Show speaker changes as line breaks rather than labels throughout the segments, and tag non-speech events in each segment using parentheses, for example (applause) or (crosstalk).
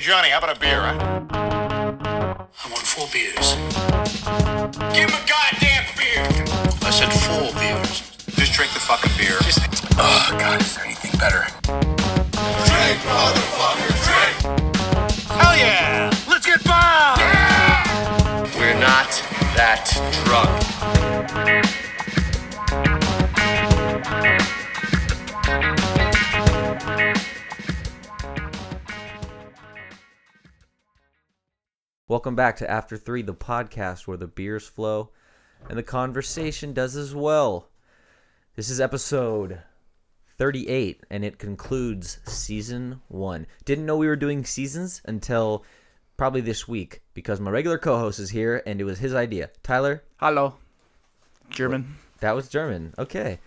Johnny, how about a beer? huh?
I want four beers.
Give him a goddamn beer!
I said four beers.
Just drink the fucking beer.
Oh, God, is there anything better?
drink, motherfucker, drink! Hell yeah! Let's get bombed!
We're not that drunk.
Welcome back to After Three, the podcast where the beers flow and the conversation does as well. This is episode 38, and it concludes season one. Didn't know we were doing seasons until probably this week because my regular co host is here and it was his idea. Tyler,
Hello. German.
that was German. Okay.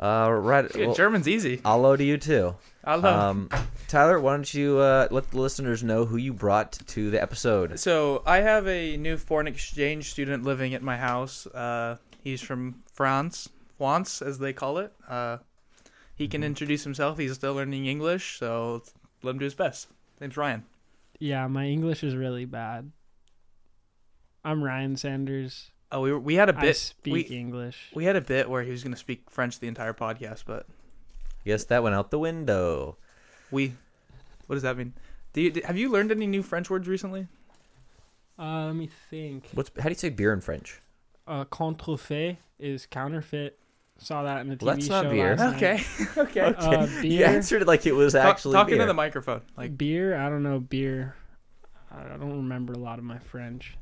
Uh, right.
Dude,
well,
German's easy.
Hello to you too.
Hello.
Um, Tyler, why don't you uh, let the listeners know who you brought to the episode?
so I have a new foreign exchange student living at my house. Uh, he's from France, France as they call it. Uh, he can
Mm-hmm.
introduce himself. He's still learning English, so let him do his best. Name's Ryan.
Yeah, my English is really bad. I'm Ryan Sanders.
Oh, we were, we had a
I
bit.
speak
we,
English.
we had a bit where he was going to speak French the entire podcast, but
Yes, that went out the window.
we. What does that mean? Do you, have you learned any new French words recently?
Uh, let me think.
What's how do you say beer in French?
Uh, contrefait is counterfeit. Saw that in a TV
Well, that's not
show
beer.
last night.
okay. (laughs)
Uh,
(laughs) You
beer.
answered it like it was
Ta-
actually
talking
beer.
to the microphone, like
beer. I don't know beer. I don't remember a lot of my French.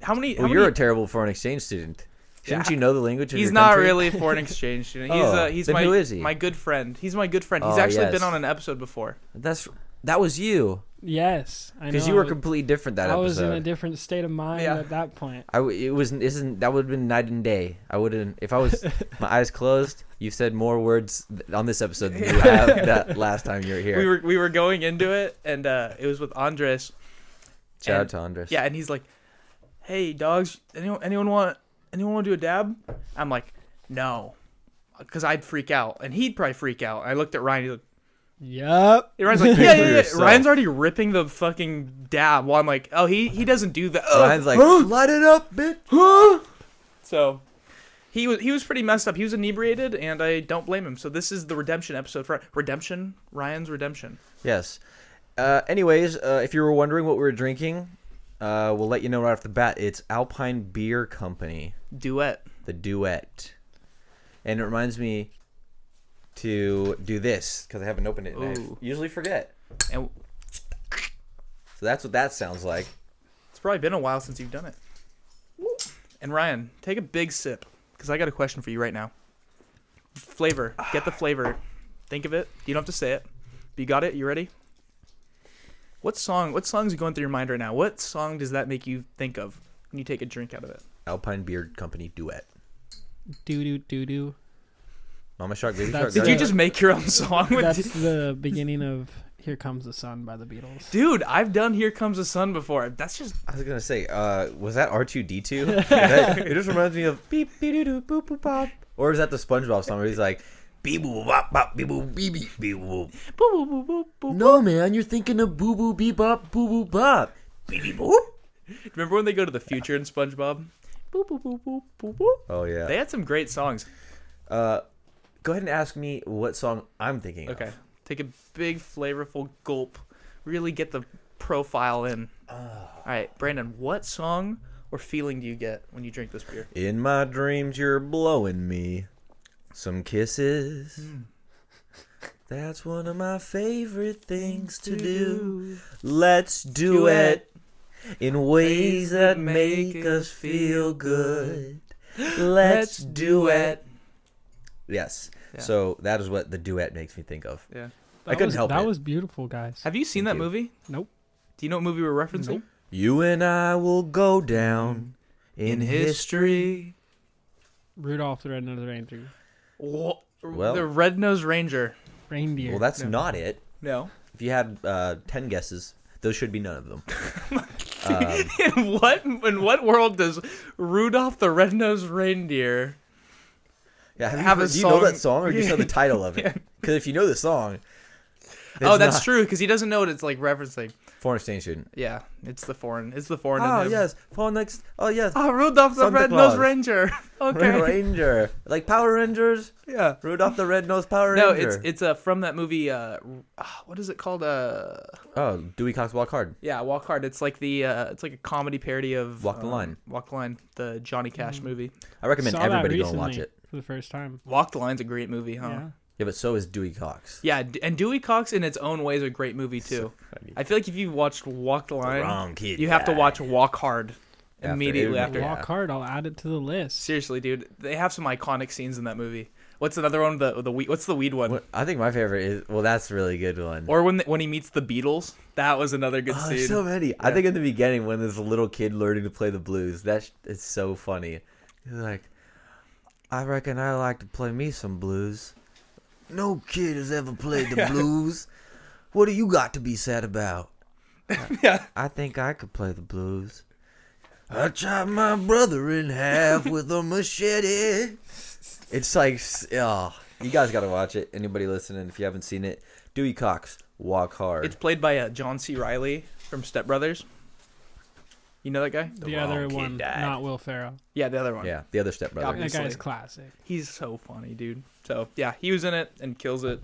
how many?
well,
how
you're
many,
a terrible foreign exchange student. Shouldn't
Yeah.
you know the language? Of
He's
your
not
country?
really
(laughs)
a foreign exchange student. He's
Oh,
uh, he's
then
my
who is he?
my good friend. He's my good friend. He's
Oh,
actually
yes.
been on an episode before.
That's that was you
Yes, I know.
because you
I
were
was-
completely different that
I was in
episode.
a different state of mind
Yeah.
at that point.
I w- it was isn't that would have been night and day. I wouldn't if I was my eyes closed. You've said more words th- on this episode than you have that last time you were here.
We were we were going into it, and uh, it was with Andres.
Shout out
and-
to Andres.
Yeah, and he's like, "Hey, dogs, anyone anyone want anyone want to do a dab?" I'm like, "No," because I'd freak out, and he'd probably freak out. I looked at Ryan. He's like,
Yup.
Ryan's
(laughs)
like, "Yeah, yeah, yeah."
yourself.
Ryan's already ripping the fucking dab. While I'm like, "Oh, he he doesn't do that." Oh,
Ryan's like, light it up, bitch.
So he was he was pretty messed up. He was inebriated, and I don't blame him. So this is the redemption episode for redemption. Ryan's redemption.
Yes. Uh, anyways, uh, if you were wondering what we were drinking, uh, we'll let you know right off the bat. It's Alpine Beer Company,
Duet.
the duet. And it reminds me to do this because I haven't opened it and I
Ooh.
usually forget.
And
So that's what that sounds like.
it's probably been a while since you've done it. And Ryan, take a big sip because I got a question for you right now. Flavor. Get the flavor. Think of it. You don't have to say it. But you got it. You ready? What song? What song's going through your mind right now? What song does that make you think of when you take a drink out of it?
Alpine Beer Company duet.
Doo doo doo
(laughs)
doo.
Mama Shark, Baby Shark.
That's-
Did
Go
you
ahead.
just make your own song with
That's the beginning of "Here Comes the Sun" by the Beatles.
Dude, I've done Here Comes the Sun before. That's just
I was gonna say, uh, was that R two D two? It just reminds me of beep beep doo doo boop boop pop. Or is that the SpongeBob song where he's like, beep boop bop bop beep boop beep beep beep boop.
boop, boop, boop, boop.
No, man, you're thinking of boo boo bee bop boo boo bop. Beep beep boop.
Remember when they go to the future in SpongeBob? Boop, boop, boop, boop, boop, boop.
Oh, yeah.
They had some great songs.
Go ahead and ask me what song I'm thinking
Okay.
of.
Take a big flavorful gulp. Really get the profile in. All right, Brandon, what song or feeling do you get when you drink this beer?
In my dreams, you're blowing me some kisses. That's one of my favorite things to do. Let's do it in ways that make us feel good. Let's do it. Yes. So that is what the duet makes me think of.
Yeah.
That
couldn't
was,
help
That
it.
was beautiful, guys.
Have you seen
Thank
that
you.
movie?
nope.
Do you know what movie we're referencing?
You and I will go down in history.
history.
Rudolph the Red-Nosed Reindeer.
Wha-
Well-
the Red-Nosed Ranger.
Reindeer.
Well, that's not it.
No.
If you had uh, 10 guesses, those should be none of them.
(laughs) in (laughs) what in what world does Rudolph the Red-Nosed Reindeer?
Yeah, have,
Have
you,
a
heard- do you know that
song- (laughs)
song or do you just know the title of it? Because if you know the song,
oh, that's
not-
true because he doesn't know what it's like referencing.
Foreign exchange student.
Yeah, it's the foreign. It's the foreign. in
Oh
him.
yes, foreign ex- Oh yes,
Ah, Rudolph the
Santa
Red Nosed
Claus. (laughs)
Ranger. okay.
Red Ranger, like Power Rangers.
Yeah.
Rudolph the Red Nosed Power
No,
Ranger.
it's it's uh, from that movie. Uh, ah, what is it called? Uh,
oh Dewey Cox Walk Hard.
yeah, Walk Hard. It's like the uh, it's like a comedy parody of
Walk the
um,
Line. Mm.
Walk the Line, the Johnny Cash movie.
I recommend
Saw
everybody
that
go and watch
recently
it.
for the first time.
Walk the Line's a great movie, huh?
Yeah.
Yeah, but so is Dewey Cox.
Yeah, D- and Dewey Cox in its own way is a great movie too. I feel like if you watched Walk the Line,
Wrong kid
you have to
died.
watch Walk Hard
After
immediately
it-
after.
Yeah.
Walk hard. I'll add it to the list.
Seriously, dude, they have some iconic scenes in that movie. What's another one? The the weed, what's the weed one?
What- I think my favorite is well, that's a really good one.
Or when the, when he meets the Beatles, that was another good
Oh,
scene.
there's so many. I think in the beginning when there's a little kid learning to play the blues, that sh- is so funny. He's like, I reckon I like to play me some blues. No kid has ever played
(laughs)
the blues. What do you got to be sad about?
yeah,
I think I could play the blues. I chopped my brother in
(laughs)
half with a machete. It's like, s- oh, you guys got to watch it. Anybody listening, if you haven't seen it, Dewey Cox, Walk Hard.
it's played by uh, John C. Riley from Step Brothers. You know that guy?
The
wrong
other
kid
one,
died.
not Will Ferrell.
Yeah, the other one.
yeah, the other stepbrother.
That
Obviously.
guy's classic.
he's so funny, dude. So yeah, he was in it and kills it.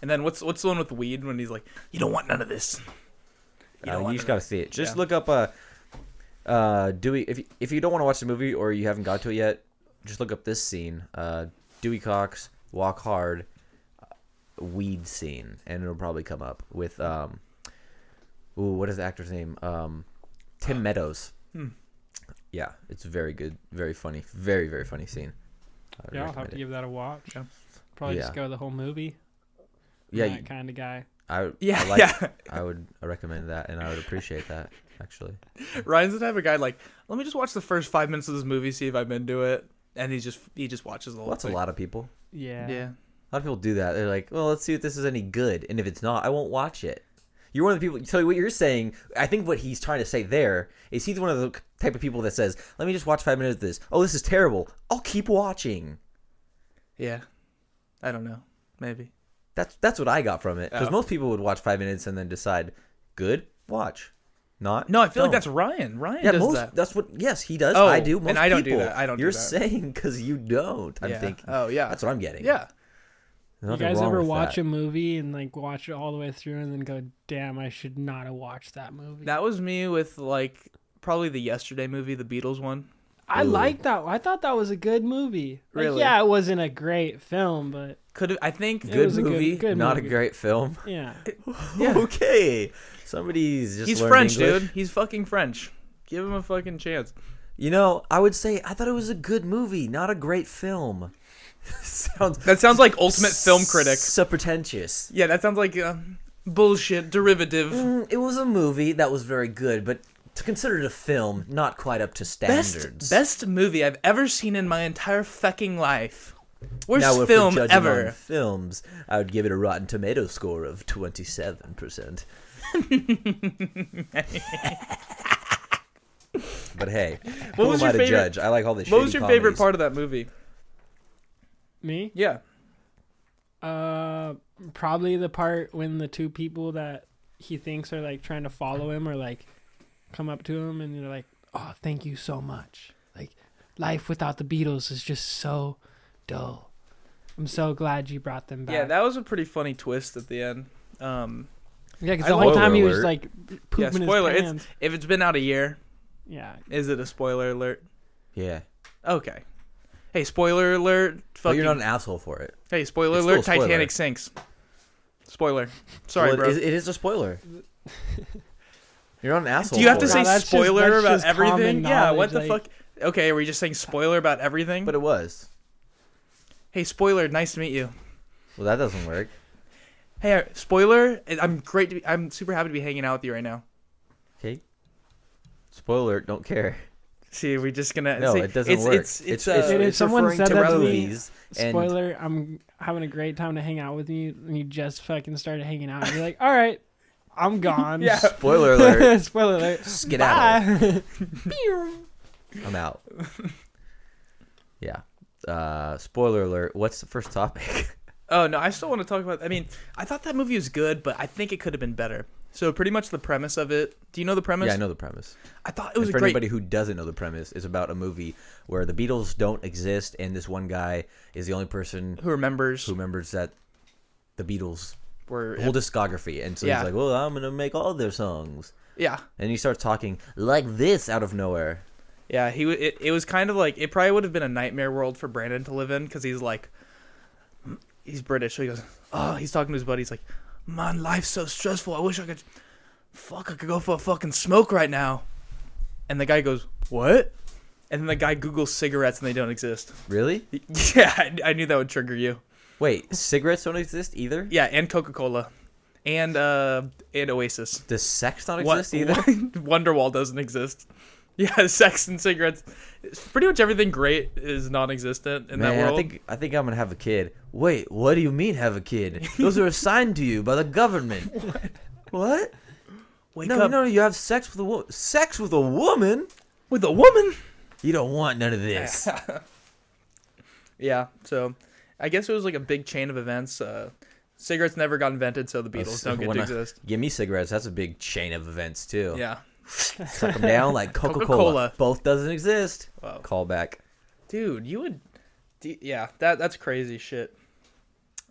And then what's what's the one with weed when he's like, you don't want none of this.
You,
don't
uh,
want
you just
none
gotta
of
see it. Just
Yeah.
look up uh, uh, Dewey. If you, if you don't want to watch the movie or you haven't got to it yet, just look up this scene. Uh, Dewey Cox Walk Hard uh, weed scene, and it'll probably come up with um, ooh, what is the actor's name? Um, Tim Meadows. Yeah, it's very good, very funny, very very funny scene. I would
Yeah, I'll
recommend
have to
it.
give that a watch. Probably just
Yeah.
go the whole movie.
yeah,
that
you-
kind of guy.
I would-
Yeah,
I like,
yeah.
I would recommend that, and I would appreciate that actually.
it." Ryan's the type of guy like, let me just watch the first five minutes of this movie, see if I'm into it, and he just he just watches the whole.
Well, that's a
thing.
lot of people.
Yeah.
Yeah.
A lot of people do that. They're like, well, let's see if this is any good. And if it's not, I won't watch it. You're one of the people. So what you're saying, I think what he's trying to say there is he's one of the type of people that says, let me just watch five minutes of this. Oh, this is terrible. I'll keep watching.
Yeah. I don't know. Maybe.
That's that's what I got from it. Because
Oh.
most people would watch five minutes and then decide, good, watch. Not.
No, I feel
don't.
like that's Ryan. Ryan
Yeah,
does
most.
that.
That's what. Yes, he does.
Oh,
I do.
and
Most
I don't do
people.
that. I don't do
You're
that.
saying because you don't. I'm
Yeah.
thinking.
Oh, yeah.
That's what I'm getting.
Yeah.
You
Nothing
guys
wrong
ever
with
watch
that.
a movie and like watch it all the way through and then go, "Damn, I should not have watched that movie."
That was me with like probably the yesterday movie, the Beatles one.
I liked that. I thought that was a good movie. Like,
Really?
yeah, it wasn't a great film, but
Could have I think
It
Good
was a good-
movie.
good
not
movie.
a great film.
yeah,
(laughs)
(laughs)
Okay. Somebody's just
he's
learned
French,
English.
dude. He's fucking French. Give him a fucking chance.
You know, I would say I thought it was a good movie, not a great film. (laughs) sounds
That sounds like ultimate film critic.
So pretentious.
Yeah, that sounds like uh, bullshit derivative.
Mm, It was a movie that was very good, but to consider it a film, not quite up to standards.
Best best movie I've ever seen in my entire fucking life. Worst
now, if we're
film
judging on
ever.
films, I would give it a Rotten Tomato score of twenty-seven
(laughs)
percent. but hey, who
was
am I
your
to
favorite-
judge? I like all the.
What was
shitty
your favorite
comedies.
part of that movie?
me.
Yeah.
Uh, probably the part when the two people that he thinks are like trying to follow him or like come up to him and they're like, "Oh, thank you so much." Like, life without the Beatles is just so dull. I'm so glad you brought them back.
Yeah, that was a pretty funny twist at the end. Um,
Yeah, because
I
the whole
love-
time he
Spoiler
was
alert.
like pooping
yeah, spoiler.
his
It's,
pants.
if it's been out a year,
Yeah,
is it a spoiler alert?
Yeah,
Okay. Hey, spoiler alert.
but
Fucking,
you're not an asshole for it.
hey, spoiler
It's still
alert.
a spoiler.
Titanic sinks. Spoiler. Sorry,
Well, it
bro.
is- it is a spoiler.
(laughs)
You're not an asshole.
Do you have to
for
say
No,
it.
that's just-
spoiler
that's
about
just common
everything? Yeah, what the
knowledge, like-
fuck? Okay, were you just saying spoiler about
(laughs)
everything?
But
But
it was.
hey, spoiler, nice to meet you.
Well, that doesn't work.
Hey, uh, spoiler, I- I'm great to be, I'm super happy to be hanging out with you right now.
Okay. Spoiler. Don't care.
See, we're just gonna
No,
see,
it doesn't
it's,
work.
It's it's, uh,
Dude, if someone
referring
said
to
that to me,
movies and
spoiler. I'm having a great time to hang out with you, and you just fucking started hanging out. And you're like, all right, I'm
(laughs)
gone.
Yeah.
spoiler alert.
(laughs)
(laughs)
spoiler alert.
Skedaddle.
Bye.
I'm
(laughs)
out. Yeah. Uh, spoiler alert. What's the first topic? (laughs)
Oh no, I still want to talk about. I mean, I thought that movie was good, but I think it could have been better. So pretty much the premise of it. Do you know the premise?
Yeah, I know the premise.
I thought it was
And
a
for
great.
anybody who doesn't know the premise, it's about a movie where the Beatles don't exist, and this one guy is the only person
who remembers?
who remembers that the Beatles
were
whole discography, and so
Yeah.
he's like, "Well, I'm gonna make all their songs,"
yeah,
and he starts talking like this out of nowhere.
yeah. He wa- it, it was kind of like it probably would have been a nightmare world for Brandon to live in because he's like, he's British. So he goes, oh, he's talking to his buddies like, man, life's so stressful. I wish I could, fuck, I could go for a fucking smoke right now. And the guy goes, what? And then the guy Googles cigarettes and they don't exist. (laughs)
Really?
Yeah, I, I knew that would trigger you.
Wait, cigarettes don't exist either.
Yeah, and Coca Cola, and uh, and Oasis.
Does sex not
What- (laughs)
exist either?
Wonderwall doesn't exist. (laughs) Yeah, sex and cigarettes. It's Pretty much everything great is non-existent in
Man,
that world.
I think I think I'm gonna have a kid. Wait, what do you mean have a kid? Those are assigned to you by the
(laughs)
government. what? What?
Wake
No,
up
no, you have sex with a woman. Sex with a woman?
with a woman.
You don't want none of
(laughs)
this.
Yeah, so I guess it was like a big chain of events. Uh, cigarettes never got invented, so the Beatles
(laughs)
(laughs) don't get
When
to
I-
exist.
Give me cigarettes. That's a big chain of events too.
Yeah,
Suck them down like Coca Cola.
(laughs) Coca-Cola.
Both doesn't exist.
Wow.
Call back.
dude, you would. d- Yeah, that that's crazy shit.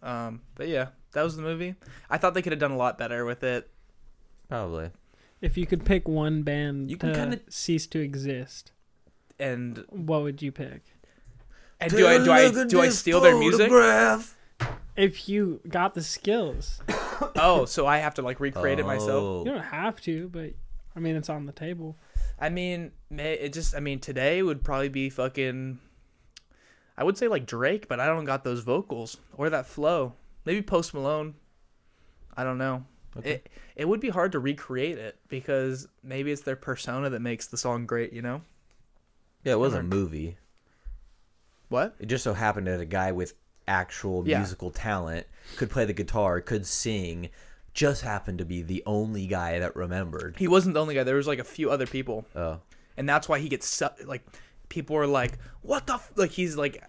Um, but yeah, that was the movie. I thought they could have done a lot better with it.
Probably.
If you could pick one band
You can
to
kinda-
cease to exist,
And
what would you pick?
and do I do I do I steal their music?
If you got the skills,
Oh, so I have to like recreate it myself.
Oh.
you don't have to, but I mean, it's on the table.
I mean, may it just I mean today would probably be fucking. I would say like Drake, but I don't got those vocals or that flow. Maybe Post Malone. I don't know. It it would be hard to recreate it because maybe it's their persona that makes the song great. You know
Yeah, it was a movie.
what?
It just so happened that a guy with actual
Yeah.
musical talent could play the guitar, could sing, just happened to be the only guy that remembered.
He wasn't the only guy. There was like a few other people.
Oh.
and that's why he gets su- like people are like what the f-? like he's like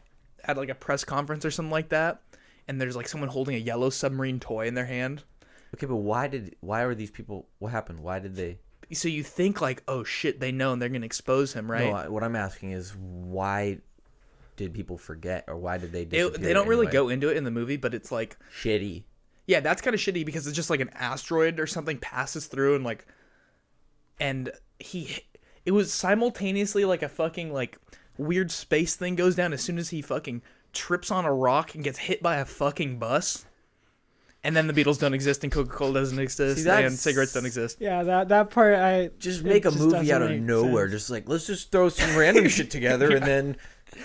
at like a press conference or something like that and there's like someone holding a yellow submarine toy in their hand
Okay, but why did why were these people what happened? Why did they
so you think like oh shit they know and they're gonna expose him right
No, I, what I'm asking is why did people forget or why did they
It-
disappear
they don't really
anyway?
go into it in the movie but it's like
shitty.
yeah that's kind of shitty because it's just like an asteroid or something passes through and like and he it was simultaneously like a fucking like weird space thing goes down as soon as he fucking trips on a rock and gets hit by a fucking bus and then the beatles don't exist and coca-cola doesn't exist
See, that's-
and cigarettes don't exist
Yeah, that that part I
Just
it
make a movie
doesn't
out of
make
nowhere.
sense.
Just like let's just throw some random shit (laughs) together and then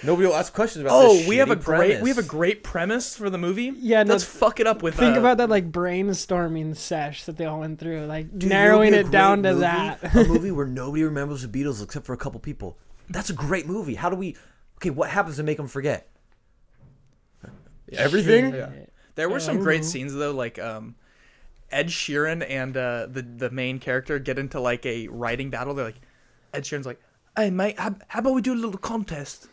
nobody will ask questions about
oh
this
we have a
shitty
great we have a
premise.
great premise for the movie
Yeah, no,
let's fuck it up with
Think
uh,
about that like brainstorming sesh that they all went through, like
Dude, you know what would
narrowing
be a
it down
great
to
movie?
that.
a
(laughs)
movie where nobody remembers the Beatles except for a couple people. That's a great movie. How do we? Okay, what happens to make them forget? Everything.
(laughs)
There were some great scenes though, like um, Ed Sheeran and uh, the the main character get into like a writing battle. They're like, Ed Sheeran's like, "Hey mate, how, how about we do a little contest?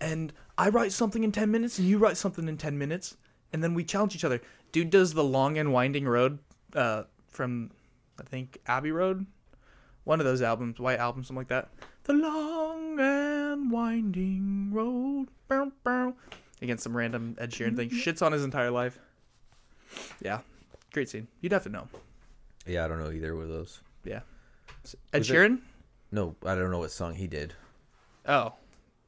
And I write something in ten minutes, and you write something in ten minutes, and then we challenge each other." Dude does the long and winding road uh, from, I think Abbey Road, one of those albums, white album, something like that. The long and winding road. Bow, bow. Against some random Ed Sheeran thing. Shits on his entire life. Yeah. Great scene. You'd have to know.
Yeah, I don't know either one of those.
Yeah. S- Ed
Was it-
Sheeran?
No, I don't know what song he did.
Oh.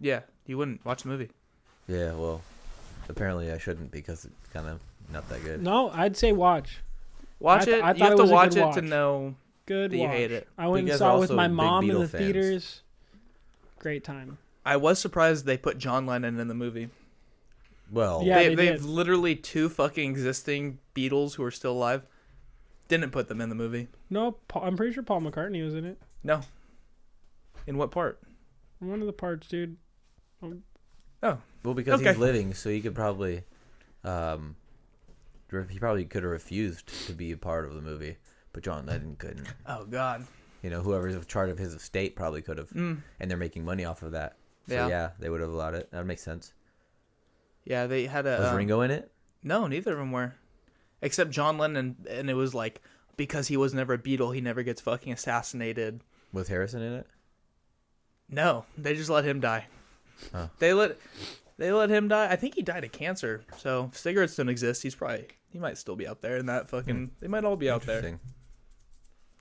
Yeah. You wouldn't watch the movie.
Yeah, well, apparently I shouldn't because it's kind of not that good.
no, I'd say watch.
Watch
th-
it.
I
you
thought
have
it
to
was a
watch
good
it to
watch.
know.
Good
That you
watch.
hate it.
I went
you
and
guys are
saw it with
also
my
big
mom in
Beatle
the
fans.
theaters. Great time.
I was surprised they put John Lennon in the movie.
Well,
Yeah,
they,
they
they've
did.
literally two fucking existing Beatles who are still alive. Didn't put them in the movie.
No, Paul, I'm pretty sure Paul McCartney was in it.
No. In what part?
One of the parts, dude.
Oh.
well, because
Okay.
he's living, so he could probably, um, re- he probably could have refused to be a part of the movie, but John Lennon couldn't.
Oh God.
You know, whoever's in charge of his estate probably could have, and they're making money off of that. So
Mm. Yeah.
yeah, they would have allowed it. That makes sense.
Yeah, they had a
Was
um,
Ringo in it?
No, neither of them were, except John Lennon, and it was like because he was never a Beatle, he never gets fucking assassinated.
with Harrison in it?
No, they just let him die. They let they let him die. I think he died of cancer. So if cigarettes don't exist. He's probably he might still be out there in that fucking. They might all be out there.
Hmm. Interesting.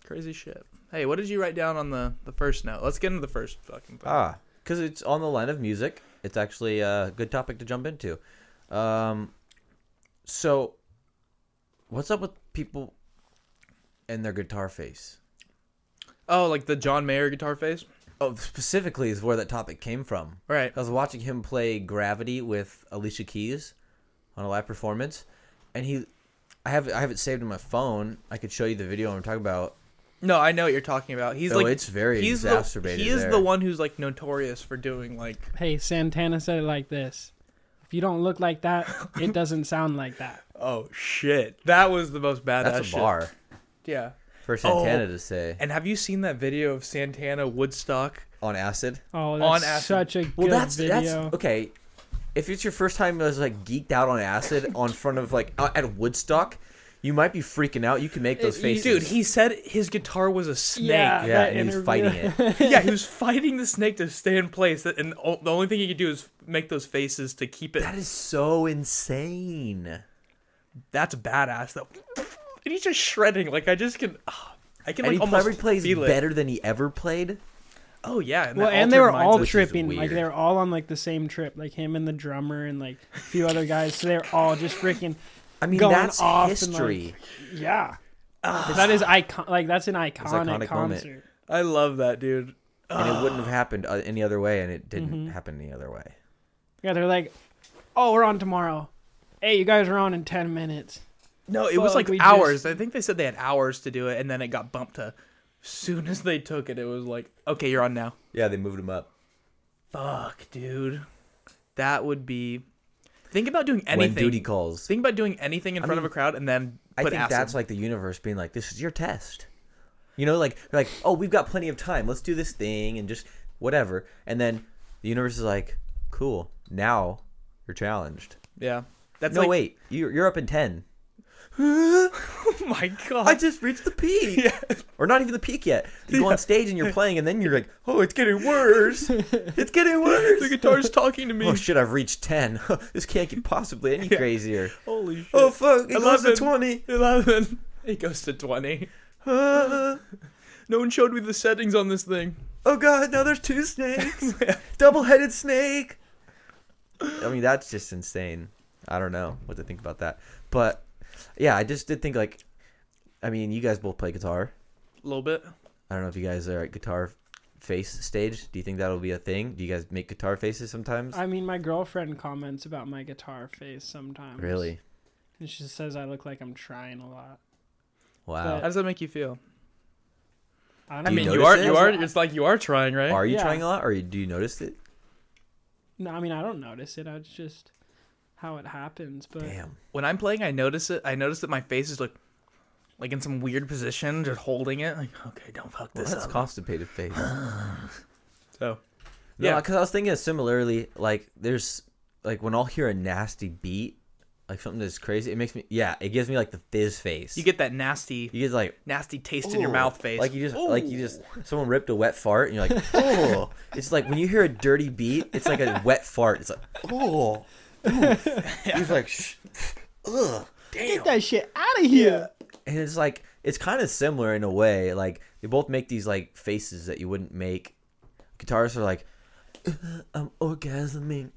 Crazy shit. Hey, what did you write down on the the first note? Let's get into the first fucking. Thing.
Ah, because it's on the line of music. It's actually a good topic to jump into. Um, so, what's up with people and their guitar face?
oh, like the John Mayer guitar face.
Oh, specifically is where that topic came from.
Right.
I was watching him play Gravity with Alicia Keys on a live performance, and he, I have I have it saved in my phone. I could show you the video I'm talking about.
No, I know what you're talking about. He's
Oh,
like
it's very
he's
exacerbated
The, he is
there.
the one who's like notorious for doing like
Hey, Santana said it like this. If you don't look like that,
(laughs)
it doesn't sound like that.
oh shit. That was the most badass.
That's a
shit.
bar
Yeah.
for Santana
Oh.
to say
And have you seen that video of Santana Woodstock?
on acid.
Oh, that's
On acid.
such a good
Well, that's
video.
that's okay. If it's your first time, I was like geeked out on acid (laughs) on front of like out at Woodstock, you might be freaking out. You can make those faces,
Dude, he said his guitar was a snake. (laughs)
Yeah.
Yeah,
yeah,
that
and he's
interview.
fighting
(laughs)
it.
he was fighting the snake to stay in place, and o- the only thing he could do is make those faces to keep it.
That is so insane.
That's badass though. And he's just shredding. Like I just can, ah, I can
And
like
he
almost
probably plays
feel it.
better than he ever played.
Oh yeah. And
Well,
that
and they
altered
were
mindset
all
is
tripping. Like
weird.
they were all on like the same trip. Like him and the drummer and like a few other guys. So they're all just freaking.
I mean,
Going
that's
off and, like,
history.
Yeah. that is icon. Like that's an iconic,
iconic moment.
concert.
I love that dude.
and it wouldn't have happened uh, any other way, and it didn't
Mm-hmm.
happen any other way.
Yeah, they're like, oh, we're on tomorrow. Hey, you guys are on in ten minutes.
No, it was
Fuck,
like
we
hours.
just-
I think they said they had hours to do it, and then it got bumped to. Soon as they took it, it was like, okay, you're on now.
Yeah, they moved him up.
Fuck, dude. That would be. Think about doing
When
anything.
duty calls,
Think about doing anything in front
mean,
of a crowd and then
I
put
think
acid.
that's like the universe being like, "This is your test." You know, like like, oh, we've got plenty of time. Let's do this thing and just whatever. And then the universe is like, "Cool, now you're challenged."
yeah. That's
No,
like,
wait, you're you're up in ten.
(laughs) Oh my
(laughs)
god.
I just reached the peak, or not even the peak yet. You go on stage and you're playing, and then you're like, "Oh, it's getting worse. it's getting worse."
the guitar's talking to me.
(laughs) Oh shit! I've reached ten. (laughs) this can't get possibly any crazier.
Holy shit.
Oh fuck! It goes to
11.
twenty.
11. It goes to 20.
Uh,
No one showed me the settings on this thing.
oh god! Now there's two snakes. Double-headed snake. I mean, that's just insane. I don't know what to think about that, but yeah, I just did think like, I mean, you guys both play guitar.
A little bit.
I don't know if you guys are at guitar face stage. Do you think that'll be a thing? Do you guys make guitar faces sometimes?
I mean, my girlfriend comments about my guitar face sometimes.
Really?
And she says I look like I'm trying a lot.
Wow.
How does that make you feel?
I, don't
I
You
mean, you,
notice
are,
it?
you are, it's like you are trying, right?
Are you
Yeah.
trying a lot, or you- do you notice it?
No, I mean I don't notice it. It's just how it happens. But
Damn.
when I'm playing, I notice it. I notice that my face is like, like in some weird position, just holding it. Like, okay, don't fuck
Well,
this
that's
up.
constipated face.
so,
Yeah,
Yeah.
because I was thinking similarly. Like, there's like when I'll hear a nasty beat, like something that's crazy, it makes me. Yeah, it gives me like the fizz face.
you get that nasty,
you get like
nasty taste in your mouth face.
Like you just like you just someone ripped a wet fart, and you're
(laughs)
like, oh. it's like when you hear a dirty beat, it's like a wet fart. It's like,
(laughs)
oh. He's like, Shh. ugh.
get that shit out of here.
and it's like it's kind of similar in a way. Like they both make these like faces that you wouldn't make. Guitarists are like, "Uh, I'm orgasming.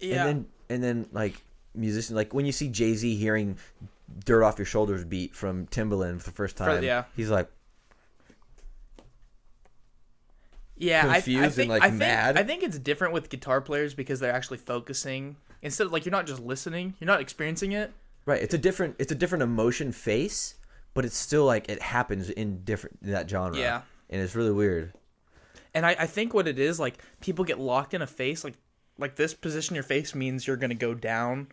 yeah.
And then and then like musician like when you see Jay Z hearing "Dirt Off Your Shoulders" beat from Timbaland for the first time,
yeah.
he's like,
yeah, I-
confused
I,
and,
think,
like,
I think,
mad.
I think it's different with guitar players because they're actually focusing instead of like you're not just listening, you're not experiencing it.
right. It's a different it's a different emotion face, but it's still like it happens in different in that genre.
Yeah.
and it's really weird.
And I, I think what it is like people get locked in a face like like this position your face means you're gonna go down,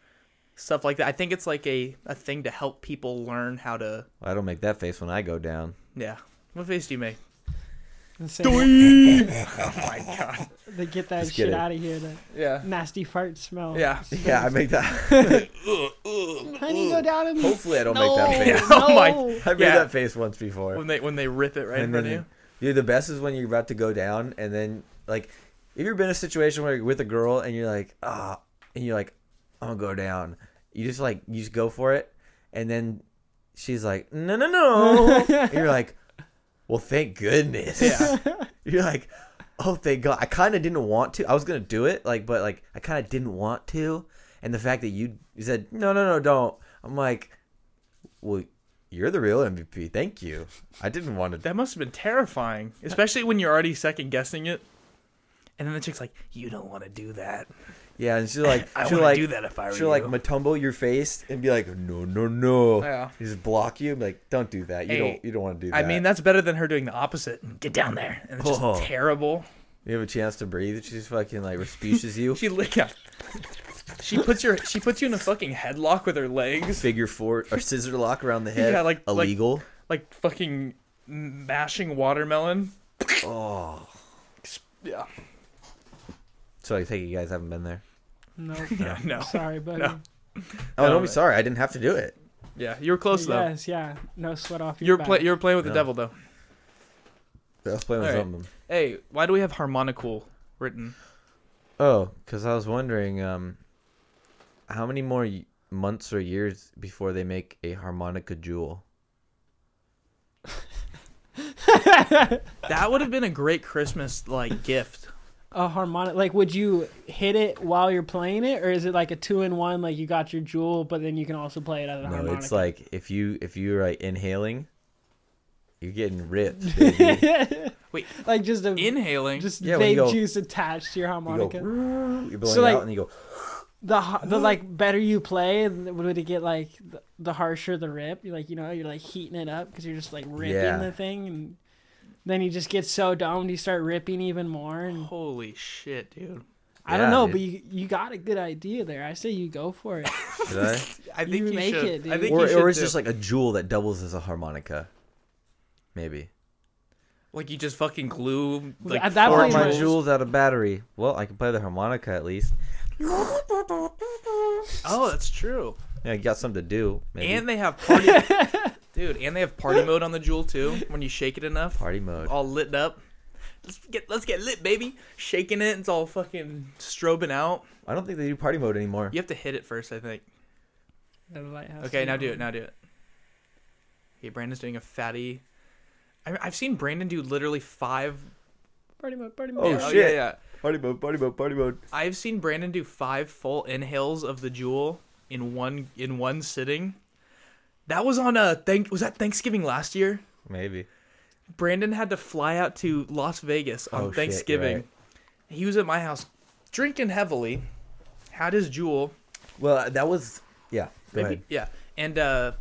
stuff like that. I think it's like a a thing to help people learn how to
I don't make that face when I go down.
yeah. What face do you make?
and say,
Oh
(laughs)
God.
they get that
Just get
shit
it.
out of here. That
Yeah.
nasty fart smell.
Yeah.
Yeah, I make that.
Honey, go down
(laughs)
and
Hopefully, I don't make
no,
that face.
(laughs) Oh my-
no.
(laughs) I made
Yeah.
that face once before.
When they when they rip it right in
and
front of
then,
you.
dude, the best is when you're about to go down, and then like, if you've been in a situation where you're with a girl and you're like, ah, and you're like, I'm gonna go down. You just like, you just go for it, and then she's like, no, no, no. and you're like, well, thank goodness.
Yeah.
(laughs) You're like, oh, thank God. I kind of didn't want to. I was gonna do it, like, but like, I kind of didn't want to. And the fact that you you said, no, no, no, don't. I'm like, well, you're the real MVP. Thank you. I didn't want to.
That must have been terrifying, especially when you're already second guessing it. And then the chick's like, "You don't want to do that.
Yeah, and
(laughs)
she'll like
I
she'll
wouldn't
like
do that if I were
she'll like
you.
matumbo your face and be like, no, no, no.
Yeah.
You just block you and be like, don't do that. You
Hey,
don't you don't want to do that.
I mean, that's better than her doing the opposite. Get down there, and it's just
Oh.
terrible.
you have a chance to breathe. and She just fucking like respuces you.
(laughs) She lick up. She puts your she puts you in a fucking headlock with her legs,
Figure four or scissor lock around the head.
Yeah, like- like-
illegal.
like fucking mashing watermelon.
oh,
Yeah,
so I take it you guys haven't been there.
Nope.
(laughs)
yeah, no,
(laughs) Sorry, buddy.
No.
Oh,
No,
don't be
but-
sorry. I didn't have to do it.
yeah. You were close though.
Yes, yeah. No sweat off
You
your
were
back.
play, you were playing with
No.
the devil though.
I was playing with
All right.
something.
Hey, why do we have harmonical written?
Oh, because I was wondering, um, how many more y- months or years before they make a harmonica jewel?
That would have been a great Christmas like gift.
a harmonic like would you hit it while you're playing it or is it like a two in one like you got your jewel but then you can also play it at a
No,
harmonica
it's like if you if you're like inhaling, you're getting ripped. baby.
Wait,
like just a
inhaling.
just
Yeah, when you
vape
go-
juice attached to your
you go,
harmonica
you blow
So,
it
like-
out and you go.
the har- the like better you play the- would it get like the, the harsher the rip you like you know you're like heating it up because you're just like ripping
Yeah.
the thing and then you just get so domed you start ripping even more and
Holy shit, dude.
i
Oh,
don't
Yeah,
know
dude.
but you you got a good idea there i say you go for it (laughs)
Should I?
I think you,
make
should.
it,
I
dude.
(laughs)
think
or
(laughs) you should
or it's
too.
just like a jewel that doubles as a harmonica. Maybe.
Like you just fucking glue like
At that
four
Or
point,
my
Jewels.
jewel's out of battery. Well, I can play the harmonica at least.
Oh, that's true.
Yeah, you got something to do. Maybe.
And they have party
(laughs)
Dude, and they have party mode on the jewel too. When you shake it enough.
Party mode.
All lit up. Let's get let's get lit, baby. Shaking it, it's all fucking strobing out.
I don't think they do party mode anymore.
You have to hit it first, I think.
The lighthouse
Okay, now
neon.
do it. Now do it. Okay, Brandon's doing a fatty. I, I've seen Brandon do literally five.
Party mode, party
Oh,
mode.
yeah,
shit.
yeah.
Party mode, party mode, party mode.
I've seen Brandon do five full inhales of the jewel in one in one sitting. That was on a thank was that Thanksgiving last year?
Maybe.
Brandon had to fly out to Las Vegas on
Oh, shit,
Thanksgiving.
right.
He was at my house drinking heavily, had his jewel,
Well, uh, that was. Yeah. Go ahead.
Maybe- yeah. And uh,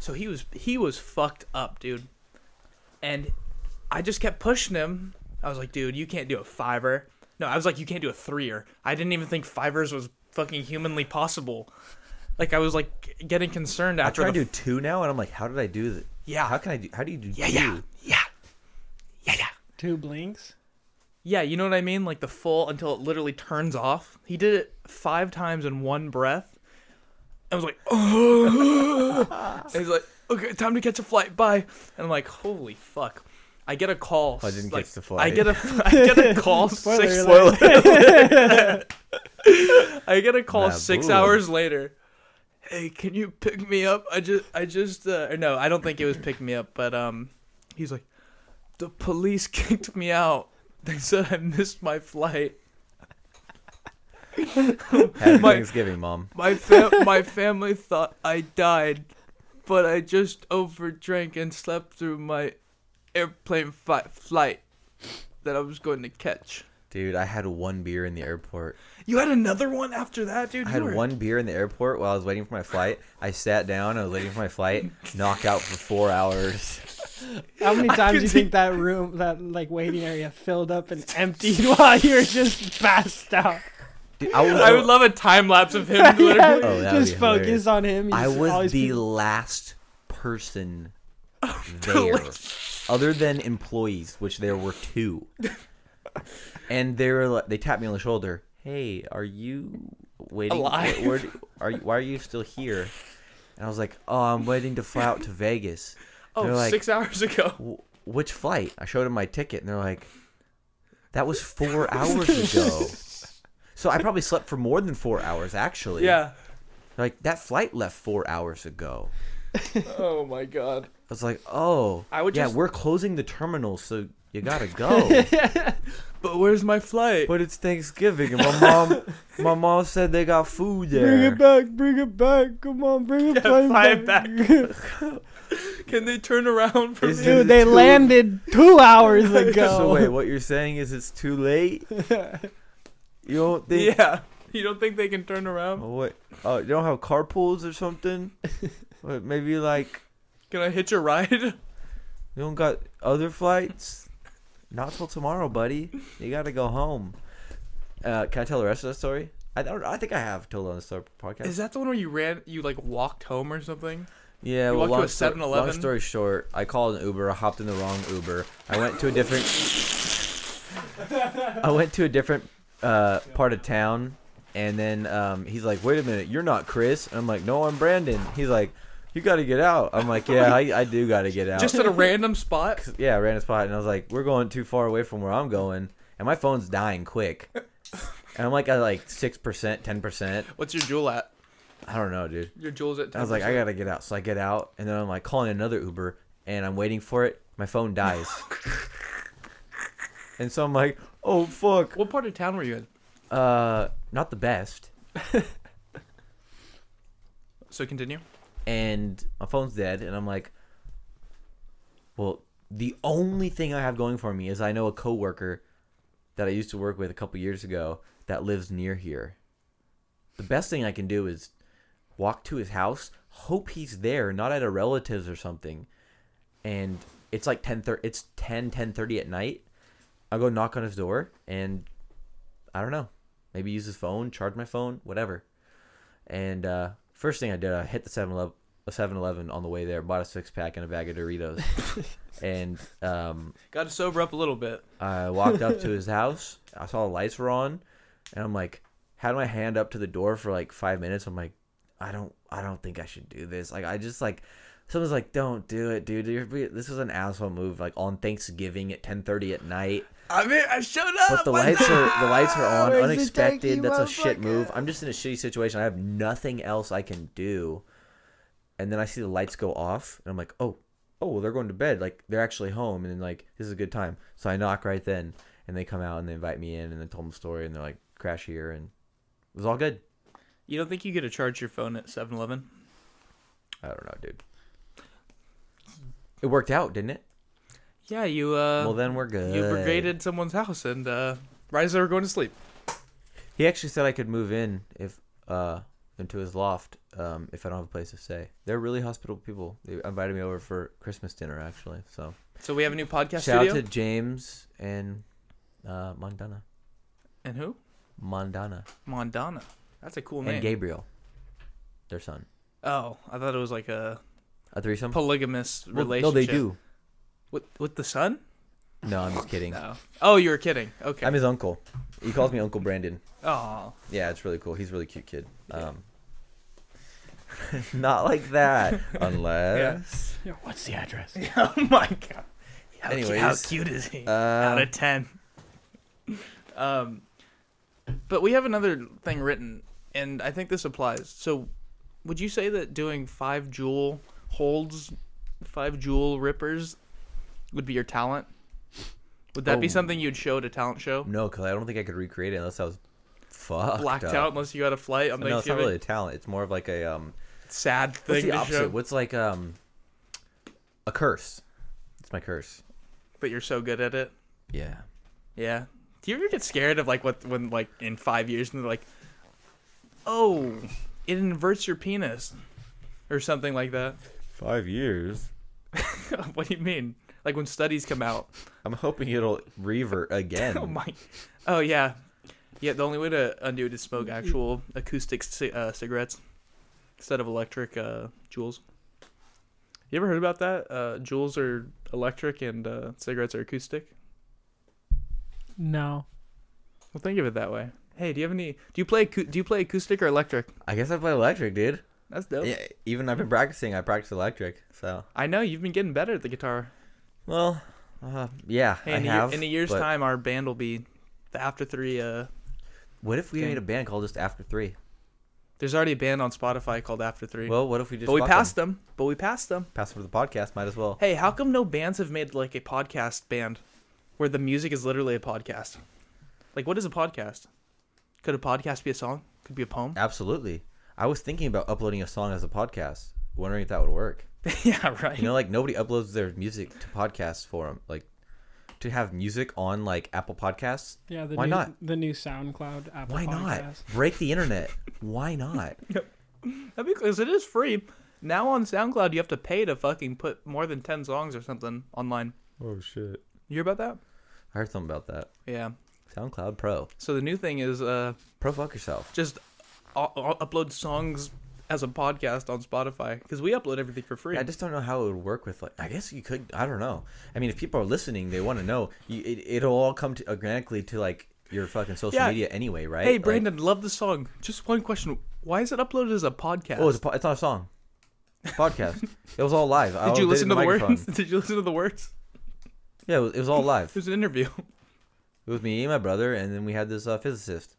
so he was he was fucked up, dude. And I just kept pushing him. I was like, dude, you can't do a fiver. No, I was like, you can't do a threer. I didn't even think fivers was fucking humanly possible. Like I was like getting concerned
I
after
try to
the
do two now, and I'm like, how did I do that?
Yeah.
How can I do? How do you do?
yeah yeah
two?
yeah yeah yeah
Two blinks.
yeah. You know what I mean? Like the full until it literally turns off. He did it five times in one breath. I was like, And (laughs) he's like, okay, time to catch a flight. Bye. And I'm like, holy fuck. I get a call.
I didn't
like,
catch the flight.
I get a,
(laughs)
I get a call. six,
Spoiler alert.
I get a call
Nah,
six
boo.
hours later. Hey, can you pick me up? I just, I just, uh, or no, I don't think it was pick me up, but um, he's like, the police (laughs) kicked me out. They said I missed my flight.
Happy
My-
Thanksgiving, mom.
My fam- my family thought I died, but I just overdrank and slept through my airplane fi- flight that I was going to catch.
Dude, I had one beer in the airport.
You had another one after that, dude.
I had one beer in the airport while I was waiting for my flight. I sat down. I was waiting for my flight. Knocked out for four hours. (laughs)
How many times do you
could
think that room, that like waiting area, filled up and emptied (laughs) while you were just passed out?
Dude, I was.
I would love a time lapse (laughs) of him.
Yeah,
Literally.
Oh, that would
just
be
focus
hilarious.
on him. You
I
just
was
always
the
be-
Oh,
last person there. other than employees, which there were two. and they were like, they tapped me on the shoulder. Hey, are you waiting?
Alive?
wh- where do- are you? Why are you still here? And I was like, Oh, I'm waiting to fly out to Vegas.
Oh,
They're like,
six hours ago.
(laughs) "Wh- Which flight? I showed them my ticket, and they're like, That was four (laughs) hours ago. So I probably slept for more than four hours, actually.
Yeah.
They're Like that flight left four hours ago.
Oh my god.
I was like, oh,
I would
yeah,
just-
we're closing the terminal, so you gotta
(laughs)
go.
But where's my flight?
but it's Thanksgiving, and my mom, my mom said they got food there.
back, bring it back. Come on, bring it
fly it
(laughs)
Can they turn around for
Is
me?
there-
Dude, they
Two-
landed two hours ago.
So
(laughs)
wait, what you're saying is it's too
(laughs)
late? You don't think?
Yeah. (laughs) You don't think they can turn around?
Oh, what? Oh, you don't have carpools or
(laughs)
something? What, maybe like
Can I hitch a ride? (laughs)
you don't got other flights? Not till tomorrow, buddy. You gotta go home. Uh, can I tell the rest of the story? I don't. I think I have told on the story podcast.
Is that the one where you ran, you like walked home or something?
Yeah,
You
well,
walked to
long,
a
sto-
7-Eleven?
long story short, I called an Uber. I hopped in the wrong Uber. I went to a
(laughs)
different. I went to a different uh, part of town, and then um, he's like, "Wait a minute, you're not Chris." And I'm like, "No, I'm Brandon." He's like, "You got to get out." I'm like, "Yeah, I, I do got to get out."
Just at a random spot?
(laughs) yeah, I ran a spot, and I was like, "We're going too far away from where I'm going," and my phone's dying quick. And I'm like at like six percent, ten percent.
What's your jewel at?
I don't know, dude.
Your jewel's at 10
I was like, I gotta get out. So I get out, and then I'm like calling another Uber, and I'm waiting for it. My phone dies, and so I'm like, oh fuck.
What part of town were you in?
Uh, not the best.
So continue.
And my phone's dead, and I'm like, well, the only thing I have going for me is I know a coworker that I used to work with a couple years ago that lives near here. The best thing I can do is walk to his house, hope he's there, not at a relative's or something. And it's like 10 thir- it's 10 10:30 at night. I'll go knock on his door and I don't know. Maybe use his phone, charge my phone, whatever. And uh first thing I did, I hit the 7-Eleven 7-Eleven on the way there, bought a six pack and a bag of Doritos. and um
Got to sober up a little bit.
I walked up to his house. I saw the lights were on, and I'm like, had my hand up to the door for like five minutes. I'm like, I don't, I don't think I should do this. Like, I just like, someone's like, don't do it, dude. You're, be- this is an asshole move. Like on Thanksgiving at 10:30 at night,
I mean, I showed up.
but the
I-
lights are the lights are on.
Where's the
Unexpected.
turkey,
That's a shit
motherfucker?
move. I'm just in a shitty situation. I have nothing else I can do. And then I see the lights go off, and I'm like, oh, oh, well, they're going to bed. Like they're actually home, and then like this is a good time. So I knock right then, and they come out and they invite me in, and then told them the story, and they're like, crash here, and it was all good.
You don't think you get to charge your phone at 7-Eleven?
I don't know, dude. It worked out, didn't it?
Yeah, you. uh
well, then we're good.
you brigaded someone's house, and uh right as they were going to sleep.
He actually said I could move in if uh into his loft um if I don't have a place to stay. They're really hospitable people. They invited me over for Christmas dinner actually. So
So we have a new podcast
shout out
studio.
to James and uh Mondana.
and who?
Mondana
Mondana. That's a cool
and
name.
Gabriel, their son.
oh, I thought it was like a
A threesome?
polygamous
Well,
relationship.
no, they do.
With with the son?
No, I'm just
(laughs)
kidding.
No. Oh, you were kidding. Okay.
I'm his uncle. He calls me Uncle Brandon.
oh.
Yeah, it's really cool. He's a really cute kid. Um (laughs) Not like
(laughs)
that, unless.
Yeah, what's the address?
oh my god. How, cu-
Anyways,
how cute is he?
uh,
Out of ten. um, but we have another thing written, and I think this applies. So, would you say that doing five jewel holds, five jewel rippers, would be your talent? Would that be
Oh.
something you'd show at a talent show?
No, because I don't think I could recreate it unless I was fucked
Blacked
up.
out unless you had a flight on
No, it's not
Thanksgiving.
really a talent. It's more of like a um.
Sad
What's
thing
the
to
opposite?
show,
What's like um. A curse. It's my curse.
but you're so good at it.
Yeah.
Yeah. Do you ever get scared of like what when like in five years and they're like, oh, it inverts your penis, or something like that? (laughs)
Five years.
what do you mean? Like when studies come out? (laughs)
I'm hoping it'll (laughs) revert again.
Oh my. Oh yeah. Yeah. The only way to undo it is smoke actual acoustic ci- uh, cigarettes instead of electric uh, jewels. You ever heard about that? Uh, jewels are electric and uh, cigarettes are acoustic.
(laughs) No.
Well, think of it that way. Hey, do you have any? Do you play? acou- Do you play acoustic or electric?
I guess I play electric, dude.
That's dope.
Yeah, even I've been practicing. I practice electric. So,
I know you've been getting better at the guitar.
well, uh, yeah,
Hey,
I
in, a year-
have.
in a year's
but
time, our band will be the After Three. Uh,
what if we
Okay.
made a band called just After Three?
there's already a band on Spotify called After Three.
Well, what if we just
but we
fuck 'em?
passed them. But we passed them.
pass them to the podcast? Might as well.
Hey, how come no bands have made like a podcast band where the music is literally a podcast? Like, what is a podcast? Could a podcast be a song? Could be a poem?
Absolutely. I was thinking about uploading a song as a podcast, wondering if that would work.
(laughs) yeah, right.
You know, like nobody uploads their music to podcasts for 'em. Like to have music on like Apple Podcasts.
Yeah, the
Why
new,
not?
the new SoundCloud Apple
Why
Podcast.
not break the internet? Why not?
That'd be because it is free. Now on SoundCloud, you have to pay to fucking put more than ten songs or something online.
(laughs) Oh shit!
You hear about that?
I heard something about that.
Yeah.
SoundCloud Pro.
So the new thing is uh,
Pro fuck yourself.
just u- u- upload songs as a podcast on Spotify because we upload everything for free.
I just don't know how it would work with like. I guess you could. I don't know. I mean, if people are listening, they want to know. You, it, it'll all come to, organically to like your fucking social
Yeah.
media anyway, right?
hey,
Like-
Brandon, love the song. Just one question: Why is it uploaded as a podcast?
oh, it's, a, po- it's not a song. It's a podcast. it was all
(laughs)
live. I
did you listen to the
microphone.
words? (laughs) Did you listen to the words?
Yeah, it was, it was all live.
(laughs) It was an interview.
It was me, my brother, and then we had this uh, physicist.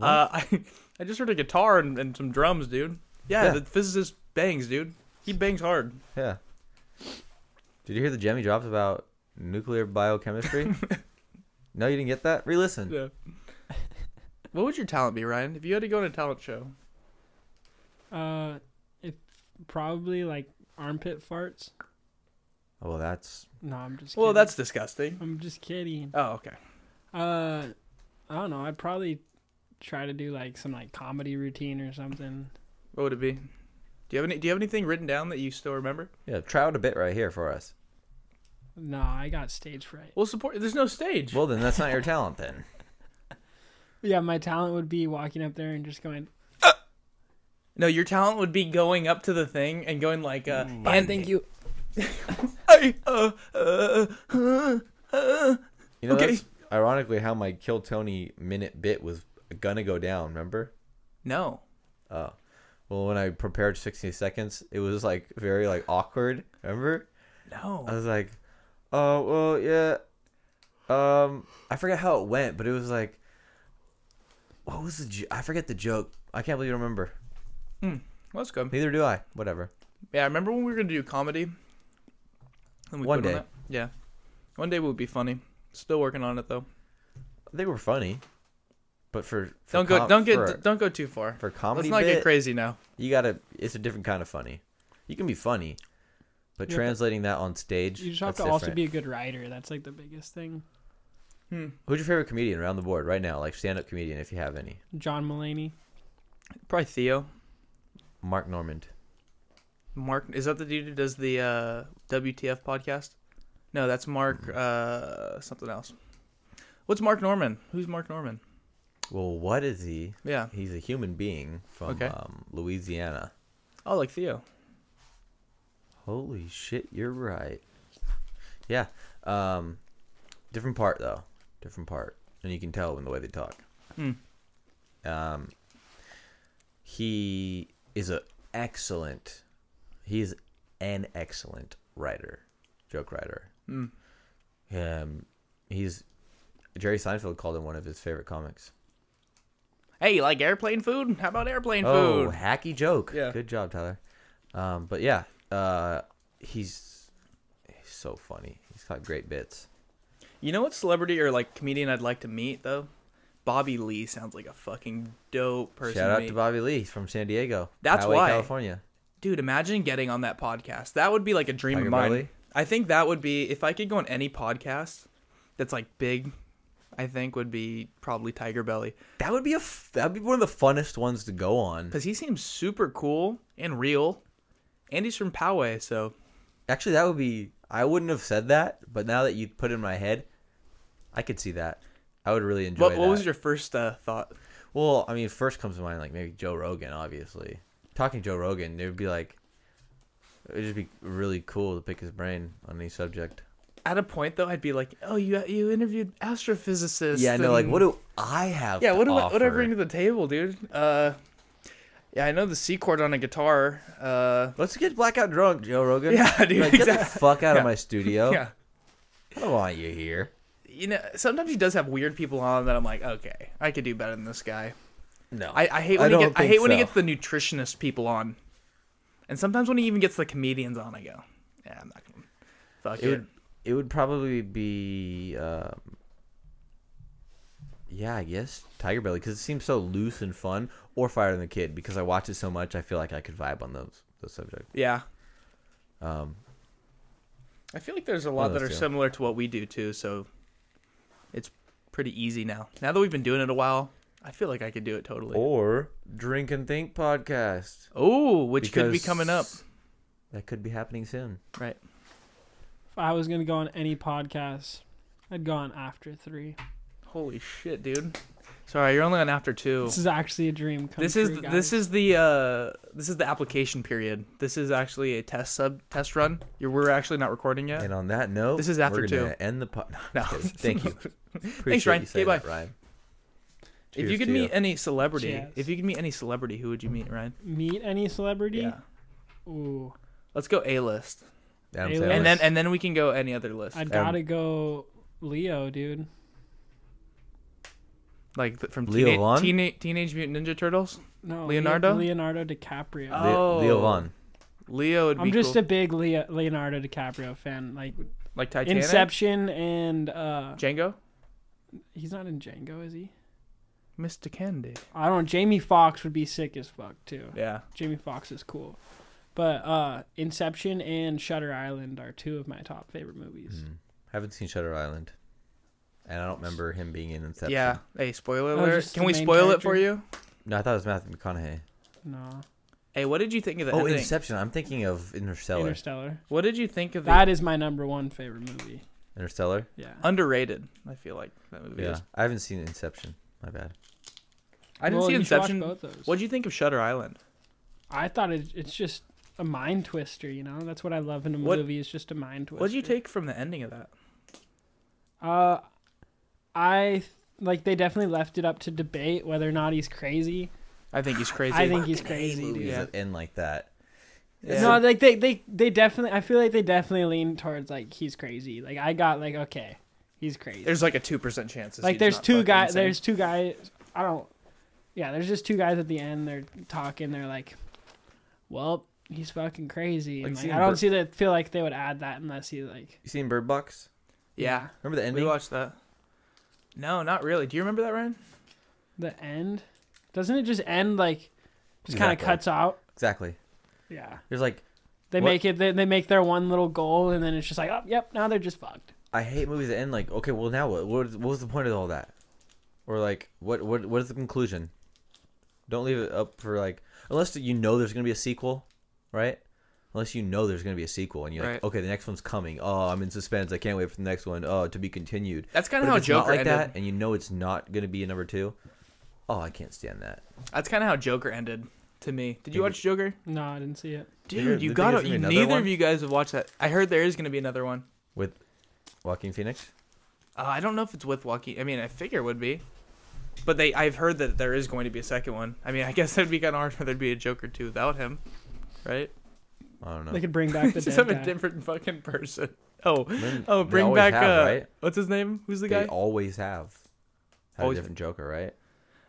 Uh, I I just heard a guitar and, and some drums, dude. Yeah,
Yeah.
the physicist bangs, dude. He bangs hard.
Yeah. Did you hear the gem he dropped about nuclear
(laughs)
biochemistry? no, you didn't get that. Re-listen.
Yeah. what would your talent be, Ryan? If you had to go on a talent show,
Uh, it's probably like armpit farts.
Oh, well, that's
No, I'm just.
well,
kidding.
that's disgusting.
I'm just kidding.
Oh, okay.
Uh, I don't know. I'd probably try to do like some like comedy routine or something.
What would it be? Do you have any? Do you have anything written down that you still remember?
yeah. Try out a bit right here for us.
No, I got stage fright.
Well, support. There's no stage.
Well, then that's not your talent then.
Yeah, my talent would be walking up there and just going.
no, your talent would be going up to the thing and going like, uh,
And thank you.
"Hey, uh, uh, uh, uh."
You know,
Okay.
that's ironically how my Kill Tony minute bit was gonna go down. Remember?
no.
Oh, well, when I prepared 60 seconds, it was like very like awkward. Remember?
No.
I was like, oh well, yeah. Um, I forget how it went, but it was like, what was the? Jo- I forget the joke. I can't believe you remember.
Let's go.
Neither do I. Whatever.
Yeah, I remember when we were gonna do comedy. And we
One
quit on
day.
that. Yeah. One day would be funny. Still working on it though.
They were funny, but for, for
Don't go.
com-
don't get.
for,
don't go too far.
for comedy.
Let's not
bit,
get crazy now.
You gotta. It's a different kind of funny. You can be funny, but
Yeah, but-
translating that on stage,
You just have
that's
to also
different.
be a good writer. That's like the biggest thing.
Who's your favorite comedian around the board right now? Like stand-up comedian, if you have any.
John Mulaney.
Probably Theo.
Mark Normand.
Mark is that the dude who does the uh, WTF podcast? No, that's Mark uh, something else. What's Mark Norman? Who's Mark Norman?
Well, what is he?
Yeah.
He's a human being from
Okay.
um, Louisiana.
Oh, like Theo.
Holy shit, you're right. Yeah. Um, different part though. Different part, and you can tell in the way they talk. Um, he is a excellent. He is an excellent writer, joke writer. Um, he's Jerry Seinfeld called him one of his favorite comics.
Hey, you like airplane food? How about airplane
Oh,
food?
hacky joke.
Yeah.
Good job, Tyler. Um, but yeah, uh, he's he's so funny. He's got great bits.
You know what celebrity or like comedian I'd like to meet though? Bobby Lee sounds like a fucking dope person.
Shout
to
out
meet.
to Bobby Lee he's from San Diego.
That's
Poway,
why.
California.
Dude, imagine getting on that podcast. That would be like a dream
Tiger
of mine.
Belly?
I think that would be if I could go on any podcast that's like big. I think would be probably Tiger Belly.
That would be a f- that'd be one of the funnest ones to go on.
because he seems super cool and real, and he's from Poway, so
Actually, that would be. I wouldn't have said that, but now that you put it in my head, I could see that. I would really enjoy.
what, what was
that.
your first uh, thought?
Well, I mean, first comes to mind like maybe Joe Rogan, obviously. Talking Joe Rogan, there'd be like, It'd just be really cool to pick his brain on any subject.
At a point though, I'd be like, "Oh, you you interviewed astrophysicists."
Yeah, no, like
and-
what do I have?
Yeah,
to
what do I,
offer?
what do I bring to the table, dude? Uh, yeah, I know the C chord on a guitar. Uh,
Let's get blackout drunk, Joe Rogan.
Yeah, dude,
Like, get the
exact-
fuck out
yeah.
of my studio.
(laughs) yeah,
I don't want you here.
you know, sometimes he does have weird people on that I'm like, okay, I could do better than this guy.
No,
I, I hate when he
don't
gets, I
think
hate when he
so.
gets the nutritionist people on, and sometimes when he even gets the comedians on, I go, yeah, I'm not gonna fuck
It
it.
would it would probably be um, yeah, I guess Tiger Belly because it seems so loose and fun, or Fire Than the Kid because I watch it so much. I feel like I could vibe on those those subjects.
Yeah,
Um,
I feel like there's a
One
lot
of
that are
those two.
similar to what we do too, so it's pretty easy now. Now that we've been doing it a while, I feel like I could do it totally.
or Drink and Think podcast
Oh, which could be coming up.
because That could be happening soon.
Right.
If I was gonna go on any podcast, I'd go on after three.
Holy shit, dude. Sorry, you're only on after two.
This is actually a dream come
This is
true,
this
guys.
is the uh this is the application period. This is actually a test sub test run. You're, we're actually not recording yet.
And on that note,
This is after
we're gonna
two.
End the (laughs) pod.
No. (laughs)
thank you. Appreciate
Ryan.
You saying
Okay,
that, Ryan.
if you
Cheers
could
to
meet any celebrity,
Cheers.
if you could meet any celebrity, who would you meet, Ryan?
meet any celebrity.
Yeah.
Ooh,
Let's go A list,
Adam
And
Sandler.
and then and then we can go any other list,
Um,
I'd gotta go Leo, dude.
like th- from
Leo
Teena-
Vaughn?
Teena- Teenage Mutant Ninja Turtles.
No,
Leonardo?
Leo, Leonardo DiCaprio.
Oh,
Le- Leo
Oh.
Vaughn.
Leo would be
I'm just
cool.
a big Leo, Leonardo DiCaprio fan. Like
like Titanic.
Inception and uh
Django,
he's not in Django, is he?
Mr. Candy.
I don't know. Jamie Foxx would be sick as fuck too.
Yeah.
Jamie Foxx is cool. But uh Inception and Shutter Island are two of my top favorite movies.
Haven't seen Shutter Island, and I don't remember him being in Inception.
Yeah. Hey, spoiler
That was
alert.
just
Can
the
we
main
spoil it for
character.
you?
No, I thought it was Matthew McConaughey.
Mm.
No.
Hey, what did you think of the
Oh,
ending?
Inception. I'm thinking of Interstellar.
Interstellar.
What did you think of the
That is my number one favorite movie.
Interstellar.
Yeah.
underrated? I feel like that movie
Yeah,
is.
I haven't seen Inception. My bad.
I didn't
Well,
see
you should watch
Inception.
both those.
What did you think of Shutter Island?
I thought it, it's just a mind twister, you know? That's what I love in a
What-
movie. It's just a mind twister.
What did you take from the ending of that?
Uh, I th- like they definitely left it up to debate whether or not he's crazy.
I think he's crazy.
(sighs) I think he's
Fucking hate
crazy, dude.
movies
Yeah.
that end like that.
Yeah.
No, like they, they they definitely. I feel like they definitely lean towards like he's crazy. Like I got like okay, he's crazy.
there's like a two percent chance. this
like
dude's
there's
not
two
fucking
guys.
insane.
There's two guys. I don't. Yeah, there's just two guys at the end. They're talking. They're like, well, he's fucking crazy. And,
Like,
like,
seeing
I don't
Bert-
see that. Feel like they would add that unless he like.
You seen Bird Box?
yeah.
Remember the ending?
We watched that. No, not really. Do you remember that, Ryan?
the end doesn't it just end like just kind of
Exactly.
cuts out
exactly.
yeah
There's like,
they
What-
make it they, they make their one little goal and then it's just like oh yep now they're just fucked
I hate movies that end like, okay, well now what? What, what was the point of all that? Or like, what what what is the conclusion? Don't leave it up for like, unless you know there's gonna be a sequel, right? Unless you know there's gonna be a sequel and you're
Right.
like, okay, the next one's coming. Oh, I'm in suspense. I can't wait for the next one. Oh, to be continued.
That's kinda
But if
how
it's not
Joker
like that,
ended.
and you know it's not gonna be a number two. Oh, I can't stand that.
That's kind of how Joker ended to me. Did you watch Joker?
no i didn't see it
There-
Dude,
you
you
think there's
got
gonna be
to
another
Neither
one?
of you guys have watched that. I heard there is going to be another one.
With Joaquin Phoenix,
Uh, I don't know if it's with Joaquin. I mean, I figure it would be, but they. I've heard that there is going to be a second one. I mean, (laughs) I guess that'd be kind of hard for there'd be a Joker two without him, right?
I don't know.
they could
(laughs)
bring back the
Just
dead
have a
guy.
different fucking person. (laughs) Oh,
Then
oh,
they
bring
always
back
have,
uh,
right?
what's his name? Who's the
They
guy?
always have had
Always-
a different Joker, right?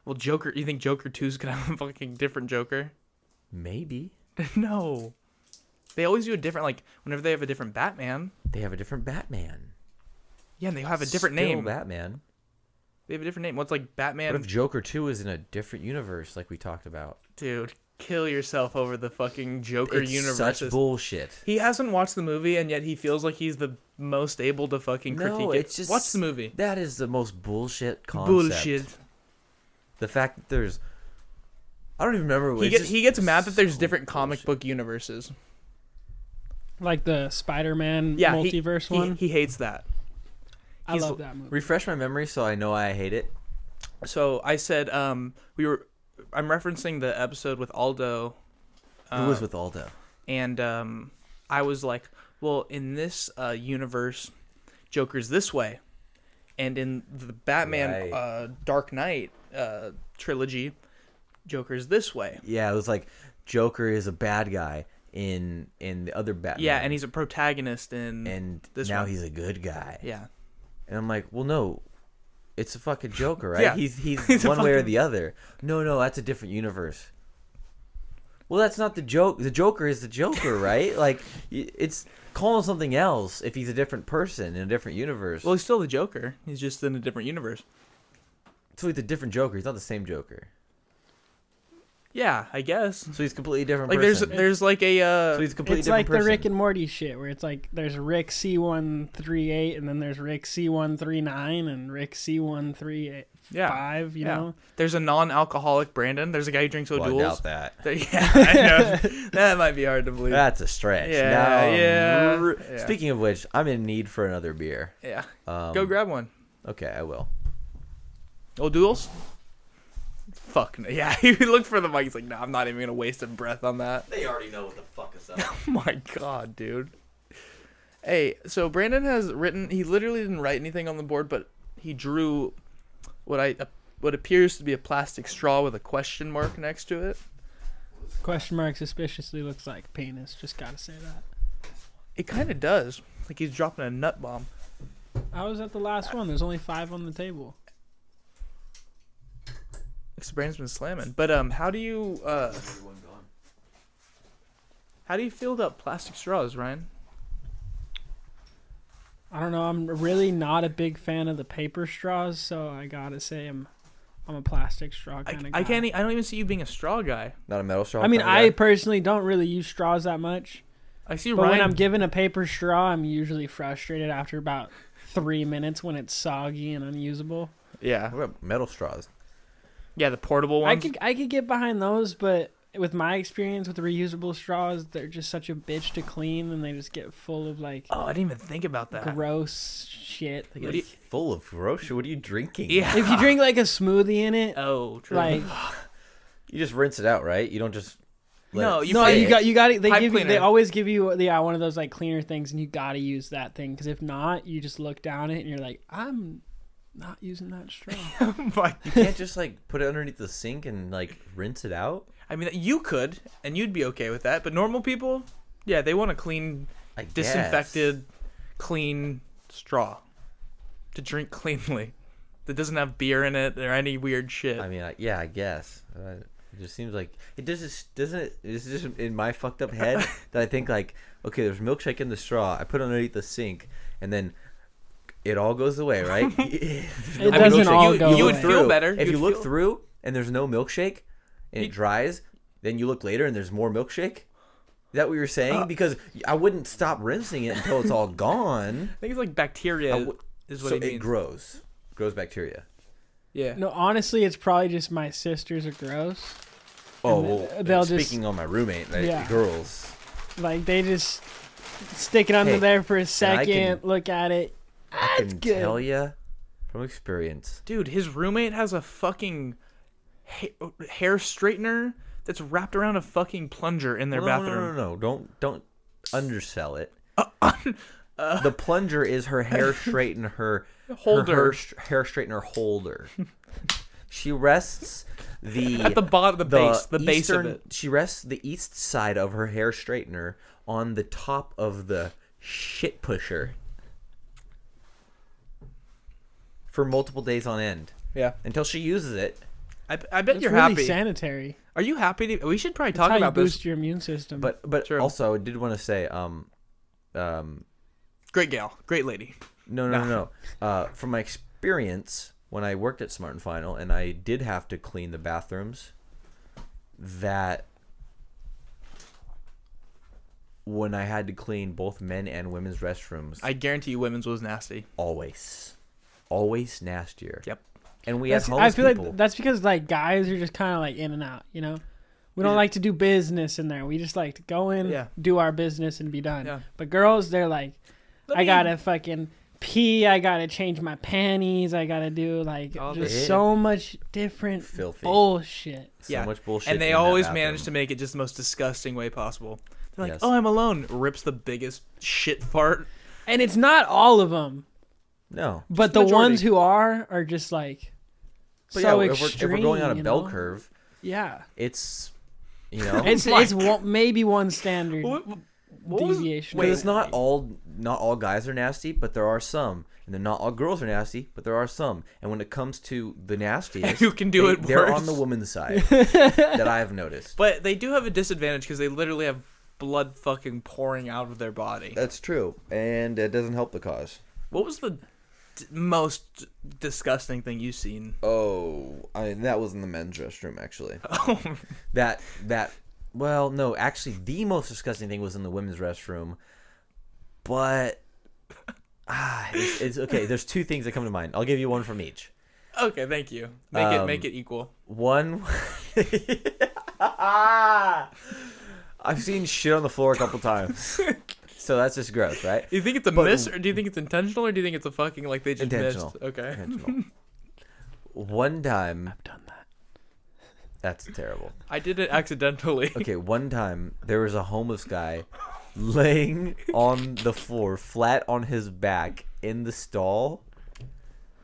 well, Joker. You think Joker two's gonna have a fucking different Joker? (laughs)
Maybe
no, they always do a different. Like whenever they have a different Batman,
they have a different Batman.
yeah, and they have a different
Still
name.
Batman.
they have a different name. What's like Batman?
What if Joker Two is in a different universe, like we talked about?
Dude, kill yourself over the fucking Joker
it's
universe.
such bullshit.
He hasn't watched the movie, and yet he feels like he's the most able to fucking critique
No,
it.
it's just
watch the movie.
That is the most bullshit concept.
Bullshit.
The fact that there's, I don't even remember. What,
He,
it's
get,
just
he gets mad that there's
so
different comic
bullshit.
book universes.
like the spider-man
Yeah, he-
multiverse
he,
one
He, hates that.
i
he's-
love that movie
Refresh my memory so I know I hate it.
So I said, um, we were. I'm referencing the episode with Aldo
it was with Aldo.
and um, I was like, well, in this uh, universe, Joker's this way, and in the Batman
Right.
uh, Dark Knight uh, trilogy, Joker's this way.
Yeah, it was like Joker is a bad guy in in the other Batman.
Yeah, and he's a protagonist in
and
this
now
one.
he's a good guy.
yeah.
And I'm like, well, no, it's a fucking Joker, right?
Yeah.
He's he's,
He's a
one way or
fucking-
the other. No, no, that's a different universe. Well, that's not the joke. The Joker is the Joker, right? like, y- it's call him something else if he's a different person in a different universe.
Well,
Well,
he's still the Joker. He's just in a different universe.
so he's a different Joker. He's not the same Joker.
Yeah, I guess.
So he's a completely different.
Like
person.
there's there's like a uh,
so he's a completely
It's
different
like the
person.
Rick and Morty shit where it's like there's Rick C138 and then there's Rick C139 and Rick C135,
Yeah.
you
yeah.
know?
There's a non-alcoholic Brandon. There's a guy who drinks
well,
O'Doul's.
I doubt that. Ah.
There- (laughs) Yeah, I know. (laughs) that might be hard to believe.
That's a stretch.
Yeah,
No.
yeah,
R-
yeah.
Speaking of which, I'm in need for another beer.
yeah.
Um,
Go grab one.
Okay, I will.
O'Doul's? Fuck no. (laughs) Yeah, he looked for the mic. He's like, no, I'm not even going to waste a breath on that.
They already know what the fuck is up.
Oh (laughs) my God, dude. Hey, so Brandon has written, he literally didn't write anything on the board, but he drew what I. what appears to be a plastic straw with a question mark next to it.
Question mark suspiciously looks like penis. Just gotta say that.
It kind of does. Like he's dropping a nut bomb.
I was at the last one. There's only five on the table.
Because Brandon's been slamming. But um, how do you uh, how do you feel about plastic straws, Ryan?
I don't know. I'm really not a big fan of the paper straws, so I gotta say I'm, I'm a plastic straw
I,
kind of guy.
I can't. e- I don't even see you being a straw guy.
Not a metal straw.
I mean,
kinda guy?
I personally don't really use straws that much.
I see
But
Ryan.
when I'm given a paper straw, I'm usually frustrated after about three minutes when it's soggy and unusable.
yeah,
What about metal straws?
yeah, the portable
I
ones.
could I could get behind those, but with my experience with reusable straws, they're just such a bitch to clean, and they just get full of like
Oh, I didn't even think about that.
gross shit.
What do you-
full of gross. What are you drinking?
Yeah. (laughs)
If you drink like a smoothie in it,
Oh, true. (laughs)
like
You just rinse it out, right? You don't just. let
No,
it
you
no,
find-
you got you got it. They
Pipe
give you, they
cleaner.
always give you yeah one of those like cleaner things, and you gotta use that thing because if not, you just look down it and you're like, I'm not using that straw.
Like,
you can't just like put it underneath the sink and like rinse it out.
I mean, you could, and you'd be okay with that. But normal people, yeah, they want a clean,
I guess.
disinfected, clean straw to drink (laughs) cleanly that doesn't have beer in it or any weird shit.
I mean, I, yeah, I guess. Uh, it just seems like it doesn't. Doesn't it? It's just in my fucked up (laughs) head that I think like, okay, there's milkshake in the straw. I put it underneath the sink, and then it all goes away, right? (laughs)
It
I mean,
doesn't
you-
all
you-
go
you would
away.
feel
through-
better.
If you,
You'd
look
feel-
through and there's no milkshake and it dries, then you look later and there's more milkshake. Is that what you're saying? because I wouldn't stop rinsing it until it's (laughs) all gone.
I think it's like bacteria
I would-
is what
so
he means.
it grows, grows bacteria.
yeah.
No, honestly, it's probably just my sisters are gross.
Oh,
And
well,
th- they'll just-
speaking on my roommate, like,
Yeah.
girls.
Like they just stick it under
Hey,
there for a
I
second,
can-
look at it.
I can
good.
tell you from experience.
Dude, his roommate has a fucking ha- hair straightener that's wrapped around a fucking plunger in their
No, no,
bathroom. Uh,
no, no, no, don't don't undersell it.
(laughs)
the plunger is her hair straightener, her
Holder.
her, her hair straightener holder. she rests
(laughs)
the at
The bottom, the, base, the base of it.
She rests the east side of her hair straightener on the top of the shit pusher for multiple days on end
Yeah,
until she uses it.
I, I bet
It's
you're
really
happy.
sanitary.
Are you happy? To, we should probably
It's
talk
how
about
you
this.
boost your immune system.
But but
True.
also I did want to say um um
Great gal, great lady.
No, no, no, no. Uh, from my experience, when I worked at Smart and Final, and I did have to clean the bathrooms, that when I had to clean both men and women's restrooms,
I guarantee you, women's was nasty.
always, always nastier.
Yep.
And we
That's-
as
I
homeless
feel
people,
like that's because like guys are just kind of like in and out. You know, we don't like to do business in there. We just like to go in,
Yeah.
do our business, and be done.
Yeah.
But girls, they're like, I
me-
gotta fucking pee. I gotta change my panties. I gotta do like
All
just
this-
so much different
Filthy.
bullshit.
so much bullshit.
And they
in that
always
bathroom.
manage to make it just the most disgusting way possible. They're like,
Yes.
"Oh, I'm alone." Rips the biggest shit fart.
And it's not all of them,
No.
but the
majority.
ones who are are just like
But
so
yeah, if we're, if
extreme.
we're going on a
you
bell
know?
curve,
yeah,
it's you know,
it's
my
it's one, maybe one standard
What, what was-
deviation.
But it's not all not all guys are nasty, but there are some, and then not all girls are nasty, but there are some. And when it comes to the
(laughs)
nastiest,
Who can do
they,
it
They're
worse.
on the
(laughs)
woman's side that I've noticed.
But they do have a disadvantage because they literally have blood fucking pouring out of their body.
That's true, and it doesn't help the cause.
What was the d- most disgusting thing you've seen? (laughs)
Oh, I mean, that was in the men's restroom actually. that that well, no, actually, the most disgusting thing was in the women's restroom, but ah, it's, it's okay. There's two things that come to mind. I'll give you one from each.
okay, thank you. Make it
Um,
make it equal.
One. (laughs) I've seen shit on the floor a couple times. so that's just gross, right?
Do you think it's a miss, or do you think it's intentional, or do you think it's a fucking like they just
Intentional.
missed? Okay.
Intentional. One time. I've done that. That's terrible.
I did it accidentally.
Okay, one time there was a homeless guy laying on the floor, flat on his back in the stall,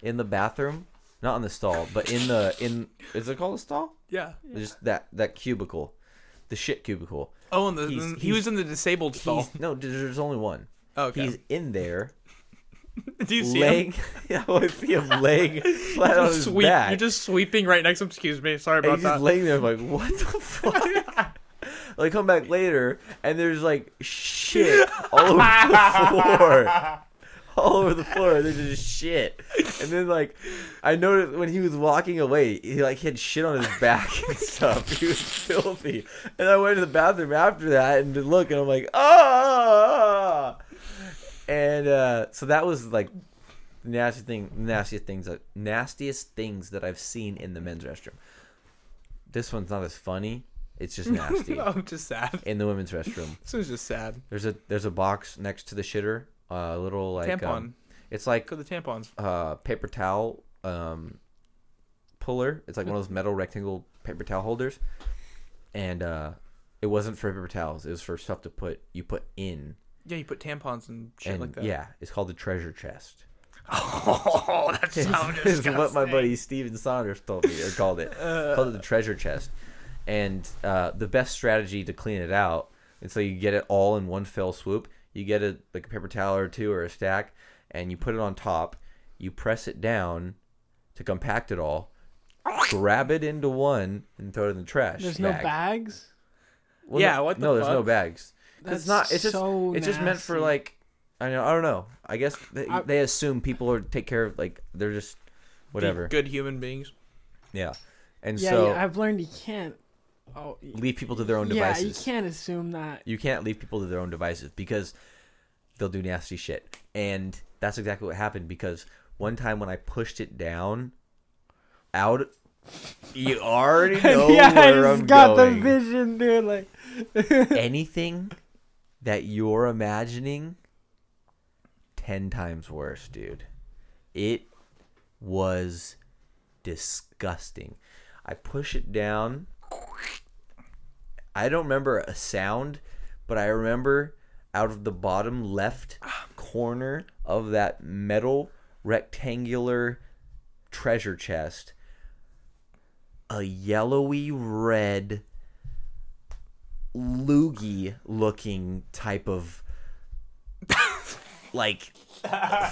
in the bathroom. Not in the stall, but in the in is it called a stall?
(laughs) Yeah.
Just that that cubicle, the shit cubicle.
Oh, and the,
He's-
and he
he's-
was in the disabled stall.
He's, no, there- there's only one.
Oh, Okay.
He's in there,
(laughs) do you see
laying. (laughs)
him?
yeah, I see him laying flat
(laughs)
on his
Sweep,
back.
you're just sweeping right next to him. Excuse me. Sorry
and
about
he's just
that.
laying there, like, what the (laughs) fuck? I come back later, and there's like shit all over the floor. All over the floor, there's just shit. And then, like, I noticed when he was walking away, he like he had shit on his back and stuff. He was filthy. And I went to the bathroom after that and to look, and I'm like, ah. And uh, so that was like the nasty thing, nastiest things, that, nastiest things that I've seen in the men's restroom. This one's not as funny. It's just nasty.
(laughs) I'm just sad.
In the women's
(laughs)
restroom,
This is just sad.
there's a there's a box next to the shitter, a little like
Tampon.
um, it's like
Go the tampons.
uh, paper towel um, puller. It's like one of those metal rectangle paper towel holders, and uh, it wasn't for paper towels. It was for stuff to put you put in,
Yeah, you put tampons and shit
and
like that.
yeah, it's called the treasure chest.
(laughs) Oh,
(laughs)
that sounds
is what my buddy Steven Saunders told me or called
(laughs)
it.
Uh.
called it the treasure chest. And uh, the best strategy to clean it out, and so you get it all in one fell swoop. You get a like a paper towel or two or a stack, and you put it on top. You press it down to compact it all. Grab it into one and throw it in the trash.
There's no
bag.
bags.
Well,
Yeah,
no,
what the
no, there's no
fuck?
bags. 'Cause It's
That's
not. It's just.
so
it's just meant for
nasty.
like. I know. I don't know. I guess they,
I-
they assume people are take care of like they're just whatever.
Good human beings.
Yeah, and
Yeah,
so
yeah, I've learned you can't. Oh, y-
leave people to their own
yeah,
devices.
you can't assume that.
you can't leave people to their own devices because they'll do nasty shit. And that's exactly what happened because one time when I pushed it down out you already know
(laughs) yeah, I
where
just
I'm
got
going.
the vision, dude. Like,
Anything that you're imagining 10 times worse, dude. It was disgusting. I push it down. I don't remember a sound, but I remember out of the bottom left corner of that metal rectangular treasure chest a yellowy red loogie looking type
(laughs)
of like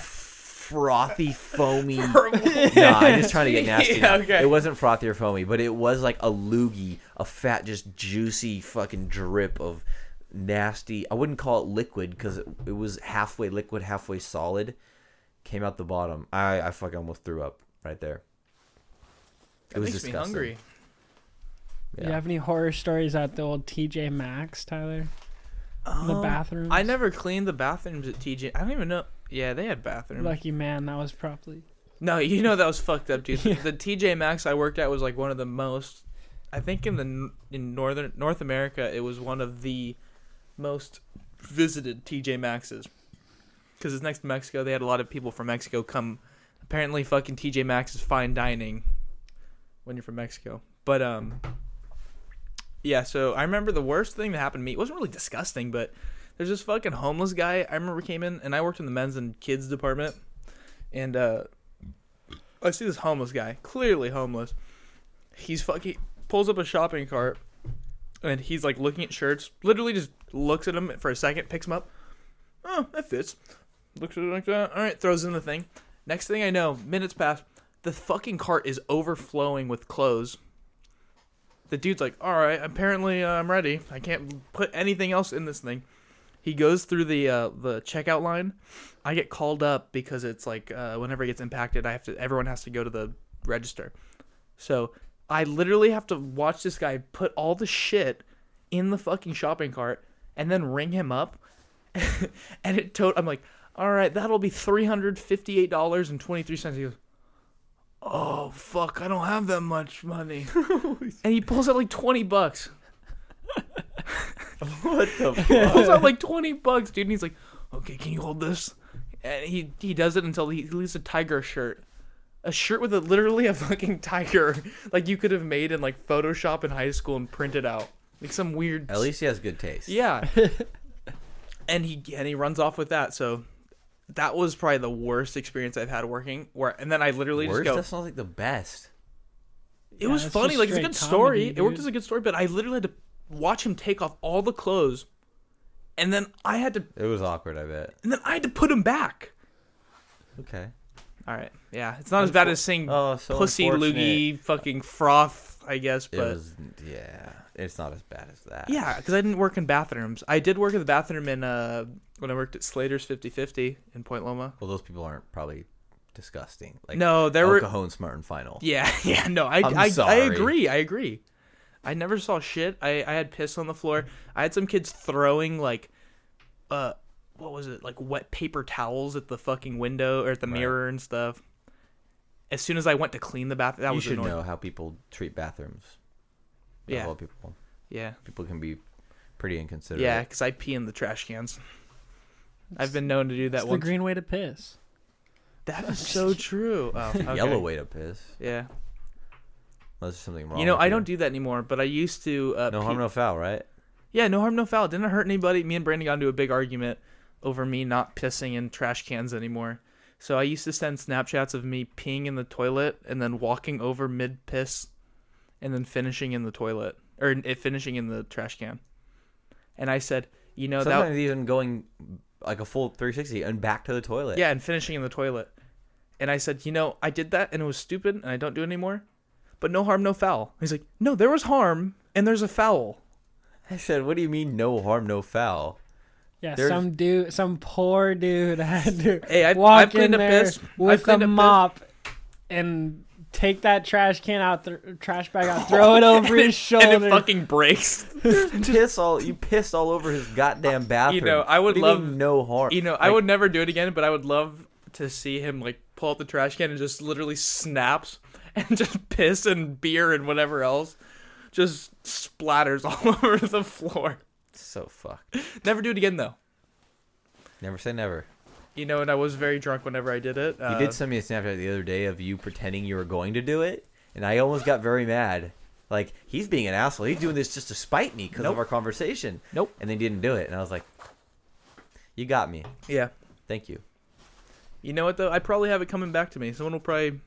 frothy
(laughs)
foamy no, I'm just trying to get nasty.
Yeah,
now.
okay.
It wasn't frothy or foamy, but it was like a loogie, a fat, just juicy fucking drip of nasty. I wouldn't call it liquid because it, it was halfway liquid, halfway solid. Came out the bottom. I, I fucking almost threw up right there. It
It
was
makes me
disgusting.
hungry.
do you have any horror stories at the old TJ Maxx, Tyler? the bathroom.
Um, I never cleaned the bathrooms at TJ. I don't even know. Yeah, they had bathrooms.
Lucky man, that was probably.
no, you know that was fucked up, dude. The TJ Maxx I worked at was like one of the most. I think in the n- in northern North America, it was one of the most visited TJ Maxxes because it's next to Mexico. They had a lot of people from Mexico come. Apparently, fucking TJ Maxx is fine dining when you're from Mexico. But um, yeah, so I remember the worst thing that happened to me. It wasn't really disgusting, but there's this fucking homeless guy I remember came in, and I worked in the men's and kids department, and uh, I see this homeless guy, clearly homeless. He's fucking pulls up a shopping cart, and he's like looking at shirts. Literally, just looks at them for a second, picks them up. Oh, that fits. Looks at it like that. All right, throws in the thing. Next thing I know, minutes pass. The fucking cart is overflowing with clothes the dude's like, "All right, apparently uh, I'm ready. I can't put anything else in this thing." He goes through the uh, the checkout line. I get called up because it's like uh, whenever it gets impacted, I have to. Everyone has to go to the register. So I literally have to watch this guy put all the shit in the fucking shopping cart and then ring him up. (laughs) and it to- I'm like, all right, that'll be three hundred fifty eight dollars and twenty three cents. He goes, oh fuck, I don't have that
(laughs)
much money. and he pulls out like twenty bucks.
What
(laughs)
the fuck?
pulls out like 20 bucks, dude. And he's like, okay, can you hold this? And he, he does it until he leaves a tiger shirt. A shirt with a, literally a fucking tiger, (laughs) like you could have made in like Photoshop in high school and printed out, like some weird.
At least he has good taste. (laughs)
Yeah. and he and he runs off with that. So that was probably the worst experience I've had working. Where and then I literally
Worst?
just go.
That sounds like the best.
It was
that's
funny.
just
Like it's a
straight
good story.
comedy,
It worked
dude.
as a good story, but I literally had to watch him take off all the clothes, and then I had to
It was awkward, I bet.
and then I had to put him back.
Okay.
All right. Yeah, it's not as bad as seeing
Oh, so
pussy
unfortunate.
loogie fucking froth, I guess.
It
But
was, yeah. It's not as bad as that.
yeah, because I didn't work in bathrooms. I did work in the bathroom in uh when I worked at Slater's 50-50 in Point Loma.
Well, those people aren't probably disgusting. Like
No, there
El
were-
Cajon Smart and Final.
Yeah, (laughs) yeah, no, I
I'm
I, I
sorry.
agree, I agree. I never saw shit. I I had piss on the floor. I had some kids throwing like, uh, what was it like wet paper towels at the fucking window or at the mirror and stuff. As soon as I went to clean the bathroom, that
you
was
should
annoying.
know how people treat bathrooms. The
Yeah.
whole people.
Yeah,
People can be pretty inconsiderate.
Yeah, because I pee in the trash cans. I've been known to do that
It's the
once.
green way to piss.
that
(laughs)
is so true. Oh,
(laughs)
okay.
Yellow way to piss.
Yeah.
Unless there's something wrong.
You know,
with
I don't do that anymore, but I used to. Uh,
No
pee-
harm, no foul, right?
Yeah, no harm, no foul. Didn't hurt anybody. Me and Brandon got into a big argument over me not pissing in trash cans anymore. So I used to send Snapchats of me peeing in the toilet and then walking over mid piss, and then finishing in the toilet or it finishing in the trash can. And I said, you know that
Sometimes even going like a full 360 and back to the toilet.
Yeah, and finishing in the toilet. And I said, you know, I did that and it was stupid and I don't do it anymore. But no harm, no foul. He's like, no, there was harm and there's a foul.
I said, what do you mean no harm, no
(laughs)
foul?
Yeah,
There's-
some dude, some poor dude (laughs) had to
Hey, I-
walk
I've
in
cleaned up
there
piss. I've
with
cleaned
a
up piss.
mop and take that trash can out, the trash bag out, throw it over his shoulder.
And it fucking breaks.
piss all you pissed all over his goddamn bathroom.
(laughs) You know, I
What
would
do you mean
love-
no harm.
You know, I would never do it again, but I would love to see him like pull out the trash can and just literally snaps (laughs) and just piss and beer and whatever else just splatters (laughs) all over the floor.
so fuck.
Never do it again though.
Never say never.
You know, and I was very drunk whenever I did it. Uh,
You did send me a Snapchat the other day of you pretending you were going to do it, and I almost got very mad. Like he's being an asshole. He's doing this just to spite me because
Nope.
of our conversation.
Nope.
And they didn't do it, and I was like, "You got me.
Yeah.
Thank you."
You know what though? I probably have it coming back to me. Someone will probably.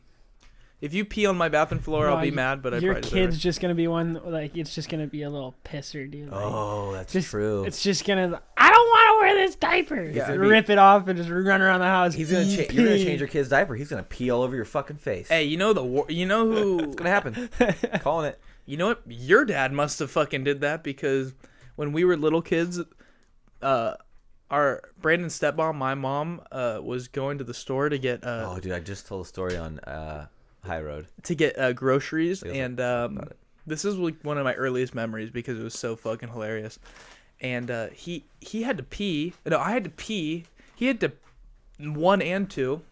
If you pee on my bathroom floor,
Well,
I'll be
y-
mad. But I
your
probably
kid's
deserve
just gonna be one like it's just gonna be a little pisser, dude. Like,
Oh, that's
just,
true.
It's just gonna. I don't want to wear this diaper.
gonna be-
Rip it off and just run around the house. E
He's gonna cha- you're gonna change your kid's diaper. He's gonna pee all over your fucking face.
it. E Hey, you know the war- you know who
It's gonna happen.
(laughs)
Calling it.
you know what your dad must have fucking did that because when we were little kids, uh, our Brandon's stepmom, my mom, uh, was going to the store to get uh,
Oh, dude, I just told a story on uh, High Road.
to get uh, groceries,
was like,
and um, this is like one of my earliest memories because it was so fucking hilarious. And uh, he he had to pee. No, I had to pee. He had to one and two.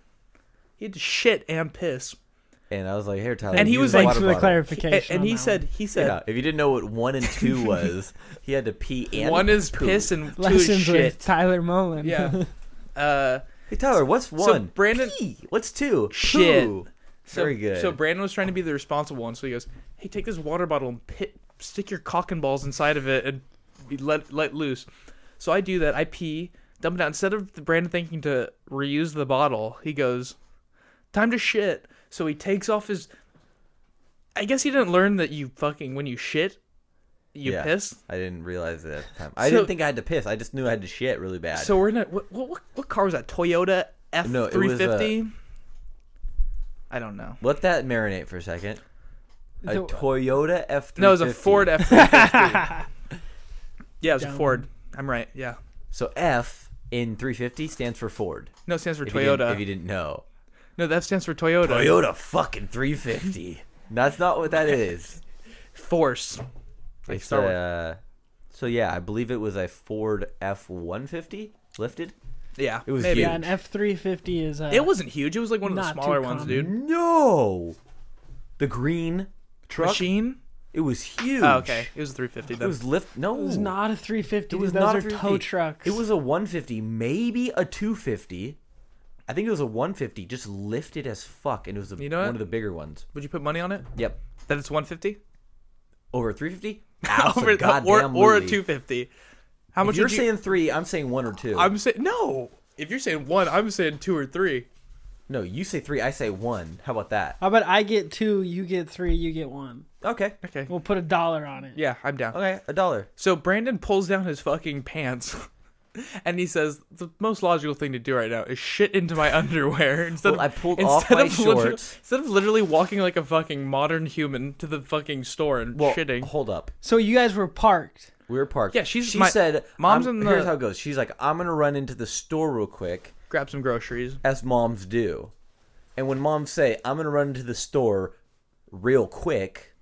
He had to shit and piss.
And I was like, "Here, Tyler."
And he
use
was
the
like-
water
Thanks for the
bottle."
And,
clarification.
and
on
he
that
said
one.
he said
Yeah, if you didn't know what one and
(laughs)
two was, he had to pee and
one is
poo.
piss and two is
(laughs) lessons
shit.
with Tyler Mullen.
Yeah. Uh,
Hey Tyler, what's one?
Brandon-
Pee. What's two?
Shit.
Poo.
so,
Very good.
So Brandon was trying to be the responsible one, so he goes, "Hey, take this water bottle and pit, stick your cock and balls inside of it and be let let loose. So I do that. I pee, dump it out. Instead of the Brandon thinking to reuse the bottle, he goes, "Time to shit." So he takes off his. I guess he didn't learn that you fucking when you shit, you
Yeah.
piss.
I didn't realize it at the time. I
So-
didn't think I had to piss. I just knew I had to shit really bad.
So we're in a what what, what, what car was that? Toyota F
No, it
three
was, uh,
fifty. I don't know.
let that marinate for a second. A
So-
Toyota F.
No, it was a Ford F three fifty.
(laughs)
Yeah, it was a
Dumb.
Ford. I'm right. Yeah.
So F in 350 stands for Ford.
No, it stands for
If you didn't-
Toyota.
if you didn't know,
no, that stands for Toyota.
Toyota fucking 350. That's not what that is.
Force.
It's,
Star Wars.
uh, so yeah, I believe it was a Ford F 150 lifted.
Yeah.
It was
maybe.
huge.
(laughs) Yeah, an F three fifty is. Uh,
It wasn't huge. It was like one of the
Not too
smaller ones, dude.
No, the green truck.
Machine.
It was huge.
Oh, okay. It was a 350.
It
Then.
was lift. No,
It was not a three fifty.
It was
Those
not
are
a 350.
tow trucks.
It was a 150, maybe a 250. I think it was a 150, just lifted as fuck, and it was a,
You know
one
what?
of the bigger ones.
Would you put money on it?
Yep,
That it's 150?
over 350.
(laughs) Over the,
goddamn
or, or a
movie.
250. How much
If you're
would you-
saying three, I'm saying one or two.
I'm saying no. If you're saying one, I'm saying two or three.
no, you say three, I say one. How about that?
How about I get two, you get three, you get one.
Okay,
Okay.
We'll put a dollar on it.
Yeah, I'm down.
okay, a dollar.
So Brandon pulls down his fucking pants. (laughs) And he says the most logical thing to do right now is shit into my underwear (laughs) instead
Well, I
of
pulled
instead
off my
of literally-
shorts.
instead of literally walking like a fucking modern human to the fucking store and
Well,
shitting.
hold up.
So you guys were parked.
We were parked.
Yeah, she's-
she
my-
said,
mom's
I'm-
in the-
Here's how it goes. She's like, I'm gonna run into the store real quick,
grab some groceries.
as moms do. And when moms say, I'm going to run into the store real quick,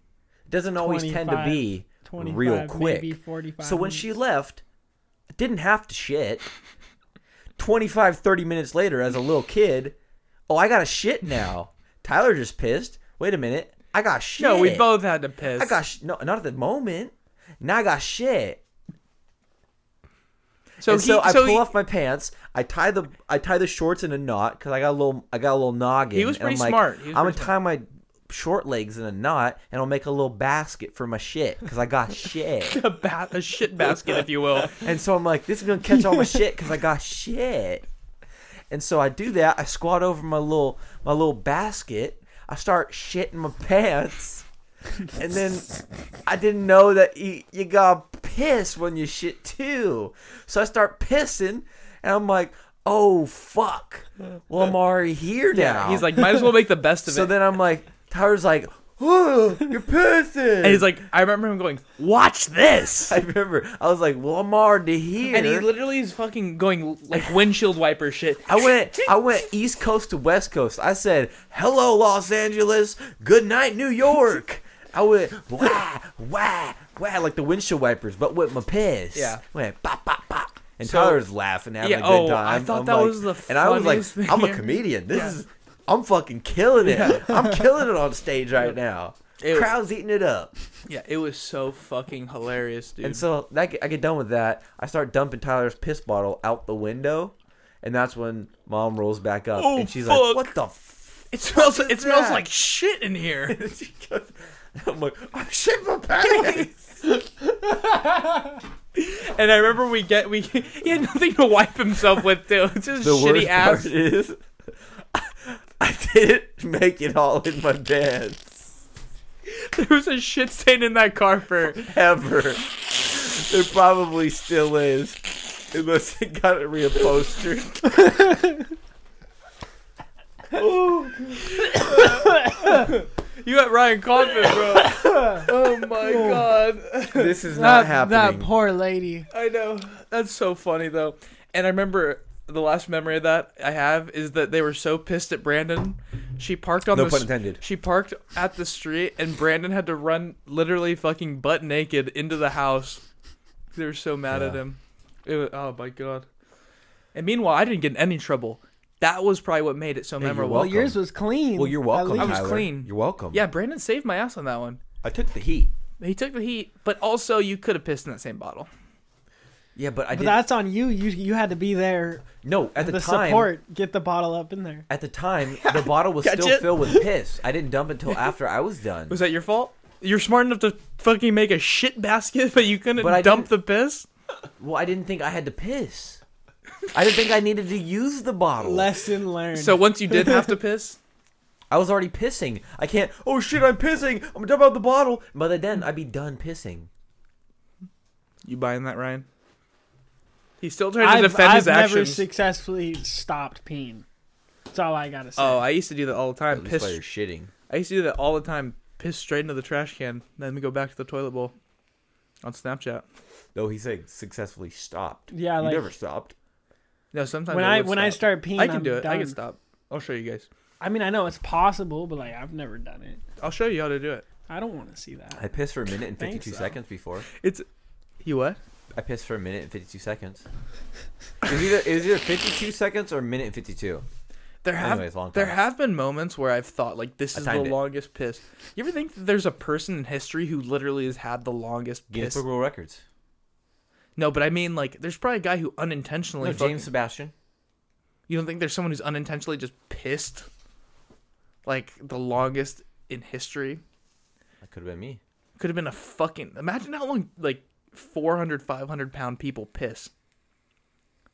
it doesn't always tend to be
25,
real quick.
maybe 45
so when she left, I didn't have to shit. 25, 30 minutes later, as a little kid, oh, I got to shit now. Tyler just pissed. Wait a minute. I got shit.
No, we both had to piss.
I got sh- no, not at the moment. Now I got shit.
so
and
he,
so I
so
pull
he,
off my pants. I tie the I tie the shorts in a knot because I got a little I got a little noggin.
He was
and I'm
pretty
like,
smart. He was
I'm gonna
pretty
tie my short legs in a knot and I'll make a little basket for my shit because I got shit.
(laughs) a, ba- a shit basket, if you
(laughs)
will.
and so I'm like, this is gonna catch
(laughs)
all my shit because I got shit. And so I do that. I squat over my little my little basket. I start shitting my pants. And then I didn't know that you, you got piss when you shit too. So I start pissing and I'm like, oh fuck. Well, I'm already here now.
He's like, might as well make the best of
so
it.
then I'm like, Tyler's like, oh, you're pissing.
and he's like, I remember him going, "Watch this,"
(laughs) I remember. I was like, well, I'm already here.
and he literally is fucking going like windshield wiper shit.
I went I went east coast to west coast. I said, "Hello Los Angeles, good night New York." I went wah wah wah like the windshield wipers, but with my piss.
Yeah.
went pop pop pop. And
So-
Tyler's laughing having
Yeah,
a good
oh, I
time.
thought
I'm
that
like-
was the
and I was like,
funniest thing
"I'm a
ever."
comedian. This
Yeah.
is I'm fucking killing it. I'm killing it on stage right now.
It was-
Crowd's eating it up."
Yeah, it was so fucking hilarious, dude.
And so that I get done with that, I start dumping Tyler's piss bottle out the window, and that's when mom rolls back up
Oh,
and she's
fuck.
like, "What the?" F-? (laughs)
it smells. It
is
smells
that?
like shit in here.
And she goes, I'm like, "I shit my pants."
(laughs) And I remember we get we (laughs) he had nothing to wipe himself with too. It's
(laughs)
just
the
shitty
worst
ass.
part is, (laughs) I didn't make it all in my pants
(laughs) There was a shit stain in that car for
ever. there probably still is, unless it got it reupholstered.
you got Ryan
(laughs)
Coffin, bro. oh my god.
This is not
that,
happening.
that poor lady.
I know. That's so funny though. And I remember the last memory of that I have is that they were so pissed at Brandon. She parked on
No
the
pun
s-
intended.
She parked at the street and Brandon had to run literally fucking butt naked into the house. They were so mad at
Yeah.
him. It was, oh my god. And meanwhile, I didn't get in any trouble. That was probably what made it so
you're
memorable.
Well,
Welcome.
yours was clean.
well, you're
at
welcome.
least.
I was
Tyler.
clean.
You're welcome.
yeah, Brandon saved my ass on that one.
I took the heat.
He took the heat, but also you could have pissed in that same bottle.
Yeah, but I
But
did
that's on you. You you had to be there.
no at
The,
the, time.
support. Get the bottle up in there.
At the time, the bottle was
Gotcha.
still filled with piss. I didn't dump until after I was done.
Was that your fault? You're smart enough to fucking make a shit basket, but you couldn't
But I
dump the piss.
Well, I didn't think I had to piss. I didn't think I needed to use the bottle.
Lesson learned.
So once you did have
(laughs)
to piss,
I was already pissing. I can't. Oh shit! I'm pissing. I'm gonna dump out the bottle. By the then, I'd be done pissing.
you buying that, Ryan? He's still trying to
I've,
defend
I've
his
never
actions.
successfully stopped peeing. That's all I gotta say.
oh, I used to do that all the time.
That's why
Piss.
you're shitting.
I used to do that all the time. Piss straight into the trash can, then we go back to the toilet bowl on Snapchat.
No, he's saying successfully stopped.
Yeah,
you
like-
never stopped.
No, sometimes
when
I,
I
would
when I
stop.
start peeing,
I can
am
do it.
Done.
I can stop. I'll show you guys.
I mean, I know it's possible, but like I've never done it.
I'll show you how to do it.
I don't want to see that.
I pissed for a minute and
Think
52
so.
seconds before.
It's he what?
I pissed for a minute and 52 seconds. It was either, it was either 52 seconds or a minute and 52.
There have
Anyways, long
there
time.
have been moments where I've thought like this is the
timed it.
longest piss. You ever think that there's a person in history who literally has had the longest
Guinness
piss?
Book of World Records.
No, but I mean like there's probably a guy who unintentionally.
No,
fucking-
James Sebastian.
You don't think there's someone who's unintentionally just pissed, like the longest in history?
That could have been me.
Could have been a fucking. Imagine how long like 400, 500 pound people piss.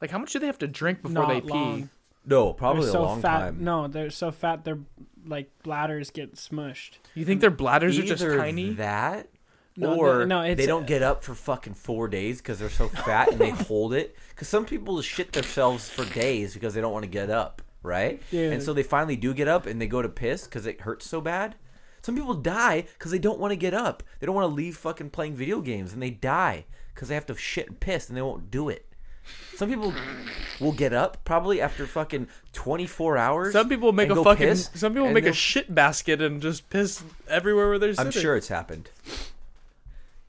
Like how much do they have to drink before
Not
they pee?
long.
No,
They're
probably
so
a long
fat.
time.
No, they're so fat. Their like bladders get smushed.
You think their bladders are
Either
just tiny?
that,
No,
or
no, no,
they
it's-
don't get up for fucking four days because they're so fat
(laughs)
and they hold it. Because some people shit themselves for days because they don't want to get up, right?
Dude.
And so they finally do get up and they go to piss because it hurts so bad. Some people die because they don't want to get up. They don't want to leave fucking playing video games and they die because they have to shit and piss and they won't do it. Some people will get up probably after fucking 24 hours.
Some people make
and
a
go
fucking.
piss,
some people
and
make a
they'll-
shit basket and just piss everywhere where they're sitting.
I'm sure it's happened.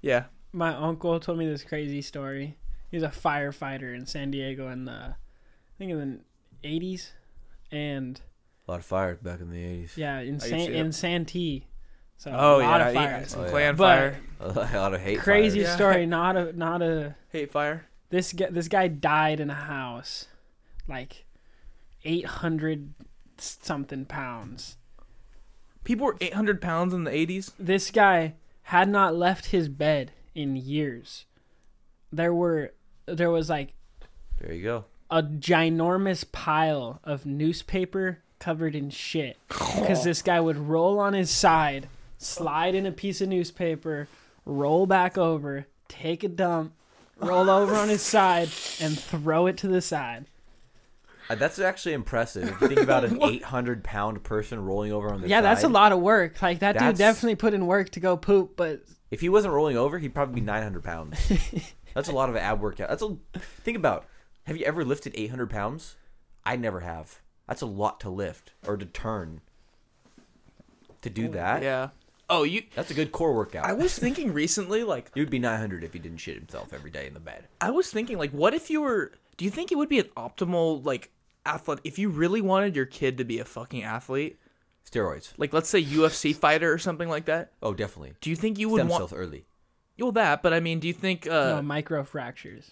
Yeah.
my uncle told me this crazy story. He was a firefighter in San Diego in the, I think in the 80s, and
A lot of fires back in the 80s.
yeah,
can
in San
see
in Santee. So
Oh
a lot
yeah.
of
yeah,
fires.
Some
Oh, yeah.
clan
But-
fire.
A lot of hate.
Crazy
fires.
Yeah.
story. Not a not a
Hate fire.
this guy this guy died in a house, like, eight hundred something pounds.
People were 800 pounds in the 80s.
This guy had not left his bed in years. There were there was like
There you go.
a ginormous pile of newspaper covered in shit because this guy would roll on his side slide in a piece of newspaper roll back over take a dump roll over on his side and throw it to the side
Uh, That's actually impressive. If you think about
(laughs)
an 800 pound person rolling over on the
yeah that's a
side,
lot of work like that dude
That's-
definitely put in work to go poop but
If he wasn't rolling over, he'd probably be 900 pounds.
(laughs)
that's a lot of ab workout. That's a think about. Have you ever lifted 800 pounds? I never have. That's a lot to lift or to turn. To do that,
Yeah. Oh, you.
that's a good core workout.
I was thinking recently, like,
He would be 900 if he didn't shit himself every day in the bed.
I was thinking, like, what if you were? Do you think it would be an optimal, like, athlete if you really wanted your kid to be a fucking athlete?
Steroids.
Like, let's say UFC fighter or something like that.
Oh, definitely.
Do you think you would
Stem
want?
cells early.
Well, that, but I mean, do you think? uh
no micro fractures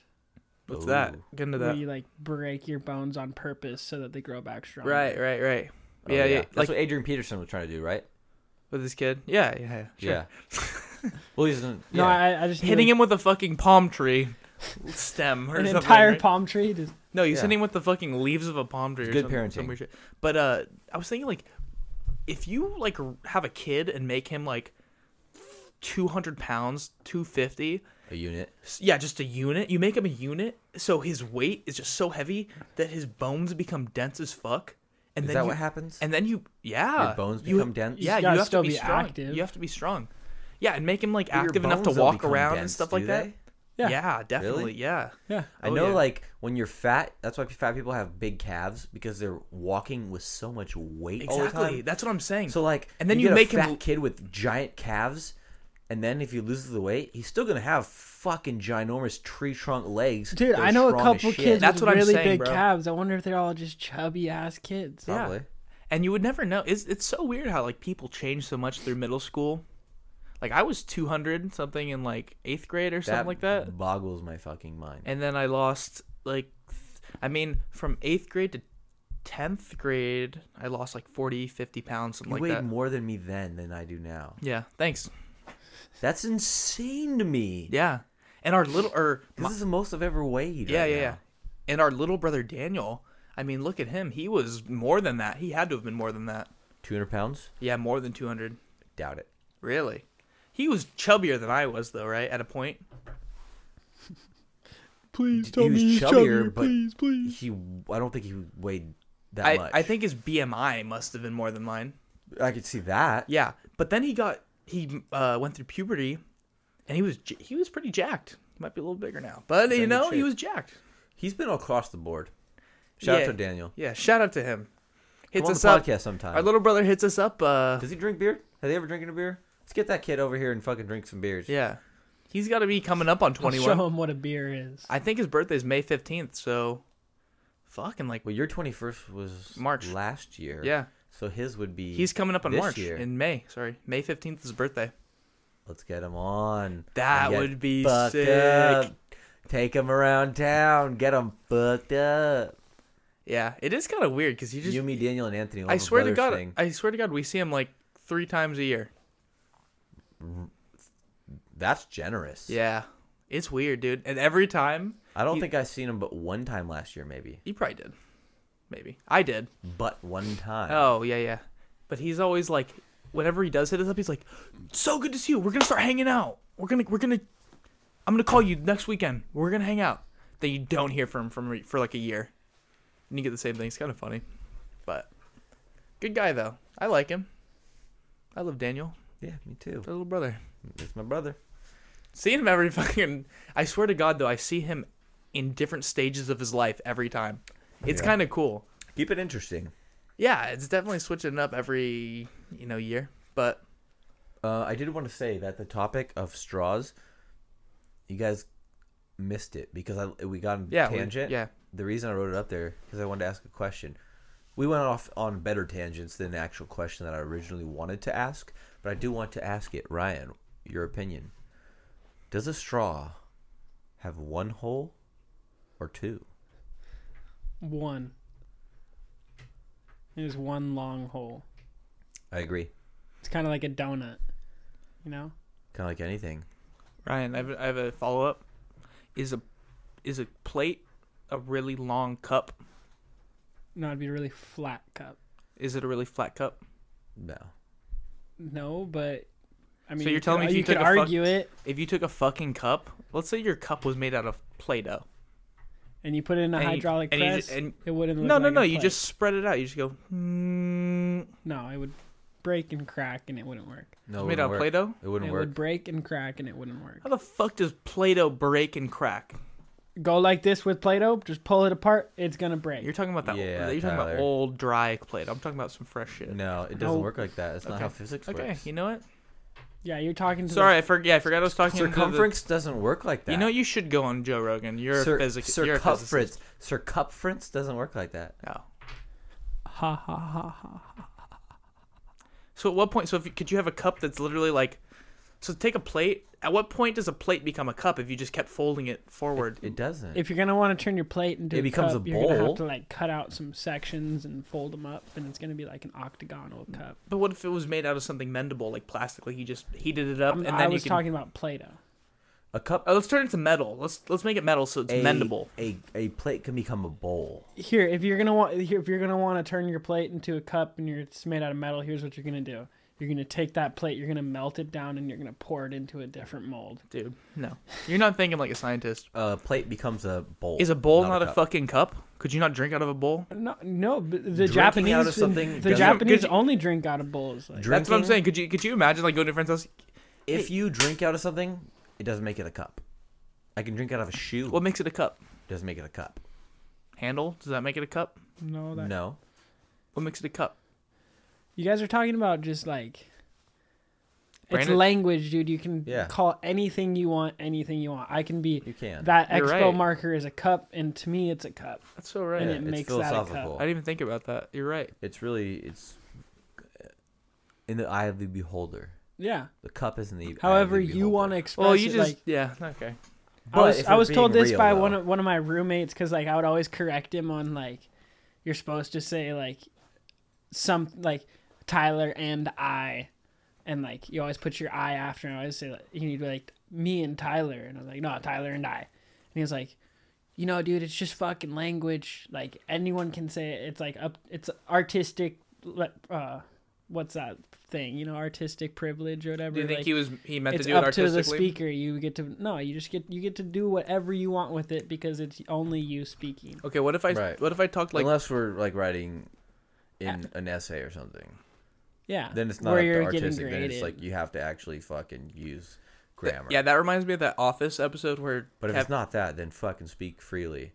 What's that?
Ooh.
Get into
where
that.
you like break your bones on purpose so that they grow back strong
Right, right, right.
Oh,
yeah, yeah.
That's
Like
what Adrian Peterson was trying to do, right?
with this kid. Yeah, yeah, yeah. Sure.
Yeah. well, he's an,
no
yeah.
I, I just
(laughs) Hitting him with a fucking palm tree stem or
an
something,
entire
right?
palm tree just
No, he's
Yeah.
hitting with the fucking leaves of a palm tree. Or
good
something,
parenting.
some weird shit. But uh, I was thinking like, if you like r- have a kid and make him like. 200 pounds 250
a unit.
S- yeah just a unit you make him a unit so his weight is just so heavy that his bones become dense as fuck and
Is
then
that
you-
what happens?
and then you yeah
Your bones
you-
become dense? You
yeah
just
you
gotta
have
still
to be,
be
strong
active.
you have to be strong yeah and make him like
But your
active enough to
bones don't
walk
become
around and
dense,
stuff
do
like that
they?
Yeah.
definitely
Really?
yeah
yeah
I
Oh,
know,
yeah.
like when you're fat, that's why fat people have big calves because they're walking with so much weight all the
exactly
time.
that's what i'm saying
so like,
and then you,
you, get
make
a fat
him
kid with giant calves, and then if he loses the weight, he's still gonna have fucking ginormous tree trunk legs.
Dude,
that
I
are
know a
strong as
couple
shit.
kids
That's
with
what I'm
really
saying,
big
bro.
calves. I wonder if they're all just chubby ass kids.
Yeah.
probably.
and you would never know it's, it's so weird how like people change so much through middle school like i was 200 something in like eighth grade or something like that
boggles my fucking mind.
and then I lost like th- I mean from 8th grade to 10th grade I lost like 40 50 pounds
you
something like
weighed
that.
more than me then than I do now.
Yeah, thanks.
That's insane to me.
Yeah. And our little or
This is the most I've ever weighed.
yeah,
right
yeah,
now.
yeah. And our little brother Daniel, I mean, look at him. He was more than that. He had to have been more than that.
200 pounds?
Yeah, more than 200.
Doubt it.
Really? He was chubbier than I was though, right? At a point.
Please
tell
tell
he was
me
me he's
he's
chubbier,
chubbier.
chubbier, but- please,
please, please.
He, I don't think he weighed that
I,
much.
I think his BMI must have been more than mine.
I could see that.
Yeah, but then he got he uh, went through puberty, and he was j- he was pretty jacked. He might be a little bigger now, but you
in
know he
shape.
was jacked.
He's been across the board. Shout
Yeah.
out to Daniel.
Yeah, shout out to him. Hits
Come on
us
the
up.
podcast sometime.
Our little brother hits us up. Uh,
Does he drink beer? Have they ever drinking a beer? Let's get that kid over here and fucking drink some beers.
yeah, he's got to be coming up on twenty
Show
one.
him what a beer is.
I think his birthday's May fifteenth. So, fucking like
Well, your 21st was
March.
last year.
yeah,
So his would be.
he's coming up on
this
March
year.
in May. Sorry, May fifteenth is his birthday.
Let's get him on.
That
And get
would be
fucked
sick.
Up. Take him around town. Get him fucked up.
Yeah, it is kind of weird because he just
you, me, Daniel, and Anthony.
I
love a
swear to
brothers
God,
thing.
I swear to God, we see him like three times a year.
that's generous.
Yeah, it's weird, dude. And every time
I don't
He-
think I've seen him but one time last year, maybe.
you probably did, maybe I did.
But one time.
Oh yeah, yeah. But he's always like, whenever he does hit us up, he's like, "So good to see you. We're gonna start hanging out. We're gonna, we're gonna, I'm gonna call you next weekend. We're gonna hang out." Then you don't hear from him from for like a year, and you get the same thing. It's kind of funny, but good guy though. I like him. I love Daniel,
Yeah, me too.
my little brother.
It's my brother.
Seeing him every (laughs) fucking. I swear to God, though, I see him in different stages of his life every time. It's
Yeah.
kind of cool.
Keep it interesting.
Yeah, it's definitely switching up every you know year. But
Uh, I did want to say that the topic of straws, you guys missed it because I we got on
Yeah, we-
tangent.
yeah.
The reason I wrote it up there because I wanted to ask a question. We went off on better tangents than the actual question that I originally wanted to ask, but I do want to ask it, Ryan, your opinion. Does a straw have one hole or two?
One. There's one long hole.
I agree.
It's kind of like a donut, you know.
Kind of like anything.
Ryan, I have, a- I have a follow up. Is a is a plate a really long cup?
No, it'd be a really flat cup.
Is it a really flat cup?
No.
No, but I mean,
you're telling me
could,
if you
could
took a fuck-
argue it
If you took a fucking cup, let's say your cup was made out of play doh.
and you put it in a
and you-
hydraulic
and you
press,
ju- and-
it wouldn't. Look
No,
like
no,
a
no. You
plate.
just spread it out. You just go. Hmm.
no, it would break and crack, and it wouldn't work.
No.
It's
it
made
wouldn't
out of
work.
Play-Doh?
It wouldn't
it
work.
would break and crack, and it wouldn't work.
How the fuck does play doh break and crack?
Go like this with Play-Doh. Just pull it apart. It's gonna break.
You're talking about that.
Yeah,
you're talking
Tyler.
about old dry plate. I'm talking about some fresh shit.
no, it doesn't
No.
work like that. That's not how
Okay.
physics works.
okay, you know what?
yeah, you're talking to.
Sorry, I forgot. Yeah, I forgot I was talking. to the-
Circumference doesn't work like that.
you know, you should go on Joe Rogan. You're
Cir-
a physic. You're a physicist.
circumference. Circumference doesn't work like that.
No.
The, ha ha ha ha.
So at what point? So if you, could you have a cup that's literally like? So take a plate. At what point does a plate become a cup if you just kept folding it forward?
It doesn't.
If you're gonna want to turn your plate into
It
a
becomes
cup,
a
you're gonna
bowl.
have to like cut out some sections and fold them up, and it's gonna be like an octagonal
Mm.
cup.
but what if it was made out of something mendable, like plastic? Like you just heated it up
I'm-
and then
I
you
was
can.
talking about Play-Doh.
a cup,
oh, let's turn it to metal. Let's let's make it metal so it's
a,
mendable.
A a plate can become a bowl.
Here, if you're gonna want, here, if you're gonna want to turn your plate into a cup and you're it's made out of metal, here's what you're gonna do. You're gonna take that plate, you're gonna melt it down, and you're gonna pour it into a different mold.
Dude, no, you're not thinking like a scientist.
A plate becomes a bowl.
Is a bowl not, a,
cup.
fucking cup? Could you not drink out of a bowl?
No, no, but the
Drinking
Japanese,
out of something
the
doesn't-
Japanese
Could you-
only drink out of bowls. Like,
Drinking,
That's what I'm saying. Could you could you imagine like going to a friend's house?
If you drink out of something, it doesn't make it a cup. I can drink out of a shoe.
What makes it a cup?
doesn't make it a cup?
Handle? Does that make it a cup?
no, that,
No.
What makes it a cup?
You guys are talking about just like
Brandon-
it's language, dude. You can
Yeah.
call anything you want, anything you want. I can be
You can.
that
You're
expo
right.
marker is a cup, and to me, it's a cup.
That's so right.
And
Yeah,
it
it's
makes that a cup.
philosophical.
I didn't even think about that. You're right.
It's really it's in the eye of the beholder.
Yeah.
The cup is in the.
However, you want to
to.
express
Well, you
it,
just
like
yeah okay.
I was,
if
I
we're
was told
being
this
real,
by
though-
one of one of my roommates because like I would always correct him on like you're supposed to say like some like Tyler and I and like you always put your I after, and I always say like, you need to be like me and Tyler, and I was like, no, Tyler and I, and he was like, you know, dude, it's just fucking language. Like anyone can say it. it's like up, it's artistic. le- Uh, what's that thing? You know, artistic privilege or whatever.
Do you think
like,
he was he meant to
it's
do it
up to
artistically?
the speaker. You get to no, you just get you get to do whatever you want with it because it's only you speaking.
Okay, what if I
Right.
what if I talked like
Unless we're like writing
uh,
in an essay or something,
Yeah,
then it's not up to artistic. Then it's like you have to actually fucking use grammar.
yeah, that reminds me of that Office episode where
But if
Kev-
it's not that, then fucking speak freely.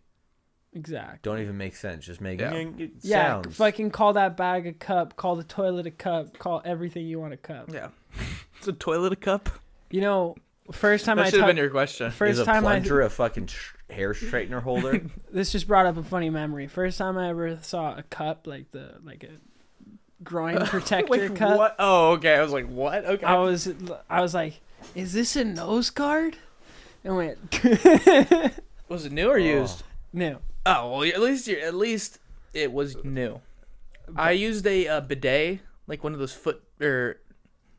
exact.
Don't even make sense. Just make
Yeah.
sounds.
Yeah, fucking call that bag a cup. Call the toilet a cup. Call everything you want a cup.
yeah, (laughs) it's a toilet a cup.
You know, first time
That
I
should have
talked,
been your
(laughs)
question.
first
is a
time I
plunger a fucking sh- hair straightener
(laughs)
holder?
this just brought up a funny memory. First time I ever saw a cup like the like a
(laughs)
groin protector cup.
what? Oh, okay. I was like, what? Okay.
I was I was like, is this a nose guard? And went
was it new or used?
(laughs) no.
Oh well, at least you're, at least it was new. I used a uh, bidet, like one of those foot or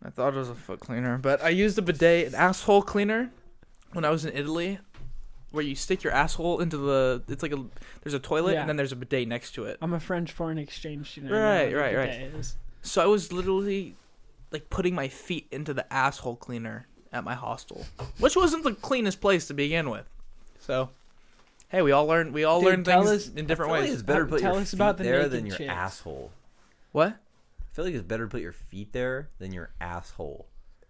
I thought it was a foot cleaner, but I used a bidet, an asshole cleaner, when I was in Italy, where you stick your asshole into the. It's like a there's a toilet
Yeah.
and then there's a bidet next to it.
I'm a French foreign exchange student. I know
Right,
what
right,
the
right.
day is.
So I was literally like putting my feet into the asshole cleaner at my hostel, which wasn't the cleanest place to begin with. So, hey, we all learn we all
Dude,
learn
tell
things
us-
in different
I feel like
ways.
it's better to put
Tell
your
us
feet
about the
there
naked
than your
chicks.
asshole.
What
I feel like it's better to put your feet there than your asshole.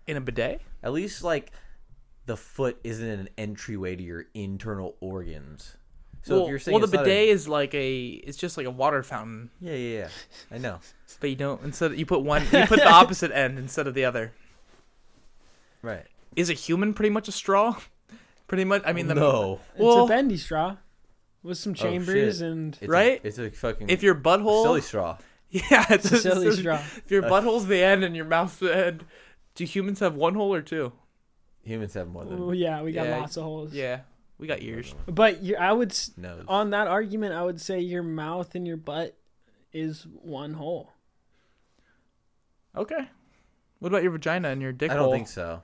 in a bidet?
At least like the foot isn't an entryway to your internal organs. So
well,
if you're saying
well, the
it's not a-
bidet is like a it's just like a water fountain,
yeah, yeah, yeah. I know.
but you don't instead you put one you put
(laughs)
the opposite end instead of the other.
Right.
Is a human pretty much a straw? Pretty much. I mean, the,
no. Oh,
Well,
it's a bendy straw with some chambers
shit.
and
It's
right?
A, it's a fucking
if your butthole (laughs)
silly straw.
Yeah, it's,
a silly straw.
If your butthole's the end and your mouth's the end, do humans have one hole or two?
Humans have more than
Oh,
well, yeah, we got
Yeah,
lots of holes.
Yeah, we got ears.
But you, I would s-
nose.
on that argument, I would say your mouth and your butt is one hole.
Okay. What about your vagina and your dick
I don't
hole?
think so.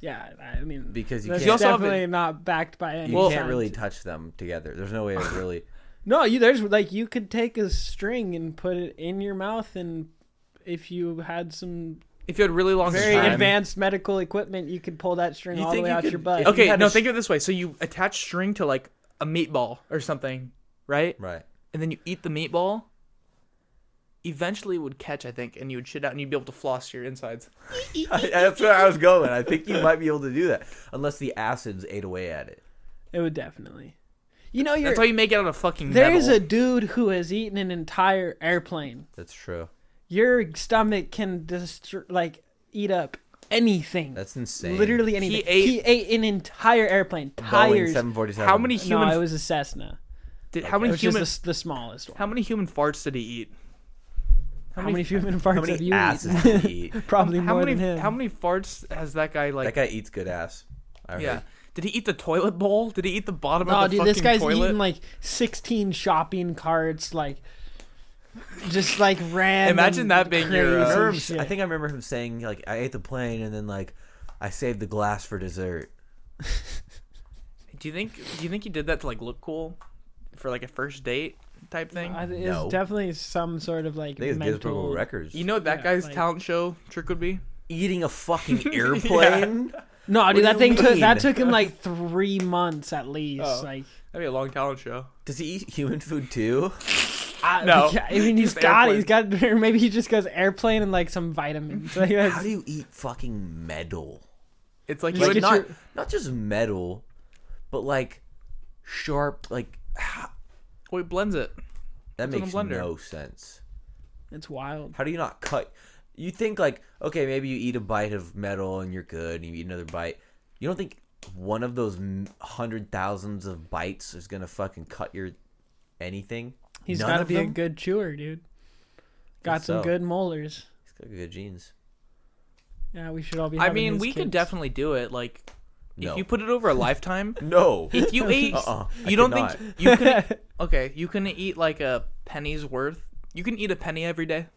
Yeah, I mean,
Because you
that's
can't
also have
definitely
a-
not backed by any.
you can't
science.
really touch them together. There's no way of
(laughs)
really
No, you there's like you could take a string and put it in your mouth, and if you had some
If you had really long
very
time-
advanced medical equipment, you could pull that string
You
all the
think
way
you
out your
could-
butt.
if you
Okay,
had a
no,
s-
think of it this way. So you attach string to like a meatball or something, right?
Right.
And then you eat the meatball. Eventually, it would catch, I think, and you would shit out, and you'd be able to floss your insides.
That's where I was going. I think you might be able to do that. Unless the acids ate away at it.
It would definitely. You know, you're,
That's how you make it out of fucking
there is
metal.
a dude who has eaten an entire airplane.
That's true.
Your stomach can just like eat up anything.
That's insane.
literally anything. He ate,
ate-
an entire airplane.
Boeing
Tires.
seven forty seven.
How many
No,
human?
it was a Cessna.
did, how
It
many
was just
human?
the, s- the smallest one.
How many human farts did he eat?
How
(laughs)
many, human farts
how
have
many
you eaten?
asses did he eat?
(laughs) Probably
How
more
many?
than him.
How many farts has that guy
That
like?
guy eats good ass. I
Yeah.
heard.
Did he eat the toilet bowl? Did he eat the bottom
No,
of the
Oh, dude,
fucking
this guy's
toilet?
eating like 16 shopping carts, like just like random.
Imagine that being your,
crazy
I,
uh,
remember him-
shit.
I think I remember him saying like I ate the plane and then like I saved the glass for dessert.
do you think? Do you think he did that to like look cool, for like a first date type thing?
I th-
No.
It's definitely some sort of like
I think it's Guinness Book
mental.
of Records.
you know what that
Yeah,
guy's
like-
talent show trick would be?
eating a
(laughs)
fucking airplane.
No, dude,
do
that
you
thing took
mean?
that took him (laughs) like three months at least.
Oh.
Like,
That'd be a long talent show.
Does he eat human food too?
I,
No.
(laughs)
I mean, he's
Just
got it. He's got (laughs) or maybe he just goes airplane and like some vitamins. Like,
(laughs)
that's-
How do you eat fucking metal?
It's like
Just
you
get
would
your-
not.
Not not just metal, but like sharp like (sighs)
Oh, he blends it.
that
in a
makes
blender.
no sense.
(laughs) it's wild.
How do you not cut? You think like, okay, maybe you eat a bite of metal and you're good, and you eat another bite. You don't think one of those m- hundred thousands of bites is gonna fucking cut your anything?
He's
None
got to
of
be a
them?
good chewer, dude. Got
Guess
some
so.
good molars.
He's got good genes.
Yeah, we should all be.
I
having
mean,
his
we could
kids.
definitely do it. Like,
No.
if you put it over
(laughs)
a lifetime, (laughs)
No.
if you ate,
Uh-uh, I
you don't think
cannot.
you can. Okay, you can eat like a penny's worth. You can eat a penny every day.
(laughs)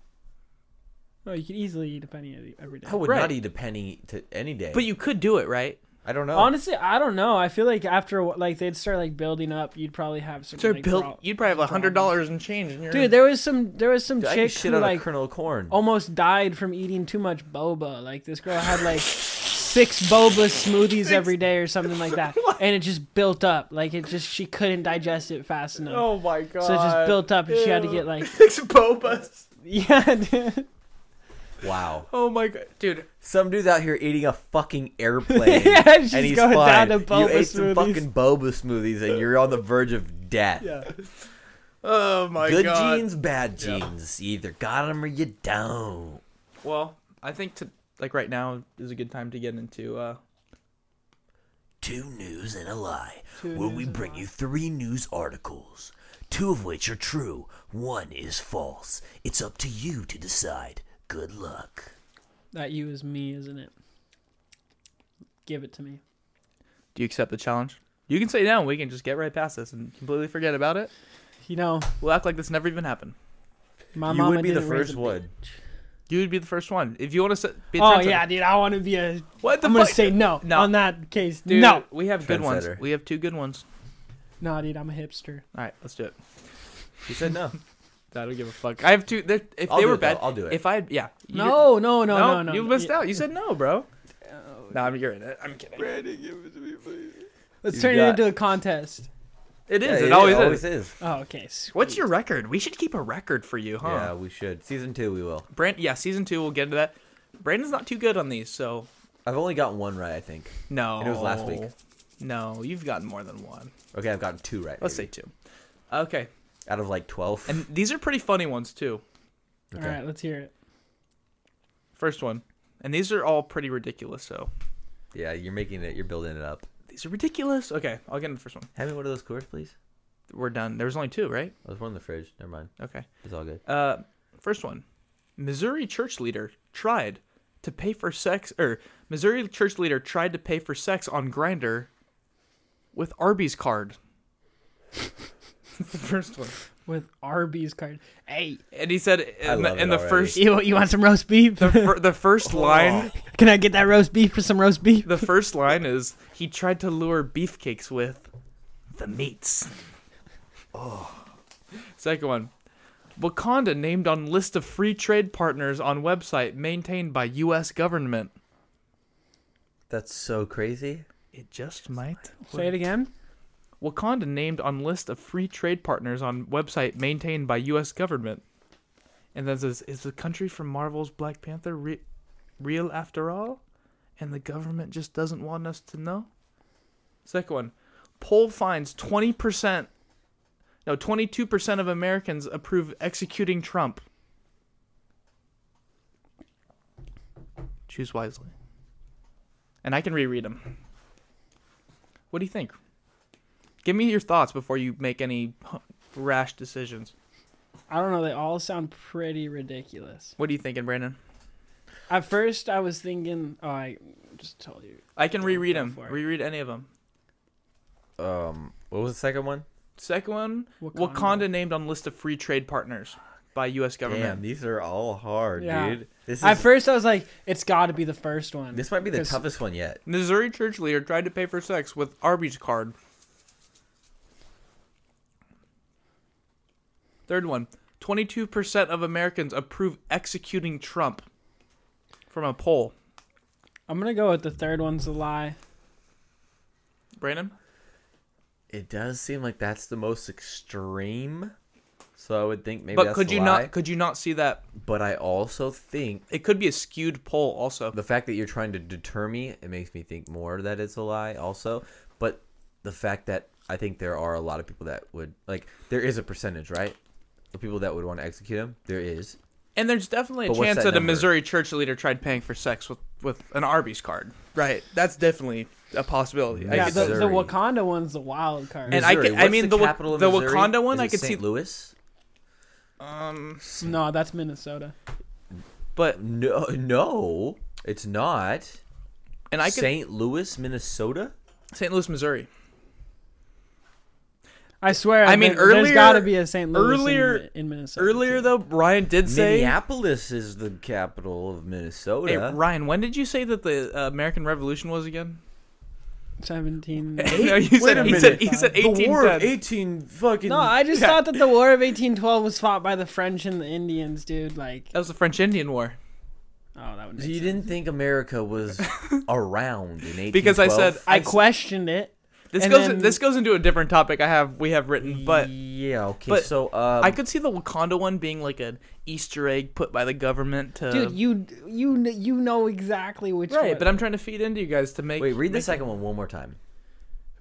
Oh, you could easily eat a penny every- every day.
I would
Right.
not eat a penny to any day.
But you could do it, right?
I don't know.
Honestly, I don't know. I feel like after a wh- like they'd start like building up, you'd probably have some.
Sir,
like,
Bill,
prob-
you'd probably have a hundred dollars in change in your
Dude, there was some there was some
Dude, I
chick
could shit
who
on
like oh
a kernel of corn.
almost died from eating too much boba. Like this girl had like six boba smoothies every day or something like that, and it just built up. Like it just she couldn't digest it fast enough.
Oh my god!
So it just
(laughs)
built up, and she had to
Ew.
get like,
six bobas.
yeah, dude.
Wow.
Oh my god, dude!
(laughs) Some dude's out here eating a
(laughs)
fucking airplane.
Yeah, she's
and he's
going
fine.
down to boba
you ate some
smoothies.
fucking boba smoothies and you're on the verge of death.
Oh my
Good
god!
genes, bad genes. You either got them or you don't.
Well, I think to like right now is a good time to get into. uh
Two news and a lie, where we bring you three news articles, two of which are true, one is false. It's up to you to decide. Good luck.
That you is me, isn't it? Give it to me.
Do you accept the challenge? You can say no. We can just get right past this and completely forget about it.
You know,
We'll act like this never even happened.
my
You
mama
would be the
didn't raise
first
a
one.
You would be the first one if you want to. Set, be a
Oh
trendsetter.
yeah, dude, I want to be a.
What the
I'm gonna
fuck?
say no,
No.
on that case.
Dude,
No,
we have good ones.
Trendsetter.
We have two good ones.
no, dude, I'm a hipster.
All right, let's do it.
He said
(laughs)
no.
I don't give a fuck. I have two. there- If
I'll
they
do
were
it, though.
bad,
I'll do it.
If I, yeah. You did-
No, no, no, no, no. Oh.
You missed out. You said no, bro. No, I'm, you're in it. I'm kidding.
Let's
You
turn it
got-
into a contest.
It is.
Yeah,
it, always, is.
is.
Oh, okay. sweet.
What's your record? We should keep a record for you, huh?
Yeah, we should. Season two, we will.
Brand. Yeah, season two. We'll get into that. Brandon's not too good on these, so
I've only gotten one right, I think.
no.
It was last week.
No, you've gotten more than one.
Okay, I've gotten two right.
Let's say
maybe.
two. Okay,
Out of like 12.
and these are pretty funny ones too.
Okay.
All right, let's hear it.
First one, and these are all pretty ridiculous. So
yeah, you're making it. You're building it up.
these are ridiculous. Okay, I'll get into the first one.
Have me one of those coolers, please.
We're done. There was only two, right?
Oh, there's one in the fridge. Never mind.
Okay.
It's all good.
Uh, first one, Missouri church leader tried to pay for sex, or Missouri church leader tried to pay for sex on Grinder with
(laughs)
Arby's card. the first one,
With Arby's card. Hey,
and he said
love
in the,
it
in the
already. Oh.
first
you, you want some roast beef? (laughs)
fir- the first line
Can I get that roast beef for some roast beef?
the first line is he tried to lure beefcakes with the meats. Oh. Second one. Wakanda named on list of free trade partners on website maintained by US government.
That's so crazy.
It just might.
Say it again.
Wakanda named on list of free trade partners on website maintained by U.S. government. And then says, "Is the country from Marvel's Black Panther re- real after all? And the government just doesn't want us to know." Second one, poll finds twenty percent, no, twenty-two percent of Americans approve executing Trump. Choose wisely. And I can reread them. What do you think? Give me your thoughts before you make any (laughs) rash decisions.
I don't know. They all sound pretty ridiculous.
What are you thinking, Brandon?
At first, I was thinking, oh, I just told you.
I can reread them.
for it.
Reread any of them.
Um, what was the second one?
Second one, Wakanda.
Wakanda.
named on list of free trade partners by U.S.
Damn,
government.
these are all hard,
Yeah.
dude. This is
At first, I was like, it's got to be the first one.
this might be the
'Cause-
toughest one yet.
Missouri church leader tried to pay for sex with Arby's card. Third one, 22% of Americans approve executing Trump from a poll.
I'm gonna go with the third one's a lie.
Brandon?
It does seem like that's the most extreme. So I would think maybe
But
that's
could
a
you
lie.
not could you not see that
But I also think
it could be a skewed poll also.
the fact that you're trying to deter me, it makes me think more that it's a lie also. But the fact that I think there are a lot of people that would like there is a percentage, right? The people that would want to execute him, there is.
And there's definitely a
But what's
chance
that
that, a
number?
Missouri church leader tried paying for sex with, with an Arby's card. Right. That's definitely a possibility.
I
Yeah,
guess
the, the
Missouri.
Wakanda one's the wild card.
And I
Missouri,
could- I
what's
mean,
the,
the Wa-
capital of
the
Missouri?
Wakanda one,
Is
I
it
could see-
St. Louis.
um,
no, that's Minnesota.
but
No, no, it's not.
and I could
St. Louis, Minnesota.
St. Louis, Missouri.
I swear.
I mean,
there- there's
earlier-
got to be a St. Louis
earlier-
in, in Minnesota.
Earlier
too.
though, Ryan did say.
Minneapolis is the capital of Minnesota.
Hey, Ryan, when did you say that the uh, American Revolution was again? (laughs)
(laughs)
seventeen.
no, you
Wait
said,
a
he said
minute.
he said
the War of
1810.
eighteen fucking.
No, I just thought that the War of eighteen twelve was fought by the French and the Indians, dude. Like,
That was the French Indian War.
oh, that would. Make
So you
sense.
didn't think America was
(laughs)
around in 1812?
Because I said
I
s-
questioned it.
this
and
goes
then-
this goes into a different topic I have we have written, but
yeah, okay.
but
so um,
I could see the Wakanda one being like an Easter egg put by the government to
Dude, you you kn- you know exactly which.
Um, Right,
one.
but I'm trying to feed into you guys to make
wait, read the
make-
second one one more time.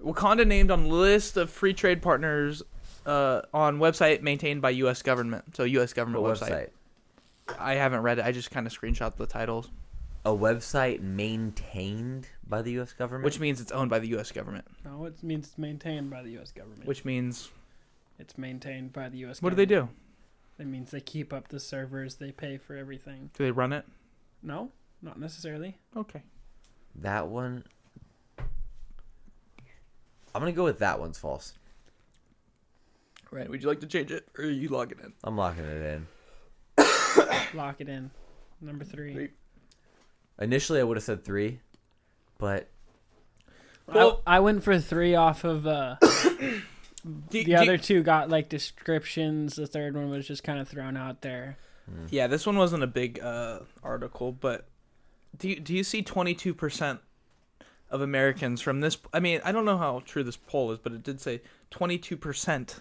Wakanda named on list of free trade partners uh, on website maintained by U.S. government. So U.S.
A
government
website.
website. I haven't read it. I just kind of screenshot the titles,
A website maintained by the U.S. government.
which means it's owned by the U.S. government.
No, Oh, it means it's maintained by the U.S. government.
Which means
it's maintained by the U.S.
what do they
government.
do?
It means they keep up the servers. They pay for everything.
Do they run it?
No, not necessarily.
Okay.
that one. I'm gonna go with that one's false.
Right. Would you like to change it, or are you logging in?
I'm locking it in.
Lock it in. Number three.
Three.
Initially, I would have said three, but
Well-
I, I went for three off
(coughs)
of uh,
Do-
the
do-
other two. Got like descriptions. The third one was just kind of thrown out there.
Yeah, this one wasn't a big uh, article, but do you, do you see 22% of Americans from this? I mean, I don't know how true this poll is, but it did say 22%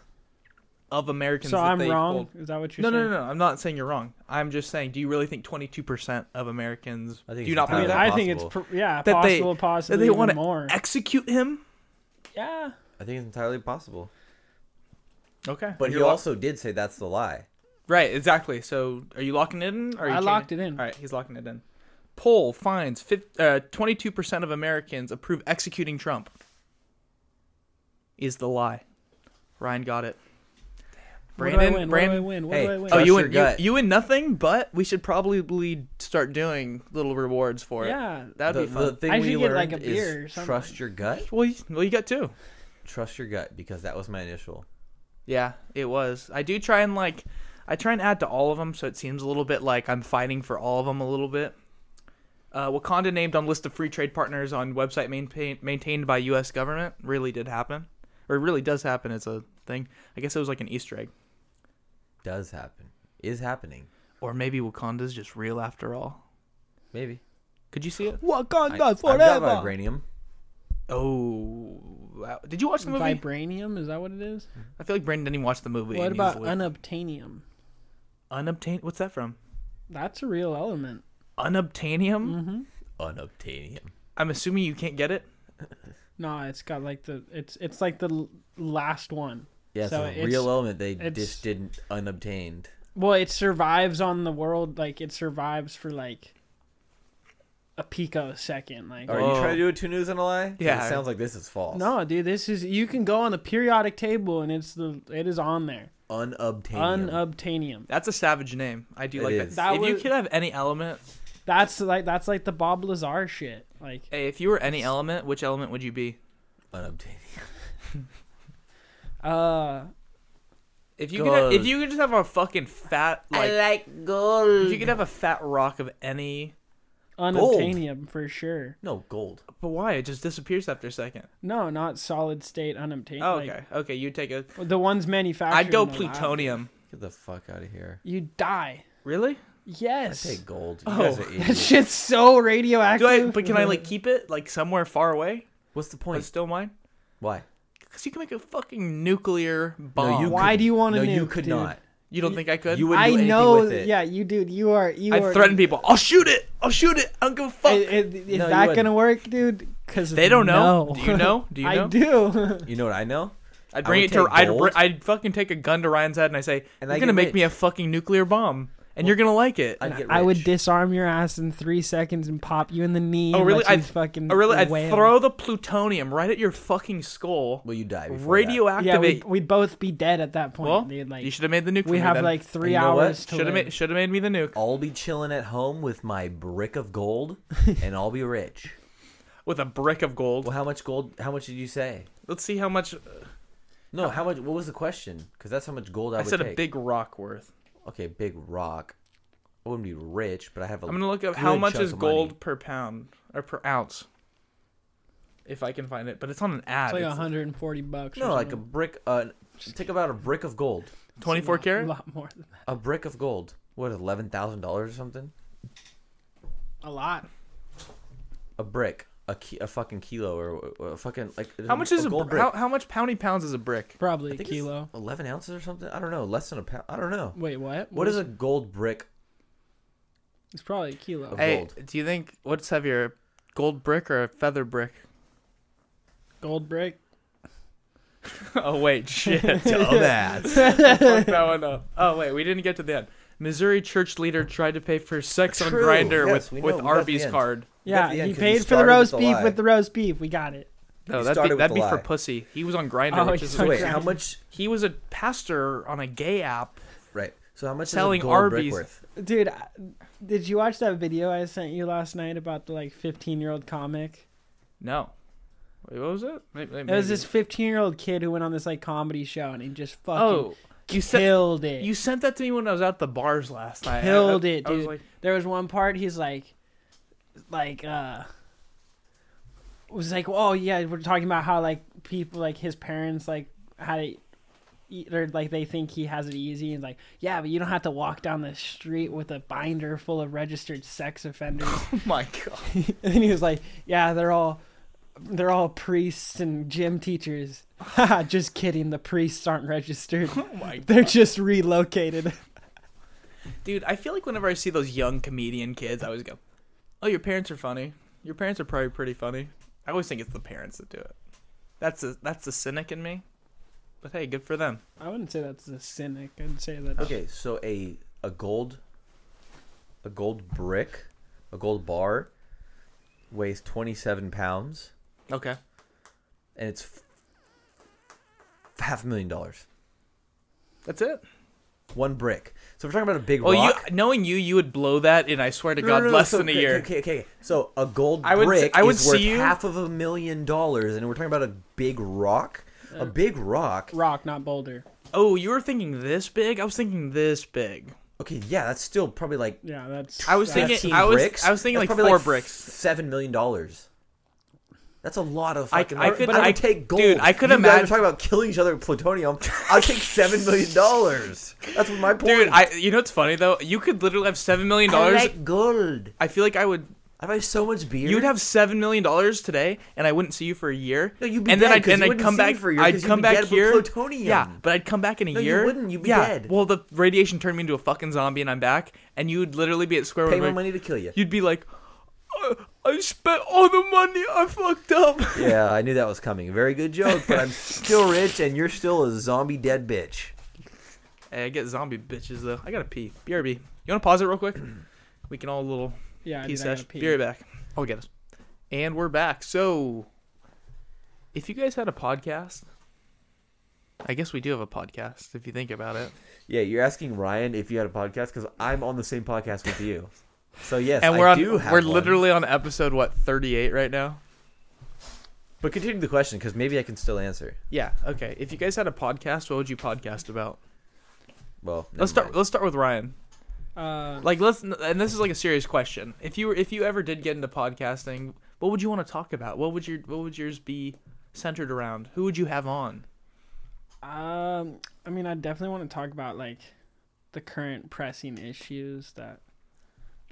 of Americans.
So
that
I'm
they
wrong.
polled-
Is that what you're
No,
saying?
no, no, no. I'm not saying you're wrong. I'm just saying, do you really think 22% of Americans
I think
do you
it's
not
I
believe
mean,
that?
entirely
I think it's
possible.
pr- yeah
That they-
possible, possibly
that they
even
want to
more.
execute him?
yeah,
I think it's entirely possible.
Okay.
But
You're
he
lo-
also did say that's the lie.
Right, exactly. So, are you locking it in? Or are you
I
changing-
locked it in.
All right, he's locking it in. Poll finds fif- uh, 22% of Americans approve executing Trump. Is the lie. Ryan got it.
What do I
Brandon,
win? What do I
Brandon.
win? What
Hey,
do I win?
Oh,
Trust
you
your
and you,
gut.
you and nothing, but we should probably start doing little rewards for it.
yeah.
That'd
The,
be
the
fun.
thing
I
we
should get, like,
learned
a beer or
is
something.
trust your gut.
well, you, well, you got two.
Trust your gut because that was my initial.
Yeah, it was. I do try and like, I try and add to all of them, so it seems a little bit like I'm fighting for all of them a little bit. Uh, Wakanda named on list of free trade partners on website maintain, maintained by U.S. government really did happen, or really does happen as a thing. I guess it was like an Easter egg,
Does happen. Is happening.
or maybe Wakanda's just real after all.
Maybe.
Could you see it?
I,
Wakanda
I've got vibranium.
Oh, wow. did you watch the movie?
Vibranium is that what it is?
I feel like Brandon didn't even watch the movie.
What
and
about
he's like,
unobtainium?
unobtain? What's that from?
That's a real element.
Unobtainium.
Mm-hmm.
Unobtainium.
I'm assuming you can't get it.
No, it's got like the it's it's like the l- last one.
Yeah, it's
So
a
it's-
real element they
it's-
just didn't unobtained.
Well, it survives on the world like it survives for like a picosecond. Like
Are
Whoa.
you trying to do a two news and a lie? 'Cause
Yeah.
It sounds like this is false.
no, dude, this is you can go on the periodic table and it's the it is on there.
Unobtainium.
Unobtainium.
That's a savage name. I do
It
like
is.
that.
That
If you
was-
could have any element,
That's like that's like the Bob Lazar shit. Like
hey, if you were any element, which element would you be?
unobtainium. (laughs)
uh
If you could, have, if
Gold.
you could just have a fucking fat like,
like gold.
if you could have a fat rock of any,
unobtainium for sure.
no, gold.
but why it just disappears after a second?
No, not solid state unobtainium.
Oh,
like,
okay, okay, you take a.
The ones manufactured.
I'd go
in the lab.
plutonium.
Get the fuck out of here.
You die.
Really?
Yes. (laughs)
Hey, gold. You
Oh.
guys are
That
idiots.
shit's so
Do
radioactive.
I? But can I like keep it like somewhere far away,
What's the
but
point?
still mine?
Why?
Because you can make a fucking nuclear bomb. you,
Why
couldn't.
do you want a
No, you
nuke,
could
dude?
not.
don't think I could?
You wouldn't do
I
anything
know.
with it.
Yeah, you dude, you are. You
I
are.
threaten people. I'll shoot it. I'll shoot it. I don't give a fuck.
I- Is, is
No, you
that
wouldn't.
gonna work, dude? Because
they don't know. Do you know? Do you know?
(laughs) I do.
You know what I
(laughs)
know?
I'd
I
bring
would
it to.
take
I'd,
gold.
br- I'd fucking take a gun to Ryan's head and I say,
And
"You're
I
gonna
get
make me a
rich.
fucking nuclear bomb, and you're gonna like it."
I'd get
I would
rich.
disarm your ass in three seconds and pop you in the knee.
oh
and
really?
let you
I'd
fucking.
oh, really? I'd
wail.
throw the plutonium right at your fucking skull.
Well, you die before that.
radioactivate.
Yeah, we'd, we'd both be dead at that point,
well,
dude. Like
you should have made the nuke.
we have like three
you know what?
hours to
should have
live.
made should have made me the nuke
I'll be chilling at home with my brick of
(laughs)
gold, and I'll be rich.
with a brick of gold.
Well, how much gold? How much did you say?
Let's see how much.
No, how much? What was the question? Because that's how much gold I,
I
would
said
take.
a big rock worth.
Okay, big rock. I wouldn't be rich, but I have. a
I'm gonna look up how
good
much
chunk
is
of money.
gold per pound or per ounce, if I can find it. But it's on an ad.
It's like
It's
140 bucks. or
No, like a
something.
brick. Uh, take about a brick of gold.
24
Lot-
karat.
lot more than that.
A brick of gold. What, eleven thousand dollars or something?
A lot.
A brick. A, ki- a fucking kilo or a- a fucking like.
How much is a,
gold
br-
brick?
how, how much poundy pounds is a brick?
Probably
I
a
think it's
kilo.
Eleven ounces or something. I don't know. Less than a pound. I don't know.
Wait, what?
What is a gold brick?
It's probably a kilo.
Hey, Gold.
do you think what's heavier, gold brick or a feather brick?
Gold brick.
(laughs) oh wait, shit. (laughs)
Dumbass.
Fuck that one up. Oh wait, we didn't get to the end. Missouri church leader tried to pay for sex on
True.
Grinder
Yes, we know.
with with
We got the
Arby's
end.
card.
got
Yeah,
the end
he
'cause you
paid for the
started
roast
with the
beef
lie.
with the roast beef. We got it.
No,
You
that'd
started
be,
with
that'd
the
be for
lie.
pussy. He was on Grinder,
Oh,
which is
he's on
Wait,
a,
how much?
he was a pastor on a gay app.
Right. So how much
Selling
is a gold brick
Arby's.
worth?
Dude, I- did you watch that video I sent you last night about the like 15 year old comic?
No, wait, what was it? Maybe,
It was this 15 year old kid who went on this like comedy show and he just fucking
Oh, you said
killed it.
you sent that to me when I was out at the bars last night. I-
killed
I-
it,
I was
dude.
like, (laughs)
there was one part he's like, like, uh, was like, oh yeah, we're talking about how like people like his parents like had it. eat- Or like they think he has it easy, and like, yeah, but you don't have to walk down the street with a binder full of registered sex
(laughs)
offenders. (laughs)
oh my god.
and then he was like, yeah, they're all, they're all priests and gym teachers. (laughs) Haha, Just kidding, the priests aren't registered.
(laughs) Oh my god.
They're just relocated. (laughs)
Dude, I feel like whenever I see those young comedian kids, I always go, "Oh, your parents are funny. Your parents are probably pretty funny." I always think it's the parents that do it. That's a that's the cynic in me. But hey, good for them.
I wouldn't say that's a cynic. I'd say that.
Okay, so a a gold a gold brick, a gold bar weighs 27 pounds
Okay.
and it's f- half a million dollars.
That's it.
One brick. So if we're talking about a big
Well,
rock.
Oh, you knowing you, you would blow that in. I swear to
No,
God,
no, no,
less
so-
than a
okay,
year.
Okay, okay. So a gold
I would s-
brick
I would
is worth
see you-
half of a million dollars, and we're talking about a big rock. A big rock.
Rock, not Boulder.
Oh, you were thinking this big. I was thinking this big.
Okay, yeah, that's still probably like
Yeah, that's.
I was
that's-
thinking-
15
I was-
bricks.
I was thinking
That's
like
probably
four bricks.
Seven million dollars. That's a lot of
I-
fucking.
I could-
but I
I-
would take gold.
dude, I could
you Guys
imagine-
are talking about killing each other with plutonium. I'd take seven million dollars. That's what my point.
Dude, I. You know what's funny though? You could literally have seven million
I
dollars.
like gold.
I feel like I would
I buy so much beer.
You'd have seven million dollars today, and I wouldn't see you for a year.
No, you'd be
and
dead,
I'd,
'cause
and
you
I'd
wouldn't
come
see me
back
for a year,
I'd
'cause you'd
come
be
back
dead with
here.
plutonium.
Yeah, but I'd come back in a
No, you
year.
wouldn't, you'd be
yeah.
dead.
Well, the radiation turned me into a fucking zombie, and I'm back. And you'd literally be at square
pay
one.
my
where
money to kill you.
You'd be like, I, I spent all the money. I fucked
(laughs)
up.
Yeah, I knew that was coming. Very good joke, but I'm still rich, and you're still a zombie dead bitch.
Hey, I get zombie bitches though. I gotta pee. BRB. You wanna pause it real quick? (clears throat) we can all little
Yeah,
Pee
dude, I gotta
sesh.
pee.
Be right back. Oh, I'll get us. And we're back. So, if you guys had a podcast, I guess we do have a podcast if you think about it.
Yeah, you're asking Ryan if you had a podcast because I'm on the same podcast with you. So yes,
And we're
I
on.
do have
we're
one.
literally on episode what 38 right now.
But continue the question because maybe I can still answer.
Yeah. Okay. If you guys had a podcast, what would you podcast about?
Well, never
Let's start.
mind.
Let's start with Ryan.
Uh,
Like, let's. And this is like a serious question. If you were, if you ever did get into podcasting, what would you want to talk about? What would your What would yours be centered around? Who would you have on?
um, I mean, I definitely want to talk about like the current pressing issues that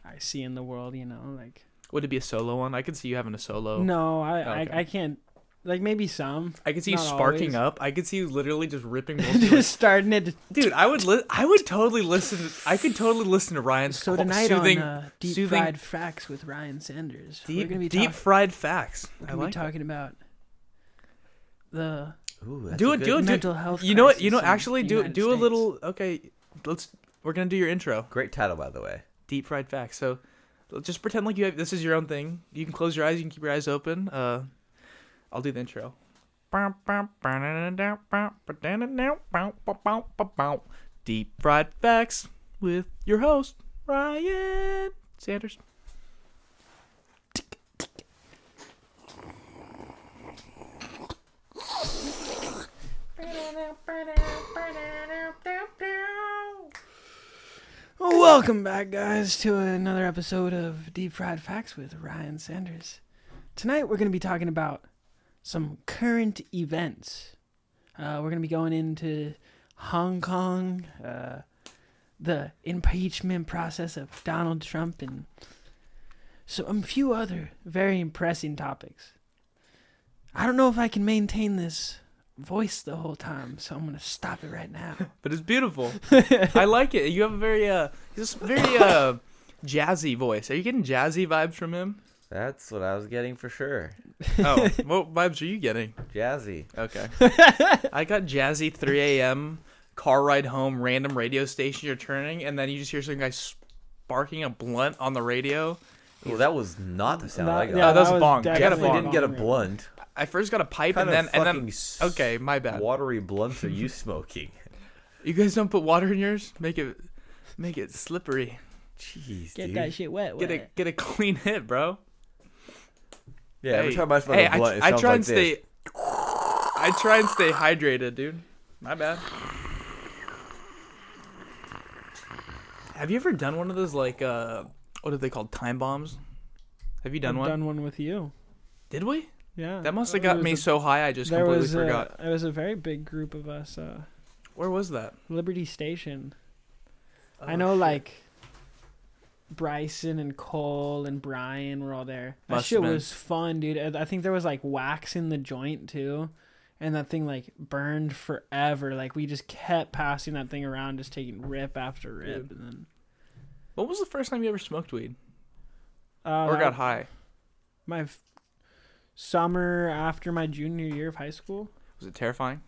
I see in the world. You know, like
Would it be a solo one? I could see you having a solo.
no, I,
okay.
I, I can't. Like
(laughs)
maybe some.
I could see you
Not
sparking
always.
up. I could see you literally just
(laughs)
ripping. Wolf's ears.
Just starting it.
Dude, I would li- I would totally listen. To- I could totally listen to Ryan's
So
qu-
tonight
soothing,
on uh, deep
soothing,
fried facts with Ryan Sanders, we're
deep,
gonna be,
deep
talk-
fried facts.
we're
I
gonna
like.
be talking about the
Ooh, that's
do
a
it,
good-
do it, do
mental
it.
health
You know what? You know,
crisis in
actually,
the
do
United
do a
States.
little. Okay, let's. We're gonna do your intro.
Great title, by the way.
Deep fried facts. So, l- just pretend like you have. This is your own thing. You can close your eyes. You can keep your eyes open. Uh, I'll do the intro. Deep fried facts with your host Ryan Sanders.
Welcome back, guys, to another episode of Deep Fried Facts with Ryan Sanders. Tonight, we're going to be talking about some current events. Uh, we're going to be going into Hong Kong, uh, the impeachment process of Donald Trump, and so a few other very impressing topics. I don't know if I can maintain this voice the whole time, so I'm going to stop it right now.
But it's beautiful. I like it. You have a very uh, just very uh, jazzy voice. Are you getting jazzy vibes from him?
That's what I was getting for sure.
Oh, what vibes are you getting?
Jazzy.
Okay. I got jazzy 3 a.m. car ride home, random radio station you're turning, and then you just hear some guy sparking a blunt on the radio.
Well, that was not the sound I got.
yeah, that was bong.
I
that
definitely
was
didn't get a blunt.
I first got a pipe,
Kind
and then
of
and
fucking
then okay, my bad.
watery blunts are
(laughs)
you smoking?
You guys don't put water in yours? Make it make it slippery.
Jeez,
Get
dude.
that shit wet.
Get a get a (laughs) clean hit, bro.
yeah, every
Hey,
time I smoke
hey,
a blunt, it
I, I
sounds
try
like
and
this.
stay. I try and stay hydrated, dude. My bad. Have you ever done one of those like uh, what are they called? Time bombs. Have you done one?
done one with you.
Did we?
Yeah.
That must have
There
got
Oh, was
me
a-
so high I just
There
completely
was
forgot.
a, it was a very big group of us. Uh,
Where was that?
Liberty Station.
Oh,
I know,
shit.
like Bryson and Cole and Brian were all there. That
Must've
shit
been.
was fun, dude. I I think there was like wax in the joint too, and that thing like burned forever. Like we just kept passing that thing around, just taking rip after rip, and then
What was the first time you ever smoked weed
uh,
or
that-
got high?
my f- summer after my junior year of high school.
Was it terrifying?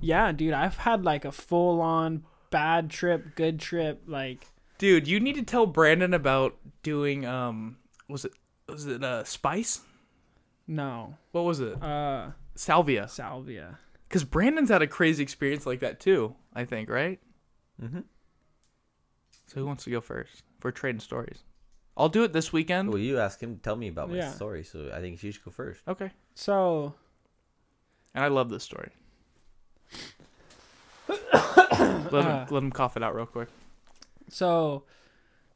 Yeah, dude, I've had like a full on bad trip, good trip, like
Dude, you need to tell Brandon about doing um was it was it uh spice?
no.
What was it?
Uh
Salvia.
salvia.
Cuz Brandon's had a crazy experience like that too, I think, right? Mhm. So who wants to go first? We're trading stories. I'll do it this weekend.
Well, you ask him. Tell me about my
Yeah.
story. So I think you should go first.
Okay.
So
And I love this story. let, him,
(coughs)
let him cough it out real quick.
so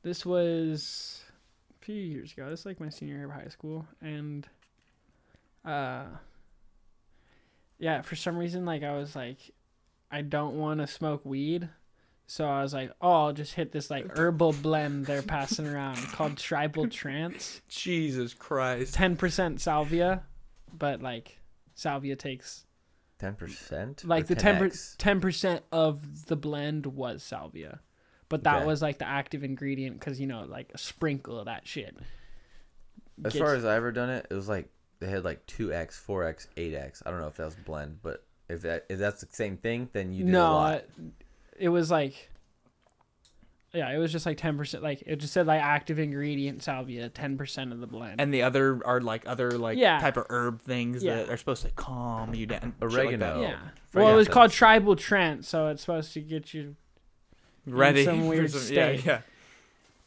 this was a few years ago. This is like my senior year of high school and uh yeah, for some reason like I was like I don't want to smoke weed. So I was like, "Oh, I'll just hit this like herbal blend they're passing around called Tribal Trance."
Jesus Christ.
ten percent salvia, but like salvia takes
Ten percent.
like the ten ten percent of the blend was salvia, but that
Okay.
was like the active ingredient because you know like a sprinkle of that shit.
As
gets-
far as I ever done it, it was like they had like two x, four x, eight x. I don't know if that was blend, but if that if that's the same thing, then you did a
no,
lot.
it, it was like yeah, it was just like ten percent. Like it just said like active ingredient salvia, ten percent of the blend.
And the other are like other like
Yeah.
type of herb things
Yeah.
that are supposed to calm you down. shit like
Oregano.
that.
yeah.
for
Well, it was
instance.
called tribal trance, so it's supposed to get you
Ready.
some
(laughs) for
weird
yeah,
state.
yeah.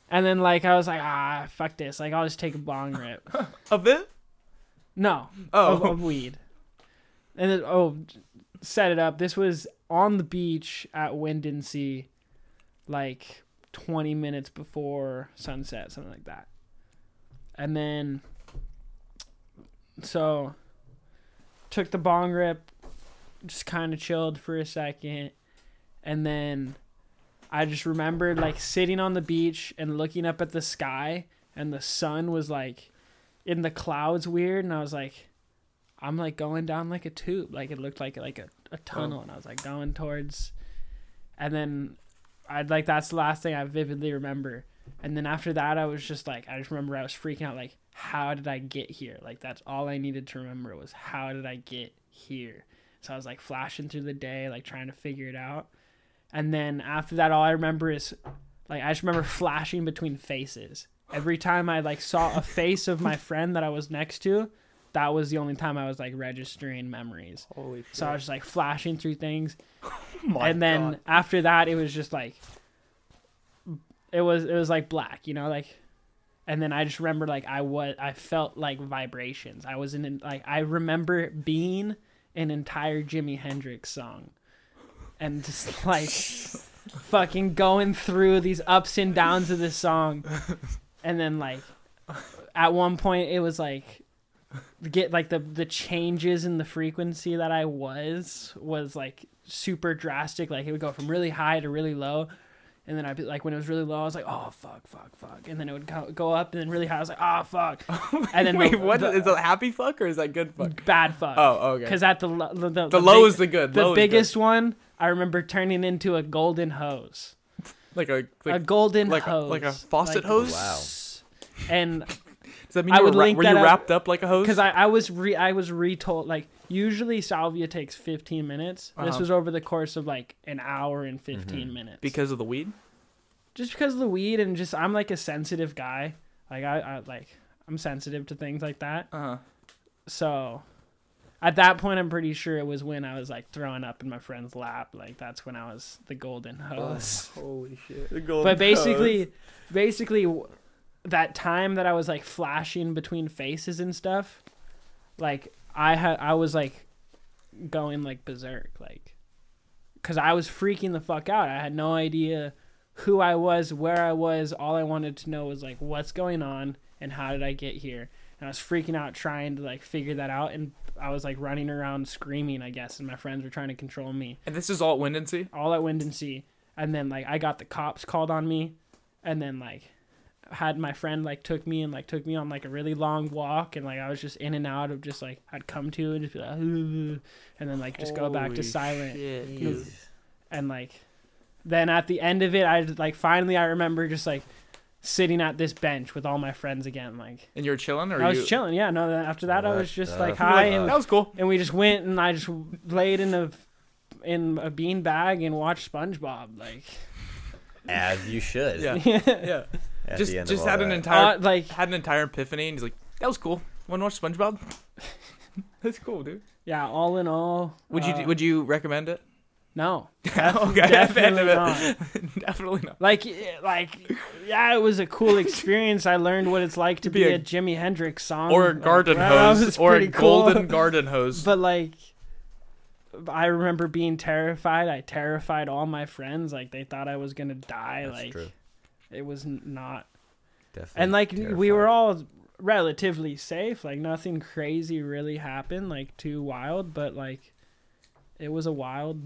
And then like I was like, ah, fuck this. Like I'll just take a bong rip.
Of it?
No,
Oh.
of, of weed. And then oh, set it up. This was on the beach at Windensea, like twenty minutes before sunset, something like that. And then, so took the bong rip, just kind of chilled for a second, and then I just remembered like sitting on the beach and looking up at the sky, and the sun was like in the clouds weird, and I was like, I'm like going down like a tube, like it looked like like a, a tunnel, and I was like going towards, and then I'd like that's the last thing I vividly remember, and then after that I was just like I just remember I was freaking out like how did I get here? Like that's all I needed to remember was how did I get here? So I was like flashing through the day, like trying to figure it out. And then after that, all I remember is like I just remember flashing between faces. Every time I like saw a face of my friend that I was next to, that was the only time I was like registering memories.
Holy shit.
So I was just like flashing through things.
Oh
and then after that it was just like it was it was like black, you know, like and then I just remember like I was I felt like vibrations. I was in like I remember being an entire Jimi Hendrix song. and just like fucking going through these ups and downs of this song. And then like at one point it was like get like the the changes in the frequency that I was was like super drastic. Like it would go from really high to really low. And then I'd be like, when it was really low, I was like, oh, fuck, fuck, fuck. And then it would go, go up and then really high. I was like,
(laughs)
oh, fuck. and then
Wait,
the-
what is
the-
it happy fuck or is that good fuck?
bad fuck.
Oh, okay.
Because at the lo- the, the,
low is the good,
The
low is good.
biggest one I remember turning into a golden hose,
Like a
a
like,
golden
like a-
hose,
like a faucet hose?
Wow. And
does that mean
I
you
would
were, ra-
link
were
that
you
up-
wrapped up like a hose?
because I, I was re I was retold like usually salvia takes 15 minutes. This
Uh-huh. Mm-hmm.
was over the course of like an hour and 15 minutes.
because of the weed.
just because of the weed and just I'm like a sensitive guy. Like I, I like I'm sensitive to things like that.
Uh-huh.
So at that point I'm pretty sure it was when I was like throwing up in my friend's lap. Like that's when I was the golden hose.
Oh, Holy shit!
but basically basically w- that time that I was like flashing between faces and stuff, like I had I was like going like berserk like cuz I was freaking the fuck out. I had no idea who I was, where I was. All I wanted to know was like what's going on and how did I get here? And I was freaking out trying to like figure that out and I was like running around screaming, I guess, and my friends were trying to control me
and this is all Wendency.
all at Wind and Sea, and then like I got the cops called on me, and then like had my friend like took me and like took me on like a really long walk, and like I was just in and out of just like I'd come to and just be like, "Ugh," and then like just go back to
Holy
silent,
shit.
and like then at the end of it, I like finally I remember just like sitting at this bench with all my friends again, like.
And you're chilling, or
I was
you...
chilling, yeah. No, then after that, I
What
was just
the
like
You're like,
high, and
that was cool.
and we just went and I just laid in a in a bean bag and watched SpongeBob. Like,
As you should.
Yeah,
(laughs)
yeah.
At
just
the end of
just
all
had an
that.
entire
Uh, like,
had an entire epiphany, and he's like, "That was cool. Want to watch SpongeBob? (laughs) That's cool, dude.
yeah. All in all,
Would you
uh,
would you recommend
(laughs)
it? (laughs)
no,
okay,
definitely
(laughs) definitely not.
like, eh, like, yeah, it was a
(laughs)
cool experience. I learned what it's like to
Be
be,
a-
a, Jimi Hendrix song
Or a
Like,
garden
well, Oh (laughs) that
hose,
was
or a
pretty cool. (laughs)
golden garden hose.
But like, I remember being terrified. I terrified all my friends. Like, they thought I was gonna die.
That's
like,
true.
it was n- not
Definitely.
and like we
terrifying.
were all relatively safe like nothing crazy really happened like too wild but like it was a wild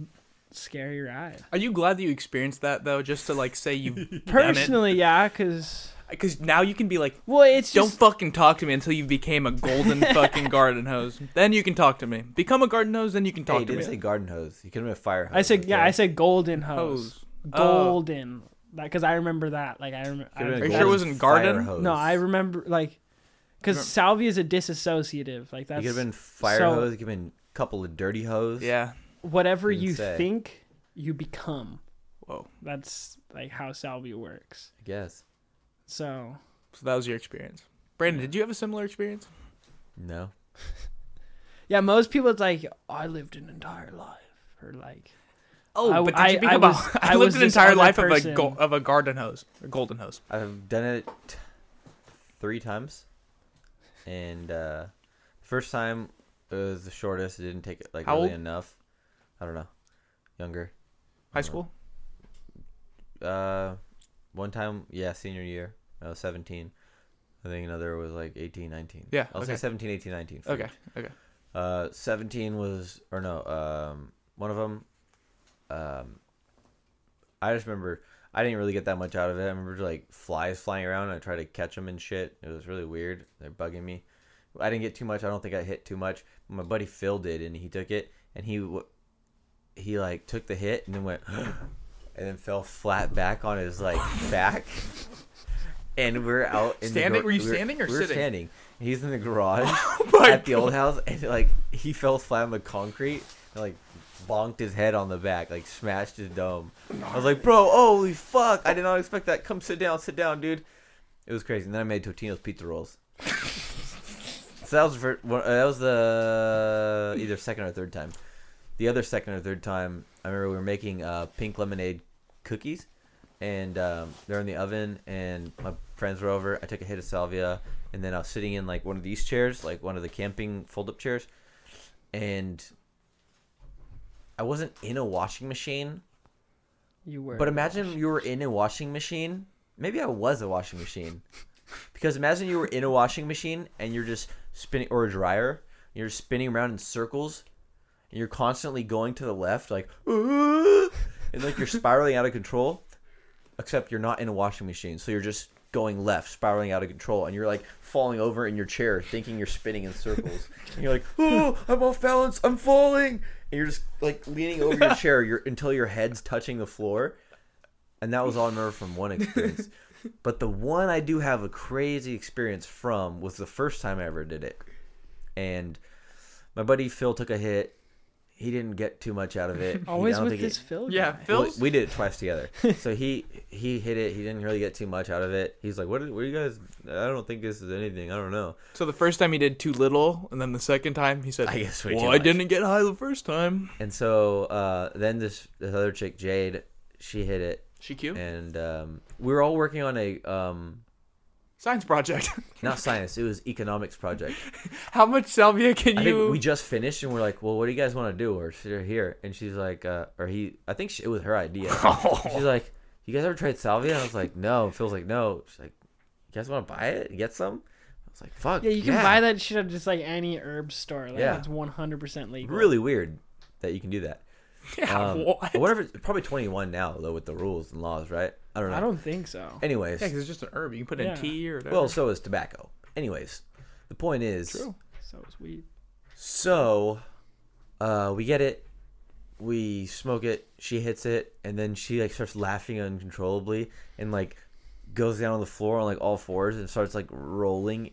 scary ride
Are you glad that you experienced that though? Just to like say you
personally yeah because
because now you can be like,
well it's
don't
just
fucking talk to me until you became a (laughs) golden fucking garden hose. Then you can talk to me. Become a garden hose, then you can
Hey,
talk
you
to me.
didn't say garden hose. You could have been a fire hose.
i said yeah i
okay?
said golden hose,
hose. Oh.
golden like because i remember that like i remember
Could have
Are
been a
you sure it
golden
wasn't
fire
garden?
hose.
no i remember like because salvia is a disassociative like
You
that's
could have been fire
so-
hose. You could have been a couple of dirty hose.
Yeah.
whatever
You
you
say.
think you become
Whoa.
that's like how salvia works
I guess.
so
So that was your experience. Brandon, did you have a similar experience?
No.
Yeah, most people it's like "Oh, I lived an entire life, or like
Oh,
I-
but did you
I-
become
I
a-
was-
(laughs) I
I
lived
was
an
this
entire
other
life of a
person.
go- of a garden hose, a golden hose.
I've done it three times, and uh, first time it was the shortest. It didn't take like
How
really
old?
enough. I don't know, younger.
High school.
Uh, one time, yeah, senior year, I was 17. I think another was like 18, 19.
Yeah,
I'll
okay.
say 17, 18, 19. for
Okay.
each.
Okay.
Uh, 17 was, or no, um, one of them. Um, I just remember I didn't really get that much out of it. I remember like flies flying around. And I tried to catch them and shit. It was really weird. They're bugging me. I didn't get too much. I don't think I hit too much. My buddy Phil did, and he took it, and he w- he like took the hit and then went (gasps) and then fell flat back on his like back. (laughs) And we're out in
Standing?
The gar-
Were you standing or
we were
sitting?
standing. He's in the garage
my
at the old house, and like he fell flat on the concrete and like bonked his head on the back, like smashed his dome. I was like, bro, holy fuck! I did not expect that. Come sit down, sit down, dude. It was crazy. And then I made Totino's pizza rolls. so that was for, well, uh, that was the either second or third time. The other second or third time, I remember we were making uh, pink lemonade cookies, and um, they're in the oven. And my friends were over. I took a hit of salvia, and then I was sitting in like one of these chairs, like one of the camping fold-up chairs, and I wasn't in a washing machine,
You were.
but imagine you were in a washing machine. Maybe I was a washing machine. Because imagine you were in a washing machine and you're just spinning, or a dryer, and you're spinning around in circles, and you're constantly going to the left, like, (laughs) "Ooh," and like you're spiraling out of control. Except you're not in a washing machine, so you're just going left, spiraling out of control, and you're like falling over in your chair, thinking you're spinning in circles. And you're like, "Oh, I'm off balance, I'm falling," and you're just like leaning over your chair your, until your head's touching the floor. And that was all I remember from one
(laughs)
experience. But the one I do have a crazy experience from was the first time I ever did it. And my buddy Phil took a hit. He didn't get too much out of it. He- I
always
don't
with
think
this
he-
Phil.
Yeah,
guy.
well,
Phil.
we did it twice
(laughs)
together. So he he hit it. He didn't really get too much out of it. He's like, "What? Are, what are you guys? I don't think this is anything. I don't know."
So the first time he did too little, and then the second time he said,
I guess way too
"Well, I
much."
didn't get high the first time."
And so uh, then this this other chick Jade, she hit it,
She cute.
and um, we were all working on a um,
Science project. (laughs)
not science. It was economics project.
How much salvia can
I
you?
think
(laughs)
we just finished and we're like, well, what do you guys want to do? Or are here, and she's like, uh, or he, I think she, it was her idea. She's like, you guys ever tried salvia? And I was like, no. Phil's like, no. She's like, you guys want to buy it and get some? I was like, fuck.
Yeah, you can buy that shit at just like any herb store. Like
Yeah.
it's one hundred percent legal.
Really weird that you can do that.
yeah,
Um,
what?
I wonder if it's probably 21 now though with the rules and laws, right? I don't know.
I don't think so.
Anyways,
Yeah, 'cause it's just an herb. You can put it
Yeah.
in tea or whatever.
well, so is tobacco. Anyways, the point is.
True.
So it's weed.
So, uh, we get it, we smoke it. She hits it, and then she like starts laughing uncontrollably and like goes down on the floor on like all fours and starts like rolling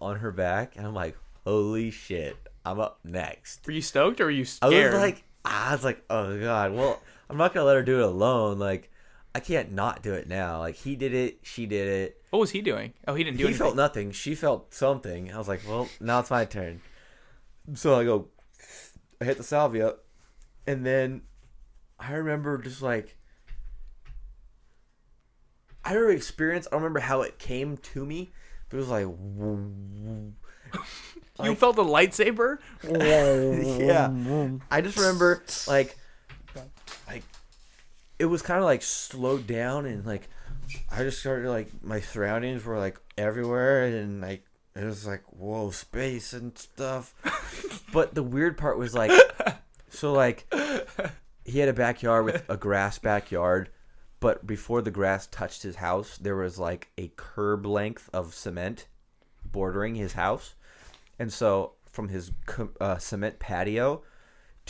on her back. And I'm like, holy shit, I'm up next.
were you stoked or were you
I
scared?
was like, I was like, oh god. Well, I'm not gonna let her do it alone. Like, I can't not do it now. Like he did it, she did it
what was he doing? Oh, he didn't do
he
anything.
felt nothing. She felt something. I was like, well, now it's my turn. So I go, I hit the salvia, and then I remember just like, I remember experience. I don't remember how it came to me, but it was like,
you felt a lightsaber. (laughs)
(laughs) yeah. I just remember like, like, it was kind of like slowed down and like, I just started like my surroundings were like everywhere and like it was like whoa space and stuff. but the weird part was like, so like, he had a backyard with a grass backyard. But before the grass touched his house, there was like a curb length of cement bordering his house. And so from his co- uh, cement patio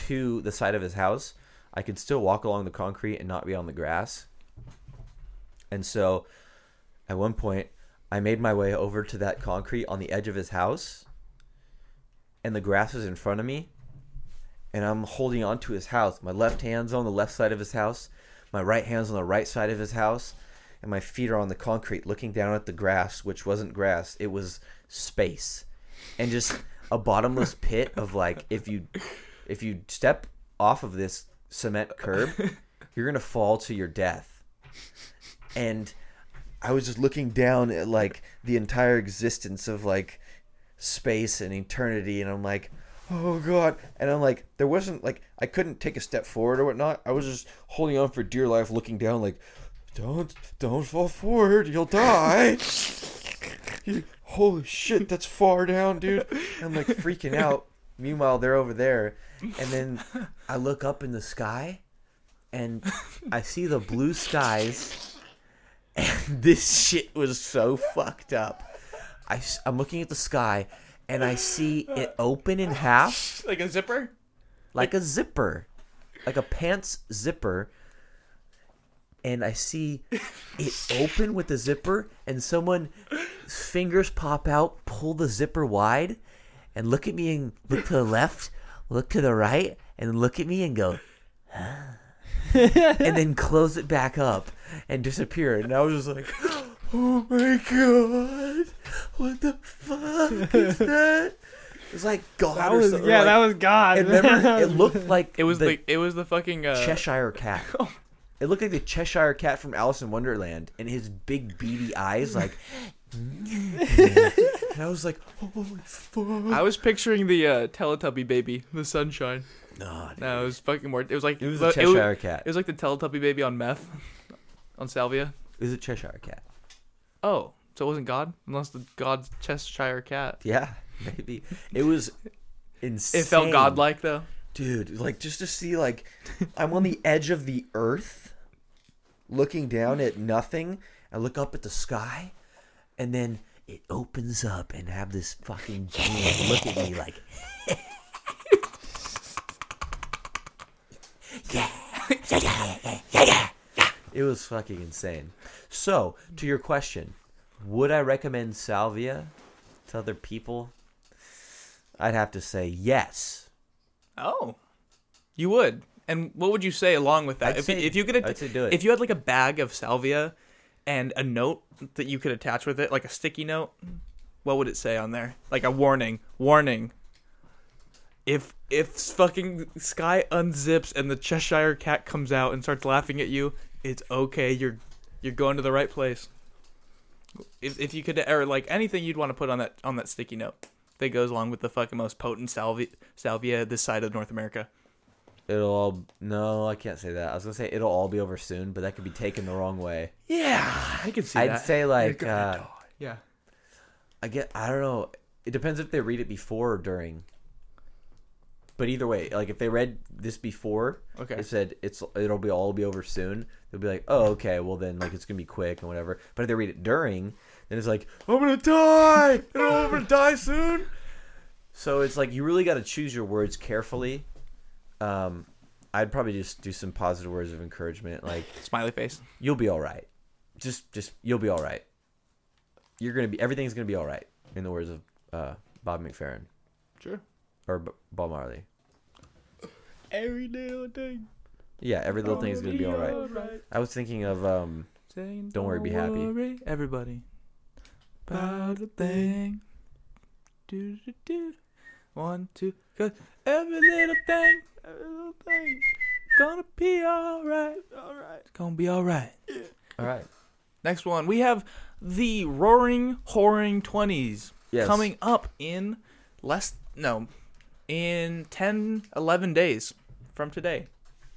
to the side of his house, I could still walk along the concrete and not be on the grass. And so at one point, I made my way over to that concrete on the edge of his house, and the grass was in front of me. And I'm holding on to his house. My left hand's on the left side of his house, my right hand's on the right side of his house, and my feet are on the concrete looking down at the grass, which wasn't grass, it was space and just a bottomless pit of like if you if you step off of this cement curb you're gonna fall to your death and i was just looking down at like the entire existence of like space and eternity and i'm like oh god and i'm like there wasn't like i couldn't take a step forward or whatnot i was just holding on for dear life looking down like don't don't fall forward you'll die He's like, holy shit, that's far down, dude. I'm like freaking out. Meanwhile, they're over there. And then I look up in the sky and I see the blue skies. And (laughs) this shit was so fucked up. I, am looking at the sky and I see it open in half
Like a zipper.
like a zipper, like a pants zipper. And I see
(laughs)
it open with the zipper, and someone fingers pop out, pull the zipper wide, and look at me and look to the left, look to the right, and look at me and go,
(laughs)
huh? and then close it back up and disappear. And I was just like, oh my god, what the fuck is
(laughs)
that? It was like God
That
or
was
something,
yeah.
like-
that was God.
and
(laughs)
remember, it looked like
It was
the
like it was the fucking uh, Oh.
Cheshire
(laughs)
Cat. It looked like the Cheshire Cat from Alice in Wonderland, and his big beady eyes, like. and I was like, "Oh "Holy fuck!"
I was picturing the uh, Teletubby baby, the sunshine.
No, dude.
No, it was fucking more. It was like
It was
lo-
a Cheshire cat.
It was like the Teletubby baby on meth, on salvia.
It was a Cheshire cat.
Oh, so it wasn't God, unless the God's Cheshire cat.
Yeah, maybe it was insane.
It felt godlike though.
dude. Like just to see, like I'm on the edge of the earth, looking down at nothing. I look up at the sky, and then it opens up and have this fucking being look at me like, (laughs) It was fucking insane. So, to your question, would I recommend salvia to other people? I'd have to say yes.
Oh, you would. And what would you say along with that?
I'd
if,
say-
you, if you could,
I'd say do it.
if you had like a bag of salvia and a note that you could attach with it, like a sticky note, what would it say on there? Like a warning, warning. If if fucking sky unzips and the Cheshire cat comes out and starts laughing at you, it's okay. You're you're going to the right place. If if you could or like anything you'd want to put on that on that sticky note that goes along with the fucking most potent salvia salvia this side of North America.
It'll all no, I can't say that. I was gonna say it'll all be over soon, but that could be taken the wrong way.
Yeah, I could see
I'd
that.
say like uh,
yeah.
I get I don't know. It depends if they read it before or during. But either way, like if they read this before,
Okay.
it said it's it'll be all be over soon. They'll be like, oh okay, well then like it's gonna be quick and whatever. But if they read it during, then it's like I'm gonna die. (laughs) and I'm gonna die soon. So it's like you really got to choose your words carefully. Um, I'd probably just do some positive words of encouragement, like
Smiley face.
you'll be all right. Just, just you'll be all right. You're gonna be everything's gonna be all right. In the words of uh, Bob McFerrin
Sure.
or B- Bob Marley.
Every little thing.
Yeah, every little thing is gonna be all right. I was thinking of um,
Saying,
Don't worry, be happy.
worry, everybody. About a thing. Do do do. One, two, cause every little thing, every little thing, gonna be all right. All right. It's gonna be all right.
all right.
Next one, we have the Roaring Whoring Twenties
Yes.
coming up in less no, in 10, 11 days from today.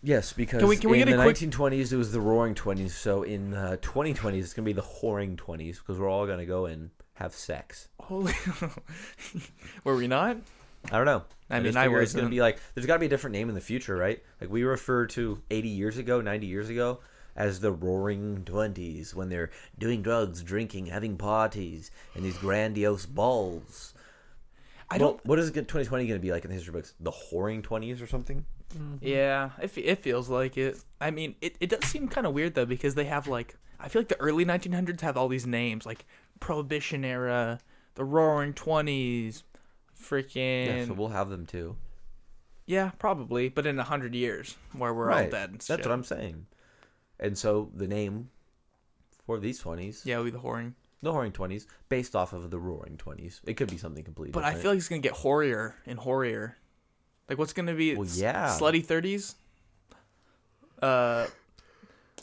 Yes, because
Can we- can we
in
get a
the
quick-
1920s it was the Roaring Twenties. So in uh, 2020s it's gonna be the Whoring Twenties because we're all gonna go and have sex.
Holy, (laughs) were we not?
I don't know.
I mean,
just
I um,
figure it's gonna
wasn't.
be like there's got to be a different name in the future, right? Like we refer to 80 years ago, 90 years ago as the Roaring Twenties when they're doing drugs, drinking, having parties, and these grandiose balls.
I
Well,
don't.
what is it, 2020 going to be like in the history books? The whoring 20s or something?
Yeah, it, fe- it feels like it. I mean, it, it does seem kind of weird though because they have like I feel like the early 1900s have all these names like Prohibition era, the Roaring Twenties, freaking
Yeah,
yeah,
so we'll have them too.
probably, but in a hundred years where we're all dead. And
That's
shit.
what I'm saying. And so the name for these 20s,
Yeah, we the whoring.
the whoring 20s, based off of the roaring 20s. It could be something completely
But
different.
I feel like it's gonna get horrier and horrier. Like what's gonna be?
Well,
s-
yeah.
Slutty thirties. Uh,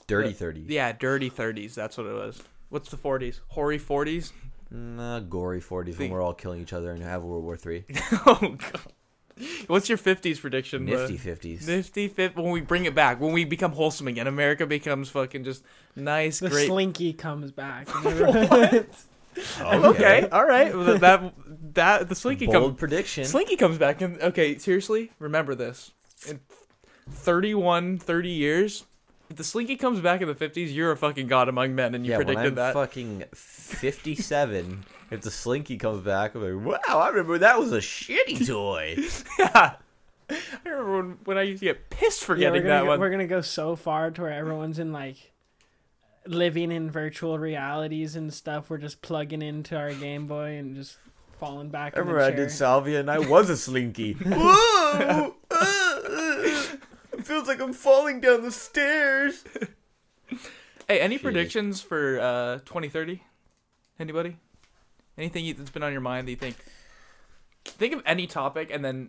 Dirty 30s.
yeah, dirty thirties. That's what it was. What's the forties? Hoary forties. (laughs)
Nah, gory 40s when
The-
we're all killing each other and have World War Three.
oh god. What's your fifties prediction? bro?
Nifty 50s.
Nifty fif- when we bring it back, when we become wholesome again, America becomes fucking just nice,
The
great.
slinky comes back.
(laughs) okay, all right. Well, that that the slinky
Bold
comes
prediction.
slinky comes back. And, okay, seriously, remember this. In 31, 30 years, if the slinky comes back in the fifties, you're a fucking god among men, and you
yeah,
predicted
when I'm
that.
fucking 57, (laughs) if the slinky comes back, I'm like, wow, I remember that was a
(laughs)
shitty toy.
yeah. I remember when, when I used to get pissed for
Yeah, we're
getting
gonna
that
go,
one.
We're gonna go so far to where everyone's in like living in virtual realities and stuff. We're just plugging into our Game Boy and just falling back.
I
in the
remember I
chair.
did salvia and I was a
(laughs)
slinky. (laughs) Whoa! uh, uh, it feels like I'm falling down the stairs.
Hey, any predictions for uh 2030? Anybody? Anything you- that's been on your mind that you think? Think of any topic and then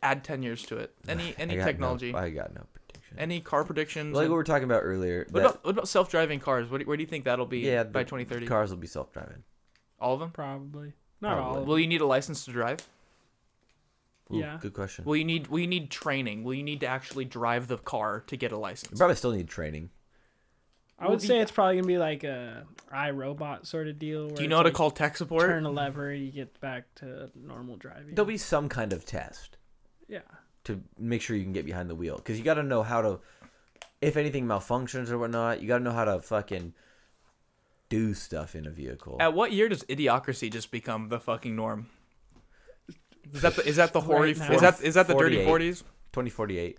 add 10 years to it. Any
(sighs) I
any
got no-
technology?
I got no prediction.
any car predictions?
like
and-
what we were talking about earlier.
what
that-
about what about self-driving cars? What do, where do you think that'll be
yeah,
by
the
2030?
Cars will be self driving.
All of them?
probably not all.
Probably.
of
Will you need a license to drive?
Ooh,
Yeah.
Good question.
Will you need will you need training? Will you need to actually drive the car to get a
You
license?
probably still need training.
I would say it's probably gonna be like a iRobot sort of deal. Where
Do you
it's
know how to
like
call tech support?
Turn a lever, you get back to normal driving.
There'll be some kind of test
yeah,
to make sure you can get behind the wheel because you got to know how to, if anything malfunctions or whatnot, you got to know how to fucking do stuff in a vehicle.
At what year does idiocracy just become the fucking norm? Is that the, is that the hoary
now.
is that is that the dirty
48.
forties?
2048.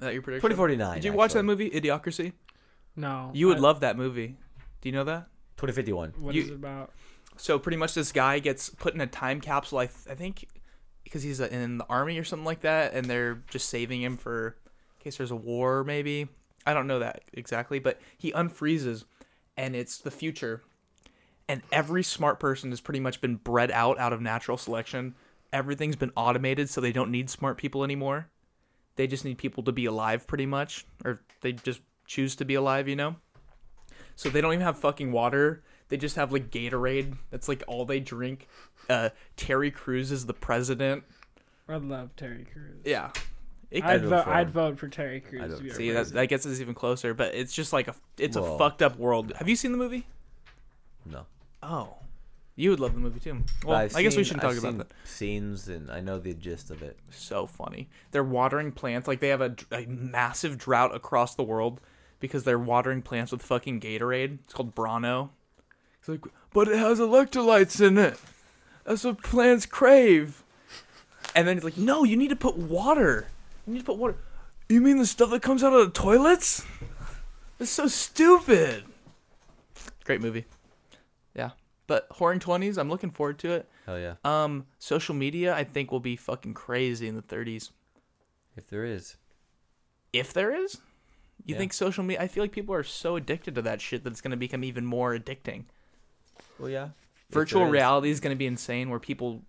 That your prediction?
2049.
Did you watch
actually.
that movie Idiocracy?
no.
You would
I-
love that movie. Do you know that?
2051.
What
you-
is it about?
So pretty much this guy gets put in a time capsule. I, th- I think because he's uh, in the army or something like that, and they're just saving him for in case there's a war. Maybe I don't know that exactly, but he unfreezes, and it's the future. And every smart person has pretty much been bred out out of natural selection. Everything's been automated, so they don't need smart people anymore. They just need people to be alive, pretty much, or they just choose to be alive. You know. So they don't even have fucking water. They just have like Gatorade. That's like all they drink. Uh, Terry Crews is the president.
I love Terry Crews.
Yeah. It
I'd
vote
could,
vote.
for
I'd
him.
vote for Terry Crews.
vote
to be our
see that.
president.
I guess it's even closer, but it's just like a it's
Well.
a fucked up world. Have you seen the movie?
No.
Oh, you would love the movie too. Well, i
I've
guess we
seen-
shouldn't talk
I've
about
seen
that.
Scenes and I know the gist of it.
So funny. They're watering plants like they have a, dr- a massive drought across the world because they're watering plants with fucking Gatorade. It's called Brano. It's like, but it has electrolytes in it. That's what plants crave. And then it's like, no, you need to put water. You need to put water. You mean the stuff that comes out of the toilets? It's so stupid. Great movie. Yeah. But Whoring 20s, I'm looking forward to it.
Hell yeah.
Um, social media, I think, will be fucking crazy in the 30s.
If there is.
If there is, you
Yeah.
think social media? I feel like people are so addicted to that shit that it's going to become even more addicting.
Well, yeah. If
virtual
there is.
reality is going to be insane where people.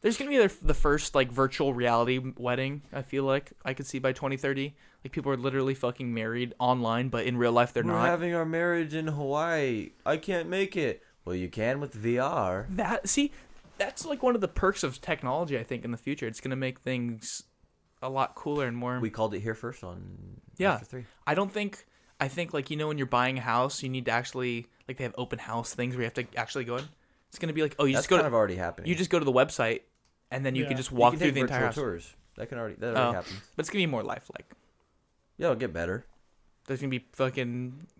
There's going to be the- the first, like, virtual reality wedding, I feel like. I could see by 2030. Like, people are literally fucking married online, but in real life, they're
We're
not.
having our marriage in Hawaii. I can't make it. Well, you can with VR.
that see that's like one of the perks of technology i think in the future it's going to make things a lot cooler and more
We called it here first on
yeah
After three.
i don't think i think like you know when you're buying a house you need to actually like they have open house things where you have to actually go in it's going to be like oh you
That's
just go
kind
to
of already happening.
you just go to the website and then you
Yeah.
can just
You
walk
can
through
take
the
virtual
entire house
tours. That can already that
Oh.
already happens.
but it's going to be more lifelike
Yeah, it'll get better.
there's going to be fucking a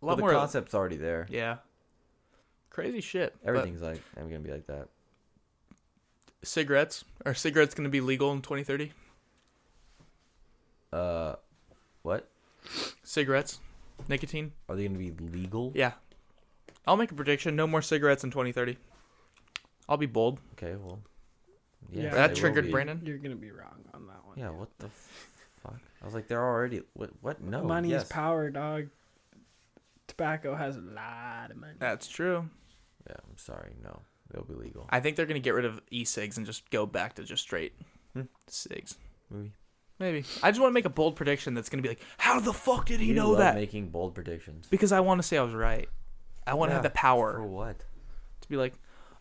Well,
lot
the
more
concept's already there.
yeah crazy shit But
Everything's like I'm gonna be like that.
cigarettes are cigarettes going to be legal in 2030
Uh, what
cigarettes nicotine
are they gonna be legal?
Yeah. I'll make a prediction. No more cigarettes in 2030. I'll be bold.
Okay, well,
Yeah.
they
that
will
triggered
be.
Brandon.
You're gonna be wrong on that one.
Yeah, what the f- fuck? I was like, they're already what? What? No,
Money
Oh, yes.
is power, dog. Tobacco has a lot of money.
That's true.
Yeah, I'm sorry, no, they'll be legal.
I think they're going to get rid of e-cigs and just go back to just straight
Hmm.
cigs.
Movie.
Maybe. I just want to make a bold prediction that's going to be like, how the fuck did he
You
know
love
that?
Making bold predictions.
because I want to say I was right. I want to have
Yeah,
the power
For what?
to be like,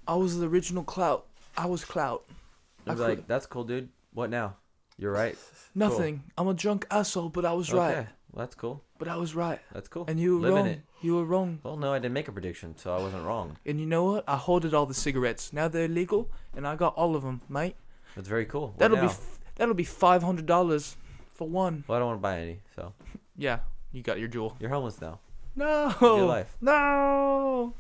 I was the original clout. I was clout.
They'll be
could-
like, that's cool, dude. What now? You're right.
Nothing. I'm a drunk asshole, (laughs) but I was right.
Okay, well, that's cool.
But I was right.
That's cool.
And you were
Living
wrong.
it.
You were wrong.
Well, no, I didn't make a prediction, so I wasn't wrong.
And you know what? I hoarded all the cigarettes. Now they're legal, and I got all of them, mate.
That's very cool. What
That'll be
now?
f- that'll be five hundred dollars for one.
Well, I don't want to buy any, so
Yeah, you got your jewel.
you're homeless now.
No,
Your life.
no.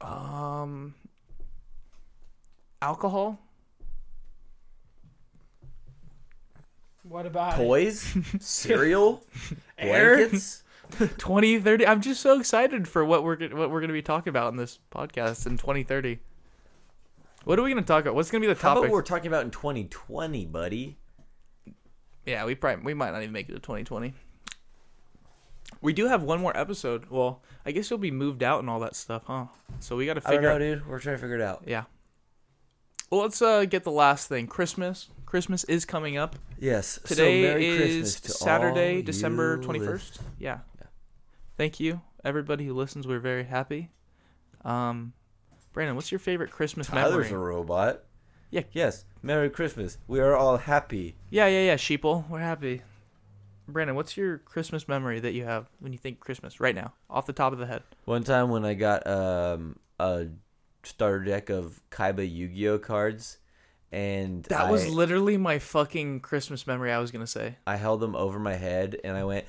Um, alcohol.
What
(laughs)
about
Toys, (laughs) cereal,
Air?
blankets.
20 30 i'm just so excited for what we're gonna- what we're going to be talking about in this podcast in 2030 what are we going to talk about what's going to be the
How about
topic
what we're talking about in 2020, buddy?
Yeah, we probably we might not even make it to 2020. We do have one more episode. Well, I guess you'll be moved out and all that stuff, huh? So we got to
I don't
figure
know,
out.
dude. We're trying to figure it out.
Yeah. Well, let's uh, get the last thing. Christmas. Christmas is coming up.
Yes.
Today
so Merry
is
Christmas to
Saturday,
all
December
you
21st.
lis-
Yeah. Thank you, everybody who listens. We're very happy. Um, Brandon, what's your favorite Christmas
Tyler's
memory?
Oh, a robot.
Yeah.
Yes. Merry Christmas. We are all happy.
Yeah, yeah, yeah, sheeple. We're happy. Brandon, what's your Christmas memory that you have when you think Christmas right now, off the top of the head?
One time when I got um, a starter deck of Kaiba Yu-Gi-Oh cards, and
That
I,
was literally my fucking Christmas memory I was going to say.
I held them over my head and I went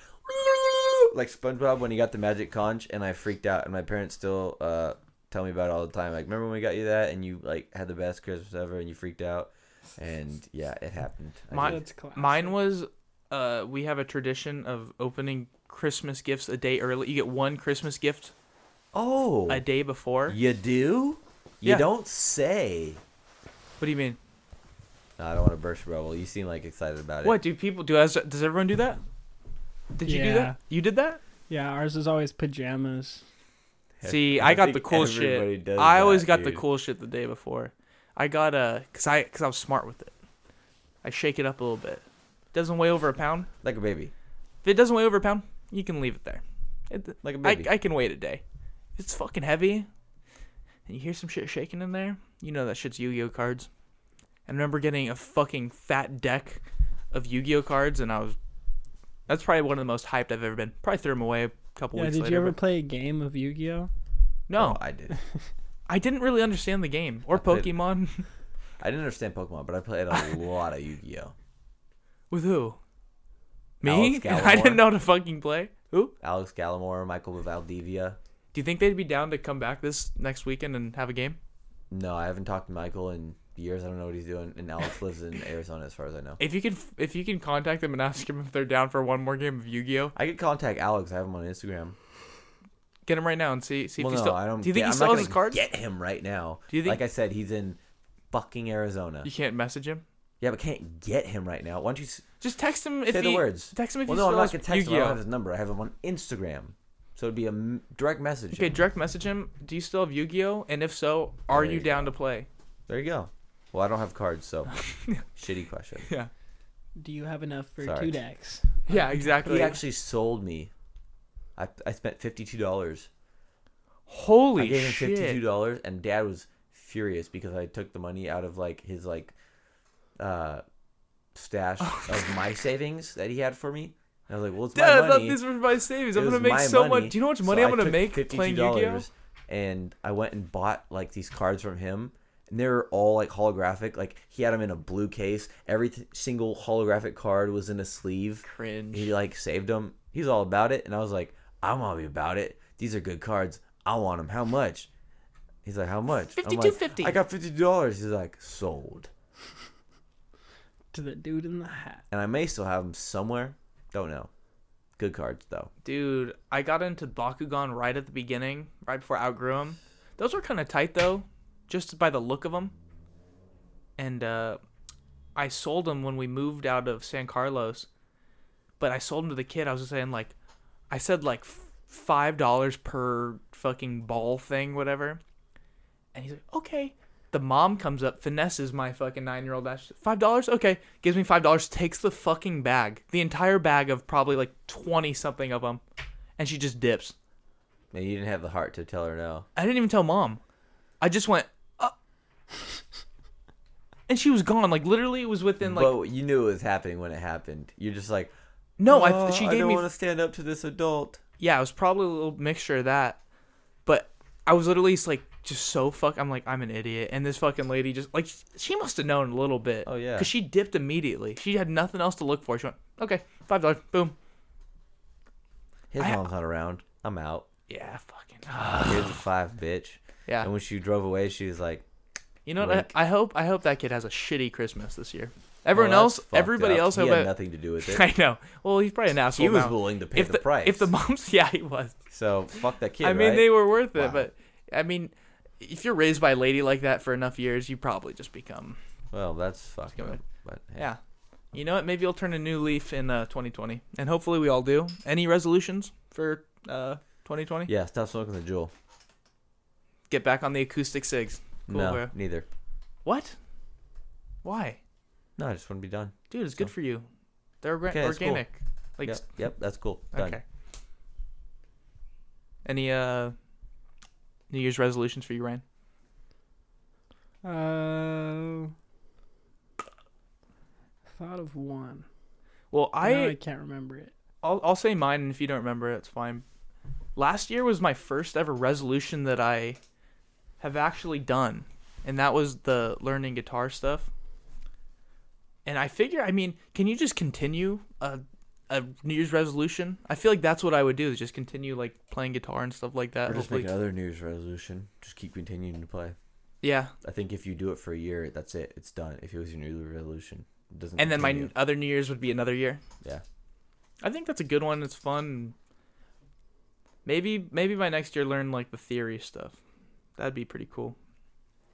like SpongeBob when he got the magic conch, and I freaked out. And my parents still uh, tell me about it all the time. Like, remember when we got you that, and you like had the best Christmas ever, and you freaked out. And yeah, it happened. I
My-
did.
That's classic.
Mine was uh, we have a tradition of opening Christmas gifts a day early. You get one Christmas gift
oh,
a day before.
you do? You
Yeah.
don't say.
What do you mean?
No, I don't want to burst your bubble. You seem like excited about it.
What do people do? As does everyone do that? Did you do
Yeah.
that? You did that?
Yeah, ours is always pajamas.
See,
I
I got
think
the cool
everybody
shit.
does
I always
that,
got
dude.
the cool shit the day before. I got a cause I cause I was smart with it. I shake it up a little bit. Doesn't weigh over a pound.
Like a baby.
If it doesn't weigh over a pound, you can leave it there. It,
Like a
I,
baby.
I can wait a day. If it's fucking heavy, and you hear some shit shaking in there, you know that shit's Yu-Gi-Oh cards. I remember getting a fucking fat deck of Yu-Gi-Oh cards, and I was. That's probably one of the most hyped I've ever been. Probably threw them away a couple
Yeah,
weeks
did
later.
you ever
but-
play a game of Yu-Gi-Oh?
no,
I did.
I didn't really understand the game or
played-
Pokemon. (laughs)
I didn't understand Pokemon, but I played a lot of Yu-Gi-Oh.
With who? Me?
Alex
(laughs) I
Gallimore.
didn't know how to fucking play. Who?
Alex Gallimore, Michael Valdivia.
Do you think they'd be down to come back this next weekend and have a game?
No, I haven't talked to Michael in years. I don't know what he's doing. And Alex lives
(laughs)
in Arizona, as far as I know.
If you can, if you can contact them and ask them if they're down for one more game of Yu-Gi-Oh,
I could contact Alex. I have him on Instagram.
get him right now and see see
Well,
if he
no,
still.
I don't.
do you think
yeah,
he
I'm
still
not gonna
has his cards?
Get him right now.
Do you think-
Like I said, he's in fucking Arizona.
You can't message him.
Yeah, but can't get him right now. Why don't you s-
Just text him if
say
he,
the words?
Text him if
well,
you
no, I'm
still
not
has
gonna text him. I don't
Yu-Gi-Oh.
have his number. I have him on Instagram. So it'd be a m- direct message.
Okay, direct message him. Do you still have Yu-Gi-Oh? And if so, are
There
you
you
down to play?
There you go. Well, I don't have cards,
(laughs)
so shitty question.
Yeah.
Do you have enough for
Sorry.
two decks?
Yeah,
He
exactly.
actually sold me. I, I spent fifty two dollars. I
Holy
gave him fifty two
shit!
dollars, and Dad was furious because I took the money out of like his like uh stash
(laughs)
of my savings that he had for me. And I was like, "Well, it's
Oh, Dad,
my
I thought
money."
these were my savings.
It
I'm gonna
was
make
my
so
money,
much. Do you know how much
so
money
I
I'm gonna
took
make playing Yu-Gi-Oh?
$52 And I went and bought like these cards from him, and they were all like holographic. Like he had them in a blue case. Every th- single holographic card was in a sleeve.
Cringe.
He like saved them. He's all about it, and I was like, I want to be about it. These are good cards. I want them. How much? He's like, how much? I'm like,
$52.50.
I got fifty dollars. He's like, sold.
To the dude in the hat.
And I may still have them somewhere. Don't know. Good cards though.
Dude, I got into Bakugan right at the beginning, right before I outgrew them. Those were kind of tight though, just by the look of them. And uh, I sold them when we moved out of San Carlos, but I sold them to the kid. I was just saying like, I said like f- five dollars per fucking ball thing, whatever. And he's like, okay. The mom comes up, finesses my fucking nine year old ass. Five dollars? Okay. Gives me five dollars, takes the fucking bag. The entire bag of probably like 20 something of them. And she just dips.
And you didn't have the heart to tell her no.
I didn't even tell mom. I just went, uh. (laughs) and she was gone. Like literally, it was within like.
but you knew it was happening when it happened. You're just like,
no,
"Oh,
I, she
I
gave
don't
me.
want to stand up to this adult.
yeah, it was probably a little mixture of that. But I was literally just, like just so fuck. I'm like I'm an idiot, and this fucking lady just like she must have known a little bit.
Oh, yeah.
because she dipped immediately. She had nothing else to look for. She went okay, five dollars, boom.
His
I-
mom's not around. I'm out.
Yeah, fucking. ah,
Here's
(sighs)
a five, bitch.
Yeah.
And when she drove away, she was like,
You know what?
Wink.
I, I hope I hope that kid has a shitty Christmas this year. Everyone
"Well, that's
else,
fucked
everybody
up.
else,
He
hope
had
I-
nothing to do
(laughs)
with it.
I know. Well, he's probably an asshole.
was
now.
willing to pay
if
the price.
If the moms, (laughs) yeah, he was.
So fuck that kid.
I mean,
right?
they were worth it,
Wow.
but I mean, if you're raised by a lady like that for enough years, you probably just become.
Well, that's fucking.
Go
Up.
ahead.
But hey.
Yeah. You know what? Maybe you'll turn a new leaf in uh, 2020, and hopefully we all do. Any resolutions for uh, 2020?
Yeah, stop smoking the jewel.
Get back on the acoustic cigs. Cool,
no,
bro.
neither.
What? Why,
No, I just want to be done.
dude? It's good for you. They're orga-
Okay, that's cool.
organic. Like,
Yep, yep, that's cool. Done.
okay. Any uh, New Year's resolutions for you, Ryan?
Uh, thought of one.
Well,
I,
I
I can't remember it.
I'll, I'll say mine, and if you don't remember it, it's fine. Last year was my first ever resolution that I have actually done, and that was the learning guitar stuff. And I figure, I mean, can you just continue a, a New Year's resolution? I feel like that's what I would do is just continue like playing guitar and stuff like that.
Or just
hopefully.
make another New Year's resolution. Just keep continuing to play.
yeah.
I think if you do it for a year, that's it. It's done. If it was your New Year's resolution, it doesn't.
And then my
continue.
other New Year's would be another year.
yeah.
I think that's a good one. It's fun. Maybe maybe by next year learn like the theory stuff. That'd be pretty cool.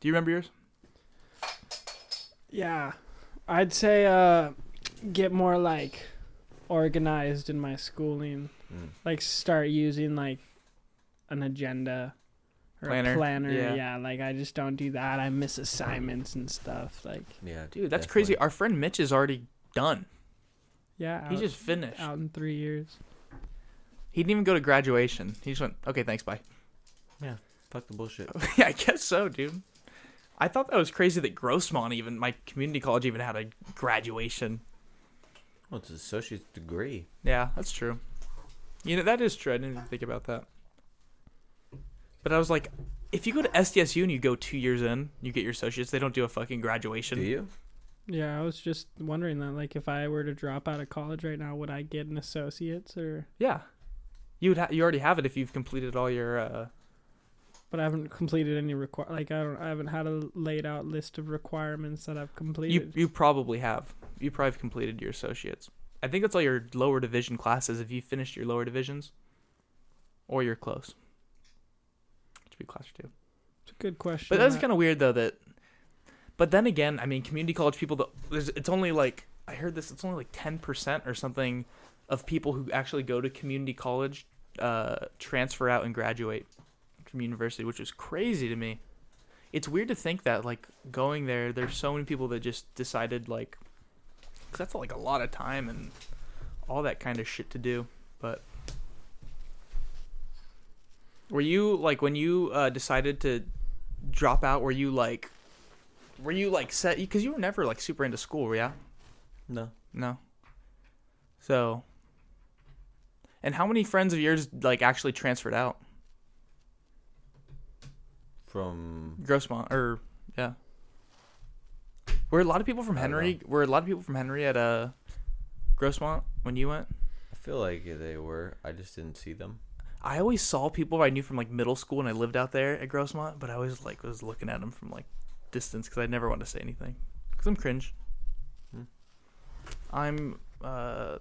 Do you remember yours?
Yeah, I'd say uh, get more like organized in my schooling.
Mm.
Like start using like an agenda or
Planner,
a planner.
yeah.
Yeah. like I just don't do that. I miss assignments and stuff. Like
Yeah.
Dude, that's crazy.
definitely.
Our friend Mitch is already done.
yeah, out,
He just finished.
out in three years.
He didn't even go to graduation. He just went, okay, thanks, bye. (laughs)
Fuck the bullshit.
yeah, I guess so, dude. I thought that was crazy that Grossmont even my community college even had a graduation.
Well, it's an associate's degree.
Yeah, that's true. You know, that is true. I didn't even think about that. But I was like, if you go to SDSU and you go two years in, you get your associates, they don't do a fucking graduation.
Do you?
Yeah, I was just wondering that. Like, if I were to drop out of college right now, would I get an associate's or?
Yeah. You would ha- you already have it if you've completed all your uh
But I haven't completed any require. Like, I don't. I haven't had a laid out list of requirements that I've
you
completed.
you probably have. You probably have completed your associates. I think that's all your lower division classes if you finished your lower divisions or you're close. Which would be class 2.
it's a good question.
But that's
that-
kind of weird though. That, but then again, I mean, community college people. that- There's, it's only like I heard this. It's only like ten percent or something of people who actually go to community college uh, transfer out and graduate from university, which is crazy to me. It's weird to think that like going there, there's so many people that just decided like, 'cause that's like a lot of time and all that kind of shit to do. But were you like when you uh, decided to drop out were you like were you like set because you were never like super into school yeah
No.
no so and how many friends of yours like actually transferred out
From
grossmont or yeah were a lot of people from
I don't
henry were a lot of people from henry at uh grossmont when you went
I feel like they were. I just didn't see them.
i always saw people i knew from like middle school and i lived out there at grossmont but i always like was looking at them from like distance because i never wanted to say anything because i'm cringe
Hmm.
I'm uh,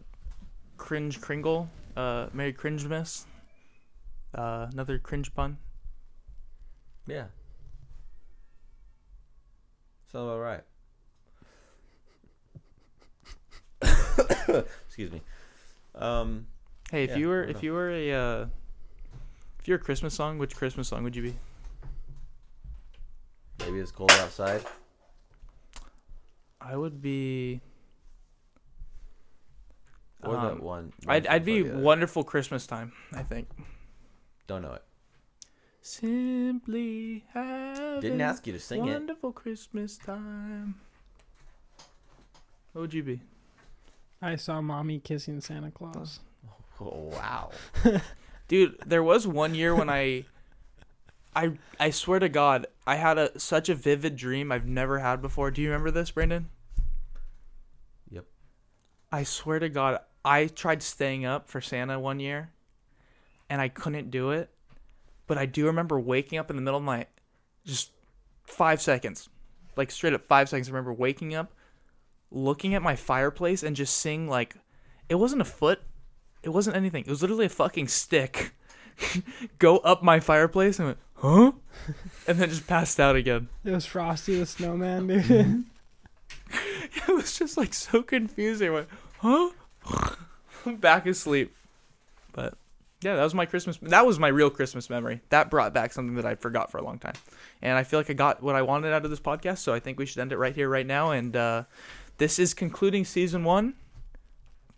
cringe Kringle, uh, Merry Cringemas. Uh, another cringe pun.
Yeah. Sounds about right. (coughs) Excuse me. Um,
Hey, if
Yeah,
you were
I
if
know.
you were a uh, if you're a Christmas song, which Christmas song would you be?
maybe it's cold outside.
I would be.
Or that
Um,
one.
I'd, I'd be
one.
wonderful Christmas time. I think.
Don't know it.
Simply have.
Didn't ask you to sing it.
Wonderful Christmas time. What would you be?
I saw mommy kissing Santa Claus.
Oh, wow.
Dude, there was one year when I (laughs) I I swear to god, I had a such a vivid dream I've never had before. Do you remember this, Brandon?
Yep.
I swear to god, I tried staying up for Santa one year and I couldn't do it. But I do remember waking up in the middle of the night just 5 seconds. Like straight up 5 seconds. I remember waking up, looking at my fireplace and just seeing like it wasn't a foot, it wasn't anything. It was literally a fucking stick. (laughs) Go up my fireplace and went, huh? (laughs) And then just passed out again.
It was Frosty the
(laughs)
Snowman,
Mm-hmm.
dude.
It was just like so confusing. I went, huh? (laughs) back asleep. But yeah, that was my Christmas. That was my real Christmas memory. That brought back something that I forgot for a long time. And I feel like I got what I wanted out of this podcast. So I think we should end it right here, right now. And uh, this is concluding season one.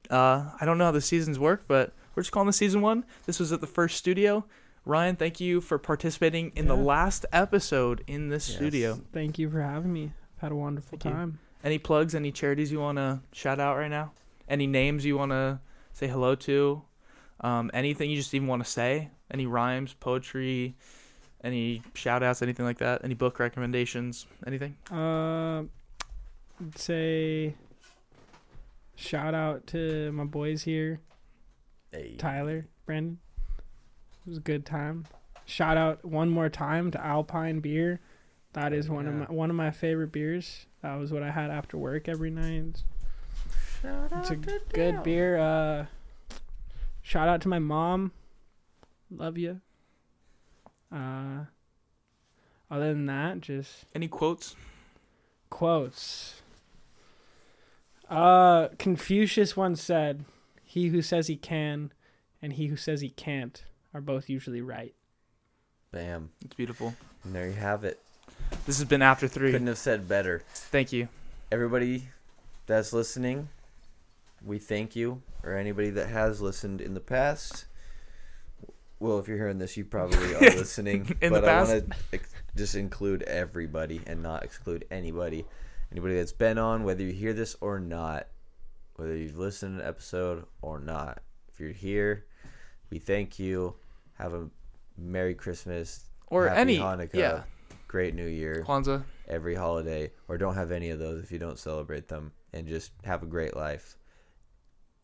Uh, I don't know how the seasons work, but we're just calling this season one. This was at the first studio. Ryan, thank you for participating in the
Yeah.
last episode in this studio.
Thank you for having me. I've had a wonderful
Thank you.
time.
Any plugs, any charities you want to shout out right now? Any names you want to say hello to? Um, anything you just even want to say? Any rhymes, poetry, any shout outs, anything like that? Any book recommendations? Anything?
Uh, I'd Uh, say shout out to my boys here,
Hey.
Tyler, Brandon. It was a good time. Shout out one more time to Alpine Beer. That is one
yeah.
of my one of my favorite beers. That was what I had after work every night. It's a good beer. Uh, shout out to my mom. Love you. Uh, other than that, just
Any quotes?
quotes. Uh, Confucius once said, "He who says he can, and he who says he can't, are both usually right."
Bam.
It's beautiful.
And there you have it.
This has been After 3
Couldn't have said better.
Thank you.
Everybody that's listening, we thank you. Or anybody that has listened in the past. Well, if you're hearing this, you probably
(laughs)
are listening.
In the
but I want to ex- just include everybody and not exclude anybody. Anybody that's been on, whether you hear this or not, whether you've listened to an episode or not. If you're here, we thank you. Have a Merry Christmas.
Or
Happy
any-
Hanukkah.
yeah.
Great New Year
Kwanzaa.
every holiday or don't have any of those if you don't celebrate them and just have a great life.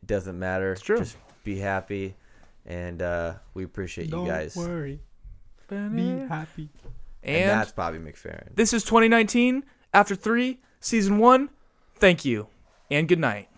It doesn't matter.
true.
Just be happy and uh, we appreciate you guys. And,
worry,
And,
happy.
that's Bobby McFerrin.
this is 2019 After 3 Season 1. Thank you and good night.